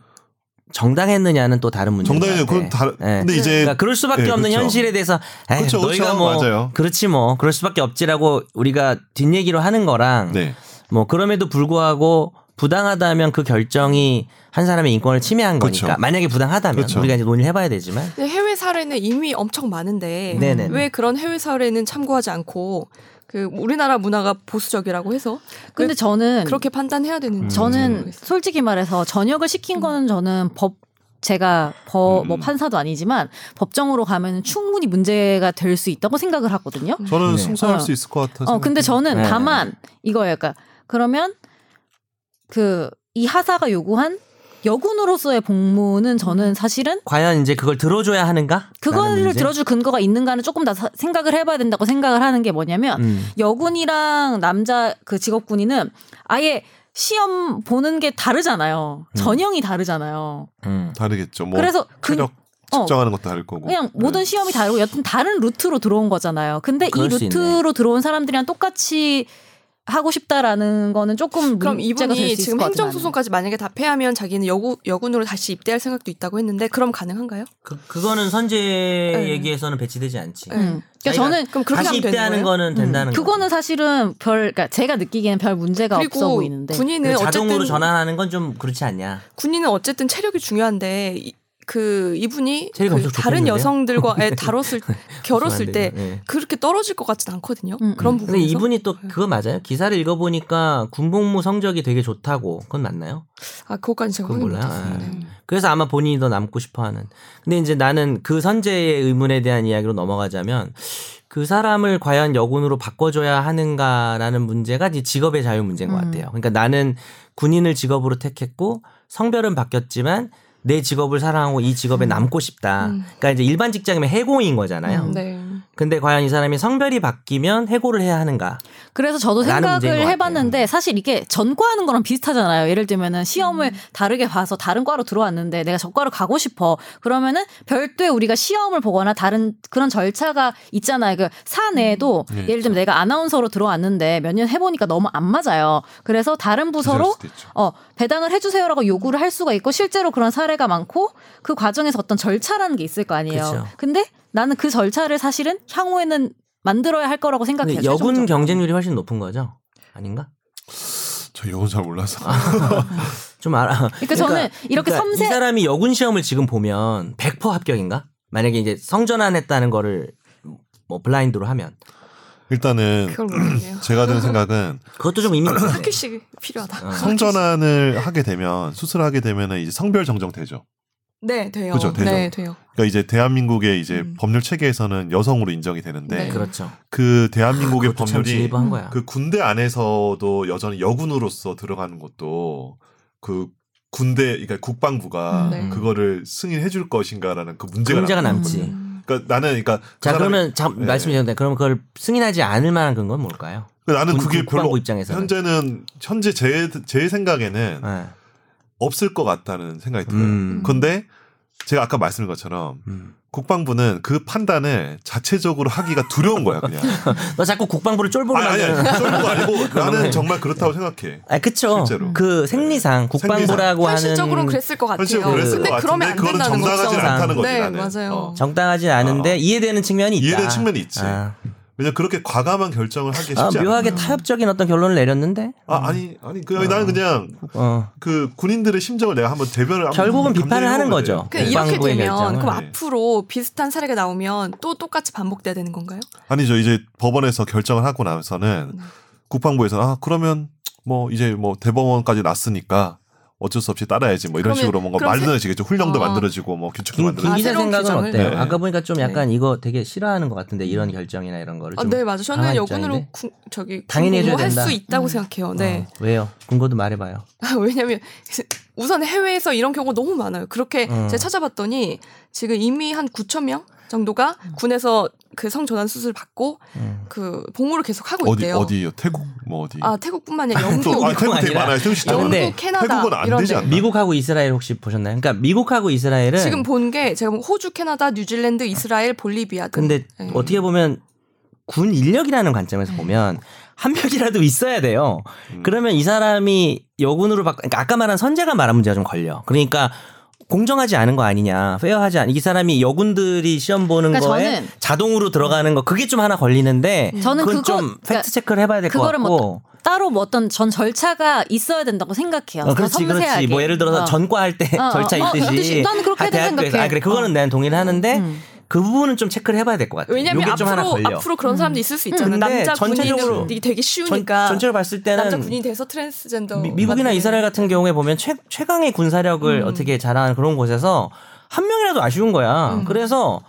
Speaker 2: 정당했느냐는 또 다른 문제.
Speaker 4: 정당이 그건 다. 근데 이제
Speaker 2: 네. 그러니까 그럴 수밖에
Speaker 4: 네,
Speaker 2: 없는
Speaker 4: 그렇죠.
Speaker 2: 현실에 대해서 에이,
Speaker 4: 그렇죠, 그렇죠.
Speaker 2: 너희가 뭐
Speaker 4: 맞아요.
Speaker 2: 그렇지 뭐 그럴 수밖에 없지라고 우리가 뒷얘기로 하는 거랑
Speaker 4: 네.
Speaker 2: 뭐 그럼에도 불구하고 부당하다면 그 결정이 한 사람의 인권을 침해한
Speaker 4: 그렇죠.
Speaker 2: 거니까 만약에 부당하다면
Speaker 4: 그렇죠.
Speaker 2: 우리가 이제 논의를 해봐야 되지만
Speaker 1: 근데 해외 사례는 이미 엄청 많은데
Speaker 2: 네네네.
Speaker 1: 왜 그런 해외 사례는 참고하지 않고 그 우리나라 문화가 보수적이라고 해서
Speaker 3: 근데 저는
Speaker 1: 그렇게 판단해야
Speaker 4: 음.
Speaker 1: 되는지
Speaker 3: 저는
Speaker 1: 모르겠어요. 음.
Speaker 3: 솔직히 말해서 전역을 시킨 거는 저는 법 제가 법,
Speaker 4: 음.
Speaker 3: 뭐 판사도 아니지만 법정으로 가면 충분히 문제가 될 수 있다고 생각을 하거든요.
Speaker 4: 저는
Speaker 2: 네.
Speaker 4: 승소할
Speaker 3: 어.
Speaker 4: 수 있을 것 같아서.
Speaker 3: 어, 근데 저는
Speaker 2: 네.
Speaker 3: 다만 이거예요. 그러니까 그러면 그 이 하사가 요구한 여군으로서의 복무는 저는 사실은
Speaker 2: 과연 이제 그걸 들어줘야 하는가? 라는
Speaker 3: 그거를
Speaker 2: 문제?
Speaker 3: 들어줄 근거가 있는가는 조금 더 사- 생각을 해봐야 된다고 생각을 하는 게 뭐냐면
Speaker 2: 음.
Speaker 3: 여군이랑 남자 그 직업군인은 아예 시험 보는 게 다르잖아요. 전형이 다르잖아요.
Speaker 2: 음.
Speaker 4: 다르겠죠. 뭐
Speaker 3: 그래서 그,
Speaker 4: 체력
Speaker 3: 어.
Speaker 4: 측정하는 것도 다를 거고.
Speaker 3: 그냥 모든
Speaker 4: 네.
Speaker 3: 시험이 다르고 여튼 다른 루트로 들어온 거잖아요. 근데 이
Speaker 2: 그럴 수
Speaker 3: 루트로 들어온 사람들이랑 똑같이 하고 싶다라는 거는 조금
Speaker 1: 그럼
Speaker 3: 문제가 될수
Speaker 1: 이분이
Speaker 3: 있을
Speaker 1: 지금
Speaker 3: 것 같아요,
Speaker 1: 행정소송까지 만약에 다 패하면 자기는 여구, 여군으로 다시 입대할 생각도 있다고 했는데 그럼 가능한가요?
Speaker 2: 그, 그거는 선제
Speaker 1: 네.
Speaker 2: 얘기에서는 배치되지 않지.
Speaker 1: 네.
Speaker 3: 나는. 음. 그러니까 저는
Speaker 1: 그럼 그렇게
Speaker 2: 다시
Speaker 1: 하면 되는
Speaker 2: 입대하는
Speaker 1: 거예요? 음.
Speaker 2: 거는 된다는 거.
Speaker 3: 그거는 사실은 별 그러니까 제가 느끼기에는 별 문제가 없어
Speaker 1: 그리고
Speaker 3: 보이는데
Speaker 1: 군인은
Speaker 2: 그러니까 자동으로
Speaker 1: 어쨌든
Speaker 2: 전환하는 건 좀 그렇지 않냐.
Speaker 1: 군인은 어쨌든 체력이 중요한데 이, 그 이분이
Speaker 2: 체력이
Speaker 1: 그
Speaker 2: 엄청
Speaker 1: 다른
Speaker 2: 좋겠는데요?
Speaker 1: 여성들과 애 다뤘을 결었을 때
Speaker 2: 죄송한데요. 예.
Speaker 1: 그렇게 떨어질 것 같진 않거든요.
Speaker 3: 음,
Speaker 1: 그런
Speaker 3: 음.
Speaker 2: 근데
Speaker 1: 부분에서 네.
Speaker 2: 이분이 또 그거 맞아요? 기사를 읽어보니까 군복무 성적이 되게 좋다고 그건 맞나요?
Speaker 1: 아 그것까지 제가
Speaker 2: 그건
Speaker 1: 확인
Speaker 2: 몰라요.
Speaker 1: 못했어요.
Speaker 2: 예.
Speaker 1: 네.
Speaker 3: 음.
Speaker 2: 그래서 아마 본인이 더 남고 싶어하는. 근데 이제 나는 그 선제의 의문에 대한 이야기로 넘어가자면 그 사람을 과연 여군으로 바꿔줘야 하는가라는 문제가 이제 직업의 자유 문제인 것
Speaker 3: 음.
Speaker 2: 같아요. 그러니까 나는 군인을 직업으로 택했고 성별은 바뀌었지만 내 직업을 사랑하고 이 직업에
Speaker 3: 음.
Speaker 2: 남고 싶다.
Speaker 1: 음.
Speaker 2: 그러니까 이제 일반 직장이면 해고인 거잖아요.
Speaker 3: 음.
Speaker 1: 네.
Speaker 2: 근데 과연 이 사람이 성별이 바뀌면 해고를 해야 하는가?
Speaker 3: 그래서 저도
Speaker 2: 라는 문제인 것 음.
Speaker 3: 생각을 해봤는데 사실 이게 전과하는 거랑 비슷하잖아요. 예를 들면은 시험을 다르게 봐서 다른 과로 들어왔는데 내가 저과로 가고 싶어. 그러면은 별도의 우리가 시험을 보거나 다른 그런 절차가 있잖아요. 그 사내에도
Speaker 2: 네.
Speaker 4: 음. 예,
Speaker 3: 예를 들면 내가 아나운서로 들어왔는데 몇 년 해보니까 너무 안 맞아요. 그래서
Speaker 4: 기절할
Speaker 3: 다른 부서로
Speaker 4: 수도 있죠.
Speaker 3: 어, 배당을 해주세요라고 요구를 할 수가 있고 실제로 그런 사례가 많고 그 과정에서 어떤 절차라는 게 있을 거 아니에요.
Speaker 2: 그쵸.
Speaker 3: 근데 나는 그 절차를 사실은 향후에는 만들어야 할 거라고 생각해요.
Speaker 2: 근데 여군
Speaker 3: 최종적으로.
Speaker 2: 경쟁률이 훨씬 높은 거죠? 아닌가?
Speaker 4: 저 여군 잘 몰라서.
Speaker 2: 아. 좀 알아.
Speaker 3: 그러니까 저는 이렇게
Speaker 2: 그러니까
Speaker 3: 섬세
Speaker 2: 이 사람이 여군 시험을 지금 보면 100% 합격인가? 만약에 이제 성전환했다는 거를 뭐 블라인드로 하면
Speaker 4: 일단은
Speaker 1: 그걸 모르겠네요.
Speaker 4: 제가 든 생각은
Speaker 2: 그것도 좀 의미가 있네. 아.
Speaker 1: 학교씩
Speaker 3: 아,
Speaker 1: 필요하다.
Speaker 4: 성전환을 하게 되면 수술하게 되면은 이제 성별 정정되죠.
Speaker 1: 네 돼요.
Speaker 4: 그죠, 되죠.
Speaker 1: 네 돼요.
Speaker 4: 그러니까 이제 대한민국의 이제
Speaker 1: 음.
Speaker 4: 법률 체계에서는 여성으로 인정이 되는데
Speaker 1: 네.
Speaker 2: 그렇죠.
Speaker 4: 그 대한민국의
Speaker 2: 그것도 참
Speaker 4: 법률이
Speaker 2: 진일보한 거야.
Speaker 4: 그 군대 안에서도 여전히 여군으로서 들어가는 것도 그 군대 그러니까 국방부가
Speaker 3: 음,
Speaker 1: 네.
Speaker 4: 그거를 승인해 줄 것인가라는 그 문제가,
Speaker 2: 문제가
Speaker 4: 남-
Speaker 2: 남지.
Speaker 1: 음.
Speaker 4: 그러니까 나는 그러니까 그
Speaker 2: 자
Speaker 4: 사람이-
Speaker 2: 그러면 잠
Speaker 4: 네.
Speaker 2: 말씀 드렸는데 그럼 그걸 승인하지 않을 만한 근거는 뭘까요?
Speaker 4: 그러니까 나는
Speaker 2: 군-
Speaker 4: 그게
Speaker 2: 국방부
Speaker 4: 별로
Speaker 2: 입장에서는.
Speaker 4: 현재는 현재 제 제 생각에는
Speaker 2: 네.
Speaker 4: 없을 것 같다는 생각이 들어요.
Speaker 2: 음.
Speaker 4: 근데 제가 아까 말씀드린 것처럼
Speaker 2: 음.
Speaker 4: 국방부는 그 판단을 자체적으로 하기가 두려운 거야 그냥.
Speaker 2: 너 자꾸 국방부를 쫄보로
Speaker 4: 아니 아니
Speaker 2: 만드는.
Speaker 4: 아니 쫄보가 아니고 나는
Speaker 2: 그러네.
Speaker 4: 정말 그렇다고 생각해.
Speaker 2: 아, 그쵸.
Speaker 4: 실제로.
Speaker 2: 그 생리상 국방부라고
Speaker 1: 현실적으로는
Speaker 2: 하는
Speaker 1: 그랬을 것 같아요.
Speaker 4: 현실적으로 그랬을
Speaker 1: 근데
Speaker 4: 것
Speaker 1: 그러면
Speaker 4: 같은데
Speaker 1: 안
Speaker 4: 그거는
Speaker 1: 된다는 거죠.
Speaker 4: 정당하지
Speaker 2: 거죠.
Speaker 4: 않다는 거지
Speaker 1: 네,
Speaker 4: 나는.
Speaker 1: 맞아요.
Speaker 4: 어.
Speaker 2: 정당하지 않은데
Speaker 4: 어.
Speaker 2: 이해되는 측면이 있다.
Speaker 4: 이해되는 측면이 있지.
Speaker 2: 아,
Speaker 4: 왜냐 그렇게 과감한 결정을 하기 쉽지
Speaker 2: 아,
Speaker 4: 않아.
Speaker 2: 묘하게 타협적인 어떤 결론을 내렸는데.
Speaker 4: 아 아니 아니 그 나는 그냥
Speaker 2: 어.
Speaker 4: 그 군인들의 심정을 내가 한번 대변을 한번
Speaker 2: 결국은
Speaker 4: 감정해
Speaker 2: 비판을 하는
Speaker 4: 보면 돼요.
Speaker 2: 거죠.
Speaker 1: 근데
Speaker 2: 네.
Speaker 1: 그러니까 이렇게
Speaker 2: 국방부의
Speaker 1: 되면
Speaker 2: 결정은.
Speaker 1: 그럼
Speaker 4: 네.
Speaker 1: 앞으로 비슷한 사례가 나오면 또 똑같이 반복돼야 되는 건가요?
Speaker 4: 아니죠 이제 법원에서 결정을 하고 나서는
Speaker 1: 네.
Speaker 4: 국방부에서는 아 그러면 뭐 이제 뭐 대법원까지 났으니까 어쩔 수 없이 따라야지 뭐 이런
Speaker 1: 그러면-
Speaker 4: 식으로 뭔가
Speaker 1: 그럼 세-
Speaker 4: 만들어지겠죠 훈령도
Speaker 1: 어.
Speaker 4: 만들어지고 뭐 규칙도
Speaker 2: 김, 김
Speaker 1: 아,
Speaker 4: 만들어지고
Speaker 2: 기자
Speaker 1: 새로운
Speaker 2: 생각은
Speaker 1: 규정을?
Speaker 2: 어때요?
Speaker 4: 네.
Speaker 2: 아까 보니까 좀 약간 이거 되게 싫어하는 것 같은데 이런 결정이나 이런 거를
Speaker 1: 아,
Speaker 4: 그렇죠.
Speaker 2: 좀
Speaker 1: 네 맞아. 저는
Speaker 2: 강한
Speaker 1: 여군으로
Speaker 2: 입장인데.
Speaker 1: 구, 저기
Speaker 2: 당연히 해줘야
Speaker 1: 할
Speaker 2: 된다.
Speaker 1: 수 있다고 생각해요. 네.
Speaker 2: 어, 왜요? 군고도 말해봐요.
Speaker 1: 아, 왜냐면 우선 해외에서 이런 경우가 너무 많아요. 그렇게
Speaker 2: 음.
Speaker 1: 제가 찾아봤더니 지금 이미 한 9천 명 정도가 군에서 그 성전환 수술 받고
Speaker 2: 음.
Speaker 1: 그 복무를 계속 하고
Speaker 4: 어디
Speaker 1: 있대요.
Speaker 4: 어디요 태국 뭐 어디
Speaker 1: 아 태국뿐만 아니라 영국,
Speaker 4: 또, 아, 태국 되게
Speaker 2: 아니라-
Speaker 4: 많아요 태국 진짜
Speaker 2: 아,
Speaker 1: 영국,
Speaker 4: 많아요
Speaker 2: 근데
Speaker 1: 캐나다
Speaker 4: 태국은 안
Speaker 1: 이런
Speaker 4: 되지
Speaker 1: 데.
Speaker 4: 않나?
Speaker 2: 미국하고 이스라엘 혹시 보셨나요? 그러니까 미국하고 이스라엘은
Speaker 1: 지금 본 게 제가 본 호주, 캐나다, 뉴질랜드, 이스라엘, 볼리비아 등.
Speaker 2: 근데
Speaker 1: 네.
Speaker 2: 어떻게 보면 군 인력이라는 관점에서
Speaker 3: 네.
Speaker 2: 보면 한 명이라도 있어야 돼요.
Speaker 4: 음.
Speaker 2: 그러면 이 사람이 여군으로 바꿔, 그러니까 아까 말한 선재가 말한 문제가 좀 걸려. 그러니까 공정하지 않은 거 아니냐, 페어하지 않. 이 사람이 여군들이 시험 보는
Speaker 3: 그러니까
Speaker 2: 거에
Speaker 3: 저는- 음.
Speaker 2: 자동으로 들어가는 거 그게 좀 하나 걸리는데
Speaker 3: 저는
Speaker 2: 그건
Speaker 3: 그거 그러니까
Speaker 2: 좀 팩트 체크를 해봐야 될 것
Speaker 3: 그거를
Speaker 2: 같고.
Speaker 3: 뭐 따로 뭐 어떤 전 절차가 있어야 된다고 생각해요.
Speaker 2: 어, 그렇지, 그렇지.
Speaker 3: 섬세하게.
Speaker 2: 뭐 예를 들어서
Speaker 3: 어.
Speaker 2: 전과할 때
Speaker 3: 어, 어,
Speaker 2: 절차
Speaker 3: 어,
Speaker 2: 있듯이.
Speaker 3: 그렇듯이. 나는 그렇게
Speaker 2: 아,
Speaker 3: 해도
Speaker 2: 대학교에서.
Speaker 3: 생각해.
Speaker 2: 아, 그래, 그거는 난 동의를 하는데
Speaker 3: 음.
Speaker 2: 그 부분은 좀 체크를 해봐야 될 것 같아.
Speaker 1: 왜냐면
Speaker 2: 요게 좀 하나
Speaker 1: 앞으로
Speaker 2: 걸려.
Speaker 1: 앞으로 그런
Speaker 3: 음.
Speaker 1: 사람도 있을 수 있잖아요.
Speaker 2: 근데
Speaker 1: 남자
Speaker 2: 전체적으로
Speaker 1: 군인이 되게 쉬우니까
Speaker 2: 전, 전체를 봤을
Speaker 1: 남자
Speaker 2: 때는
Speaker 1: 군인이 돼서 트랜스젠더
Speaker 2: 미, 국이나
Speaker 1: 맞는
Speaker 2: 이스라엘 같은 경우에 보면 최, 최강의 군사력을
Speaker 1: 음.
Speaker 2: 어떻게 자랑하는 그런 곳에서 한 명이라도 아쉬운 거야.
Speaker 1: 음.
Speaker 2: 그래서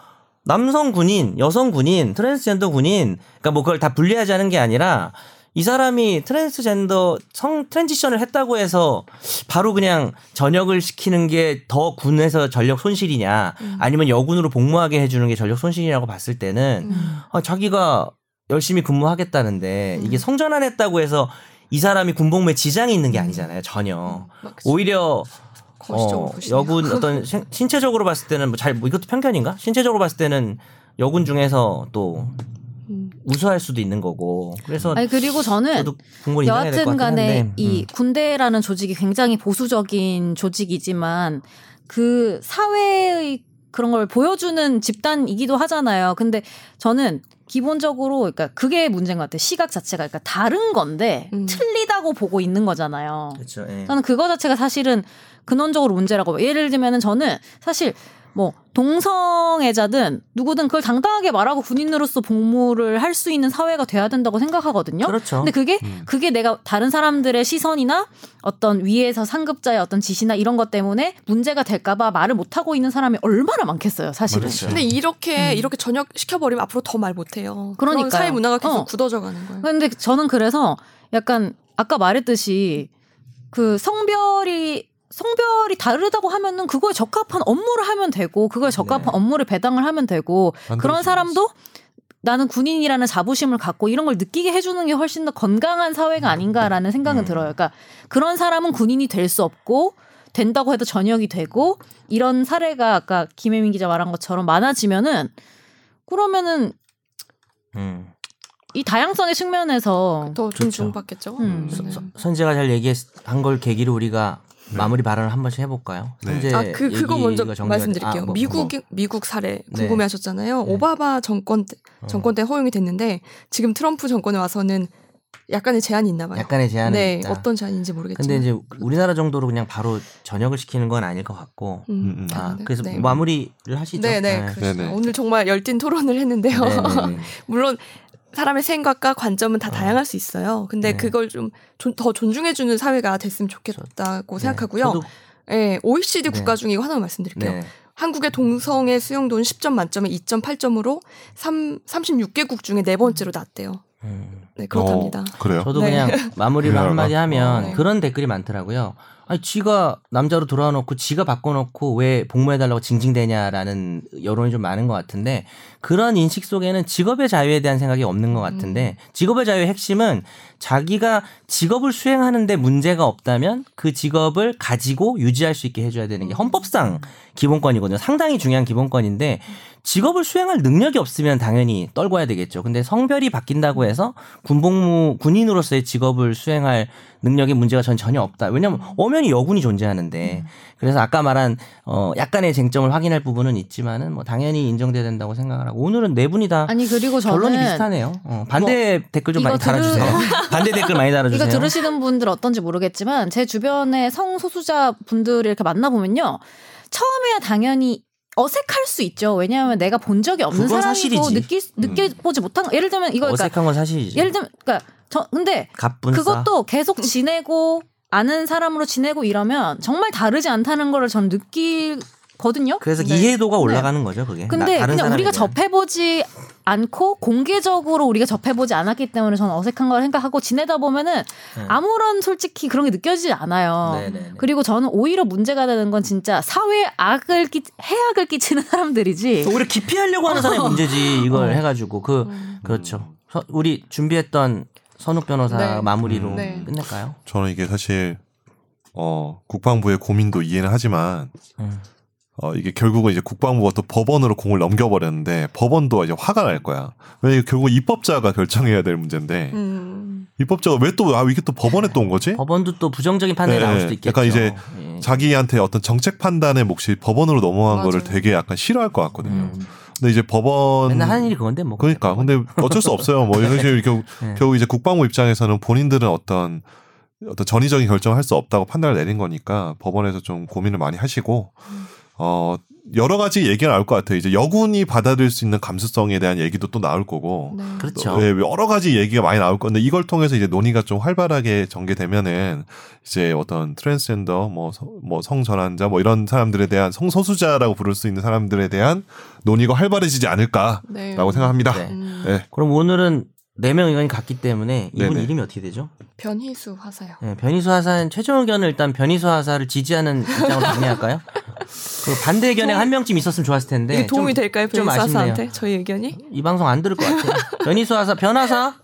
Speaker 2: 남성 군인, 여성 군인, 트랜스젠더 군인, 그러니까 뭐 그걸 다 분리하자는 게 아니라 이 사람이 트랜스젠더 성 트랜지션을 했다고 해서 바로 그냥 전역을 시키는 게 더 군에서 전력 손실이냐
Speaker 1: 음.
Speaker 2: 아니면 여군으로 복무하게 해주는 게 전력 손실이라고 봤을 때는
Speaker 1: 음.
Speaker 2: 아, 자기가 열심히 근무하겠다는데 이게 성전 안 했다고 해서 이 사람이 군복무에 지장이 있는 게 아니잖아요 전혀
Speaker 1: 막 진짜
Speaker 2: 어, 오히려
Speaker 1: 음. 거시적으로
Speaker 2: 어,
Speaker 1: 보시네요.
Speaker 2: 여군 어떤 신- 신체적으로 봤을 때는 뭐잘 뭐 이것도 편견인가? 신체적으로 봤을 때는 여군 중에서 또
Speaker 1: 음.
Speaker 2: 우수할 수도 있는 거고. 그래서
Speaker 3: 아니 그리고 저는
Speaker 2: 저도 공무원 인정해야 될 것 같긴
Speaker 3: 여하튼 간에
Speaker 2: 한데.
Speaker 3: 이
Speaker 2: 음.
Speaker 3: 군대라는 조직이 굉장히 보수적인 조직이지만 그 사회의 그런 걸 보여주는 집단이기도 하잖아요. 근데 저는 기본적으로 그러니까 그게 문제인 것 같아요. 시각 자체가 그러니까 다른 건데
Speaker 1: 음.
Speaker 3: 틀리다고 보고 있는 거잖아요.
Speaker 2: 그렇죠. 예.
Speaker 3: 저는 그거 자체가 사실은 근원적으로 문제라고 봐요. 예를 들면은 저는 사실 뭐 동성애자든 누구든 그걸 당당하게 말하고 군인으로서 복무를 할 수 있는 사회가 돼야 된다고 생각하거든요.
Speaker 2: 그렇죠.
Speaker 3: 근데 그게
Speaker 4: 음.
Speaker 3: 그게 내가 다른 사람들의 시선이나 어떤 위에서 상급자의 어떤 지시나 이런 것 때문에 문제가 될까봐 말을 못 하고 있는 사람이 얼마나 많겠어요, 사실은.
Speaker 4: 맞아요.
Speaker 1: 근데 이렇게
Speaker 3: 음.
Speaker 1: 이렇게 전역 시켜버리면 앞으로 더 말 못해요. 그런
Speaker 3: 그러니까요.
Speaker 1: 사회 문화가 계속
Speaker 3: 어.
Speaker 1: 굳어져가는 거예요.
Speaker 3: 근데 저는 그래서 약간 아까 말했듯이 그 성별이 성별이 다르다고 하면은 그거에 적합한 업무를 하면 되고 그거에 적합한
Speaker 2: 네.
Speaker 3: 업무를 배당을 하면 되고 그런 사람도 나는 군인이라는 자부심을 갖고 이런 걸 느끼게 해주는 게 훨씬 더 건강한 사회가 아닌가라는 생각은
Speaker 2: 음.
Speaker 3: 들어요. 그러니까 그런 사람은 군인이 될 수 없고 된다고 해도 전역이 되고 이런 사례가 아까 김혜민 기자 말한 것처럼 많아지면은 그러면은
Speaker 2: 음.
Speaker 3: 이 다양성의 측면에서
Speaker 1: 더
Speaker 2: 좋죠.
Speaker 1: 존중받겠죠.
Speaker 3: 음.
Speaker 1: 네.
Speaker 2: 선- 선재가 잘 얘기한 걸 계기로 우리가 마무리 발언을 한 번씩 해볼까요?
Speaker 4: 네.
Speaker 2: 선재
Speaker 1: 아, 그, 그거 먼저
Speaker 2: 얘기가 정리가-
Speaker 1: 말씀드릴게요.
Speaker 2: 아, 뭐,
Speaker 1: 미국,
Speaker 2: 뭐.
Speaker 1: 미국 사례
Speaker 2: 네.
Speaker 1: 궁금해 하셨잖아요.
Speaker 2: 네.
Speaker 1: 오바마 정권, 때-
Speaker 2: 어.
Speaker 1: 정권 때 허용이 됐는데 지금 트럼프 정권에 와서는 약간의 제한이 있나 봐요.
Speaker 2: 약간의 제한은
Speaker 1: 네,
Speaker 2: 있다.
Speaker 1: 어떤 그렇죠. 제한인지 모르겠지만.
Speaker 2: 근데 이제 우리나라 정도로 그냥 바로 전역을 시키는 건 아닐 것 같고.
Speaker 1: 음,
Speaker 4: 음, 음.
Speaker 2: 아,
Speaker 1: 다른데?
Speaker 2: 그래서
Speaker 1: 네.
Speaker 2: 마무리를 하시죠.
Speaker 1: 네, 그렇죠. 네,
Speaker 2: 아,
Speaker 1: 그렇죠.
Speaker 4: 네네.
Speaker 1: 오늘 정말 열띤 토론을 했는데요.
Speaker 2: 네네네. 어.
Speaker 1: 물론 사람의 생각과 관점은 다 다양할 수 있어요. 근데
Speaker 2: 네.
Speaker 1: 그걸 좀 더 존중해주는 사회가 됐으면 좋겠다고 뭐 생각하고요.
Speaker 2: 네. 저도-
Speaker 1: 예, OECD
Speaker 2: 네.
Speaker 1: 국가 중에 이거 하나만 말씀드릴게요.
Speaker 2: 네.
Speaker 1: 한국의 동성애 수용도는 10점 만점에 2.8점으로 3, 36개국 중에 네 번째로 낮대요.
Speaker 2: 음.
Speaker 1: 네, 그렇답니다.
Speaker 4: 어, 그래요.
Speaker 2: 저도
Speaker 1: 네.
Speaker 2: 그냥 마무리로
Speaker 4: 우리나라가?
Speaker 2: 한마디 하면
Speaker 1: 네.
Speaker 2: 그런 댓글이 많더라고요. 아니, 지가 남자로 돌아와 놓고 지가 바꿔놓고 왜 복무해달라고 징징대냐라는 여론이 좀 많은 것 같은데 그런 인식 속에는 직업의 자유에 대한 생각이 없는 것 같은데 직업의 자유의 핵심은 자기가 직업을 수행하는데 문제가 없다면 그 직업을 가지고 유지할 수 있게 해줘야 되는 게 헌법상 기본권이거든요. 상당히 중요한 기본권인데 직업을 수행할 능력이 없으면 당연히 떨궈야 되겠죠. 근데 성별이 바뀐다고 해서 군복무 군인으로서의 직업을 수행할 능력의 문제가 전 전혀 없다. 왜냐하면 엄연히 여군이 존재하는데 그래서 아까 말한 어 약간의 쟁점을 확인할 부분은 있지만은 뭐 당연히 인정돼야 된다고 생각을 하고 오늘은 네 분이 다
Speaker 3: 아니 그리고 저는
Speaker 2: 결론이 비슷하네요. 어, 반대 댓글 좀
Speaker 3: 이거
Speaker 2: 많이 달아주세요. 반대 댓글 많이 달아주세요.
Speaker 3: 이거 들으시는 분들 어떤지 모르겠지만 제 주변에 성소수자 분들을 이렇게 만나보면요 처음에야 당연히 어색할 수 있죠 왜냐하면 내가 본 적이 없는
Speaker 2: 그건
Speaker 3: 사람이고
Speaker 2: 사실이지. 음.
Speaker 3: 느낄 수- 느껴보지 못한 예를 들면 이거 그러니까
Speaker 2: 어색한 건 사실이지.
Speaker 3: 예를 들면 그러니까 저 근데
Speaker 2: 갑분싸.
Speaker 3: 그것도 계속 지내고 아는 사람으로 지내고 이러면 정말 다르지 않다는 거를 전 느끼거든요
Speaker 2: 그래서
Speaker 1: 네.
Speaker 2: 이해도가 올라가는 거죠, 그게.
Speaker 3: 근데
Speaker 2: 나- 그러니까 다른
Speaker 3: 그냥 우리가
Speaker 2: 사람에 대한.
Speaker 3: 접해보지 않고 공개적으로 우리가 접해보지 않았기 때문에 저는 어색한 걸 생각하고 지내다 보면은
Speaker 2: 네.
Speaker 3: 아무런 솔직히 그런 게 느껴지지 않아요.
Speaker 2: 네네네.
Speaker 3: 그리고 저는 오히려 문제가 되는 건 진짜 사회에 악을 끼, 해악을 끼치는 사람들이지.
Speaker 2: 오히려 기피하려고 하는 사람의 문제지 이걸
Speaker 3: 어.
Speaker 2: 해가지고 그 그렇죠. 서- 우리 준비했던 선욱 변호사
Speaker 1: 네.
Speaker 2: 마무리로
Speaker 1: 음, 네.
Speaker 2: 끝낼까요?
Speaker 4: 저는 이게 사실 어 국방부의 고민도 이해는 하지만
Speaker 2: 음.
Speaker 4: 어 이게 결국은 이제 국방부가 또 법원으로 공을 넘겨버렸는데 법원도 이제 화가 날 거야. 왜냐 결국 입법자가 결정해야 될 문제인데
Speaker 1: 음.
Speaker 4: 입법자가 왜 또 아 이게 또 법원에 또 온 거지?
Speaker 1: 네?
Speaker 2: 법원도 또 부정적인 판단이
Speaker 4: 네,
Speaker 2: 나올
Speaker 4: 네.
Speaker 2: 수도 있겠죠.
Speaker 4: 약간 이제
Speaker 2: 예.
Speaker 4: 자기한테 어떤 정책 판단의 몫이 법원으로 넘어간
Speaker 1: 맞아요.
Speaker 4: 거를 되게 약간 싫어할 것 같거든요.
Speaker 2: 음.
Speaker 4: 근데 이제 법원
Speaker 2: 맨날 하는 일이 그건데 뭐.
Speaker 4: 그러니까 근데 어쩔 수 없어요. 뭐 이런 식으로 결국,
Speaker 2: 네.
Speaker 4: 결국 이제 국방부 입장에서는 본인들은 어떤 어떤 전의적인 결정을 할 수 없다고 판단을 내린 거니까 법원에서 좀 고민을 많이 하시고 어 여러 가지 얘기가 나올 것 같아요. 이제 여군이 받아들일 수 있는 감수성에 대한 얘기도 또 나올 거고
Speaker 1: 네.
Speaker 2: 그렇죠.
Speaker 4: 예, 여러 가지 얘기가 많이 나올 건데 이걸 통해서 이제 논의가 좀 활발하게 전개되면은 이제 어떤 트랜스젠더 뭐 뭐 성전환자 뭐 이런 사람들에 대한 성소수자라고 부를 수 있는 사람들에 대한 논의가 활발해지지 않을까라고
Speaker 1: 네.
Speaker 4: 생각합니다.
Speaker 2: 네.
Speaker 1: 음.
Speaker 4: 네.
Speaker 2: 그럼 오늘은 네 명 의견이 같기 때문에 이분
Speaker 4: 네네.
Speaker 2: 이름이 어떻게 되죠?
Speaker 1: 변희수 화사요.
Speaker 2: 네, 변희수 하사는 최종 의견을 일단 변희수 하사를 지지하는 입장으로 정리할까요? 그리고 반대 의견에 한 명쯤 있었으면 좋았을 텐데
Speaker 1: 이게 도움이
Speaker 2: 네, 좀
Speaker 1: 될까요,
Speaker 2: 좀
Speaker 1: 변희수
Speaker 2: 아쉽네요.
Speaker 1: 화사한테? 저희 의견이?
Speaker 2: 이 방송 안 들을 것 같아요. 변희수 하사, 변하사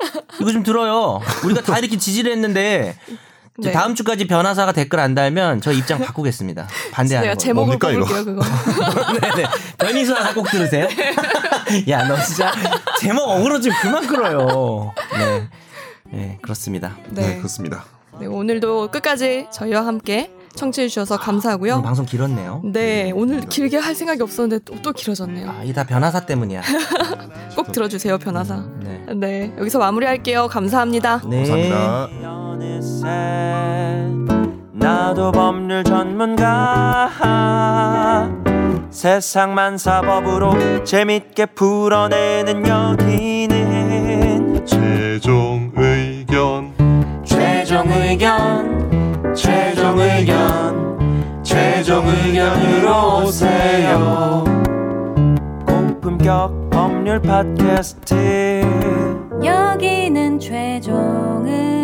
Speaker 2: 이거 좀 들어요. 우리가 다 이렇게 지지를 했는데 저
Speaker 1: 네.
Speaker 2: 다음 주까지 변하사가 댓글 안 달면 저 입장 바꾸겠습니다. 반대하는
Speaker 1: 제가
Speaker 2: 거.
Speaker 1: 제목을
Speaker 4: 뭡니까, 이거?
Speaker 1: 뽑을게요, 그거.
Speaker 2: 네네. 변희수 하사 꼭 들으세요.
Speaker 1: 네.
Speaker 2: 야 너 진짜 제목 어그로 좀 그만 끌어요. 네. 네 그렇습니다.
Speaker 4: 네,
Speaker 1: 네.
Speaker 4: 그렇습니다.
Speaker 1: 네, 오늘도 끝까지 저희와 함께 청취해 주셔서
Speaker 2: 오늘
Speaker 4: 아,
Speaker 1: 감사하고요.
Speaker 2: 방송 길었네요.
Speaker 1: 네, 오늘 길게 할 생각이 없었는데 또, 또 길어졌네요.
Speaker 2: 아, 이게 다 변하사 때문이야.
Speaker 1: 꼭 들어주세요, 변화사.
Speaker 4: 음.
Speaker 2: 네.
Speaker 1: 네, 여기서 마무리할게요. 감사합니다.
Speaker 2: 네.
Speaker 4: 감사합니다.
Speaker 6: 어느새 나도 법률 전문가 세상만 사법으로 재밌게 풀어내는 여기는
Speaker 4: 최종 의견.
Speaker 6: 최종 의견 최종 의견 최종 의견으로 오세요 고품격 법률 팟캐스트
Speaker 7: 여기는 최종 의견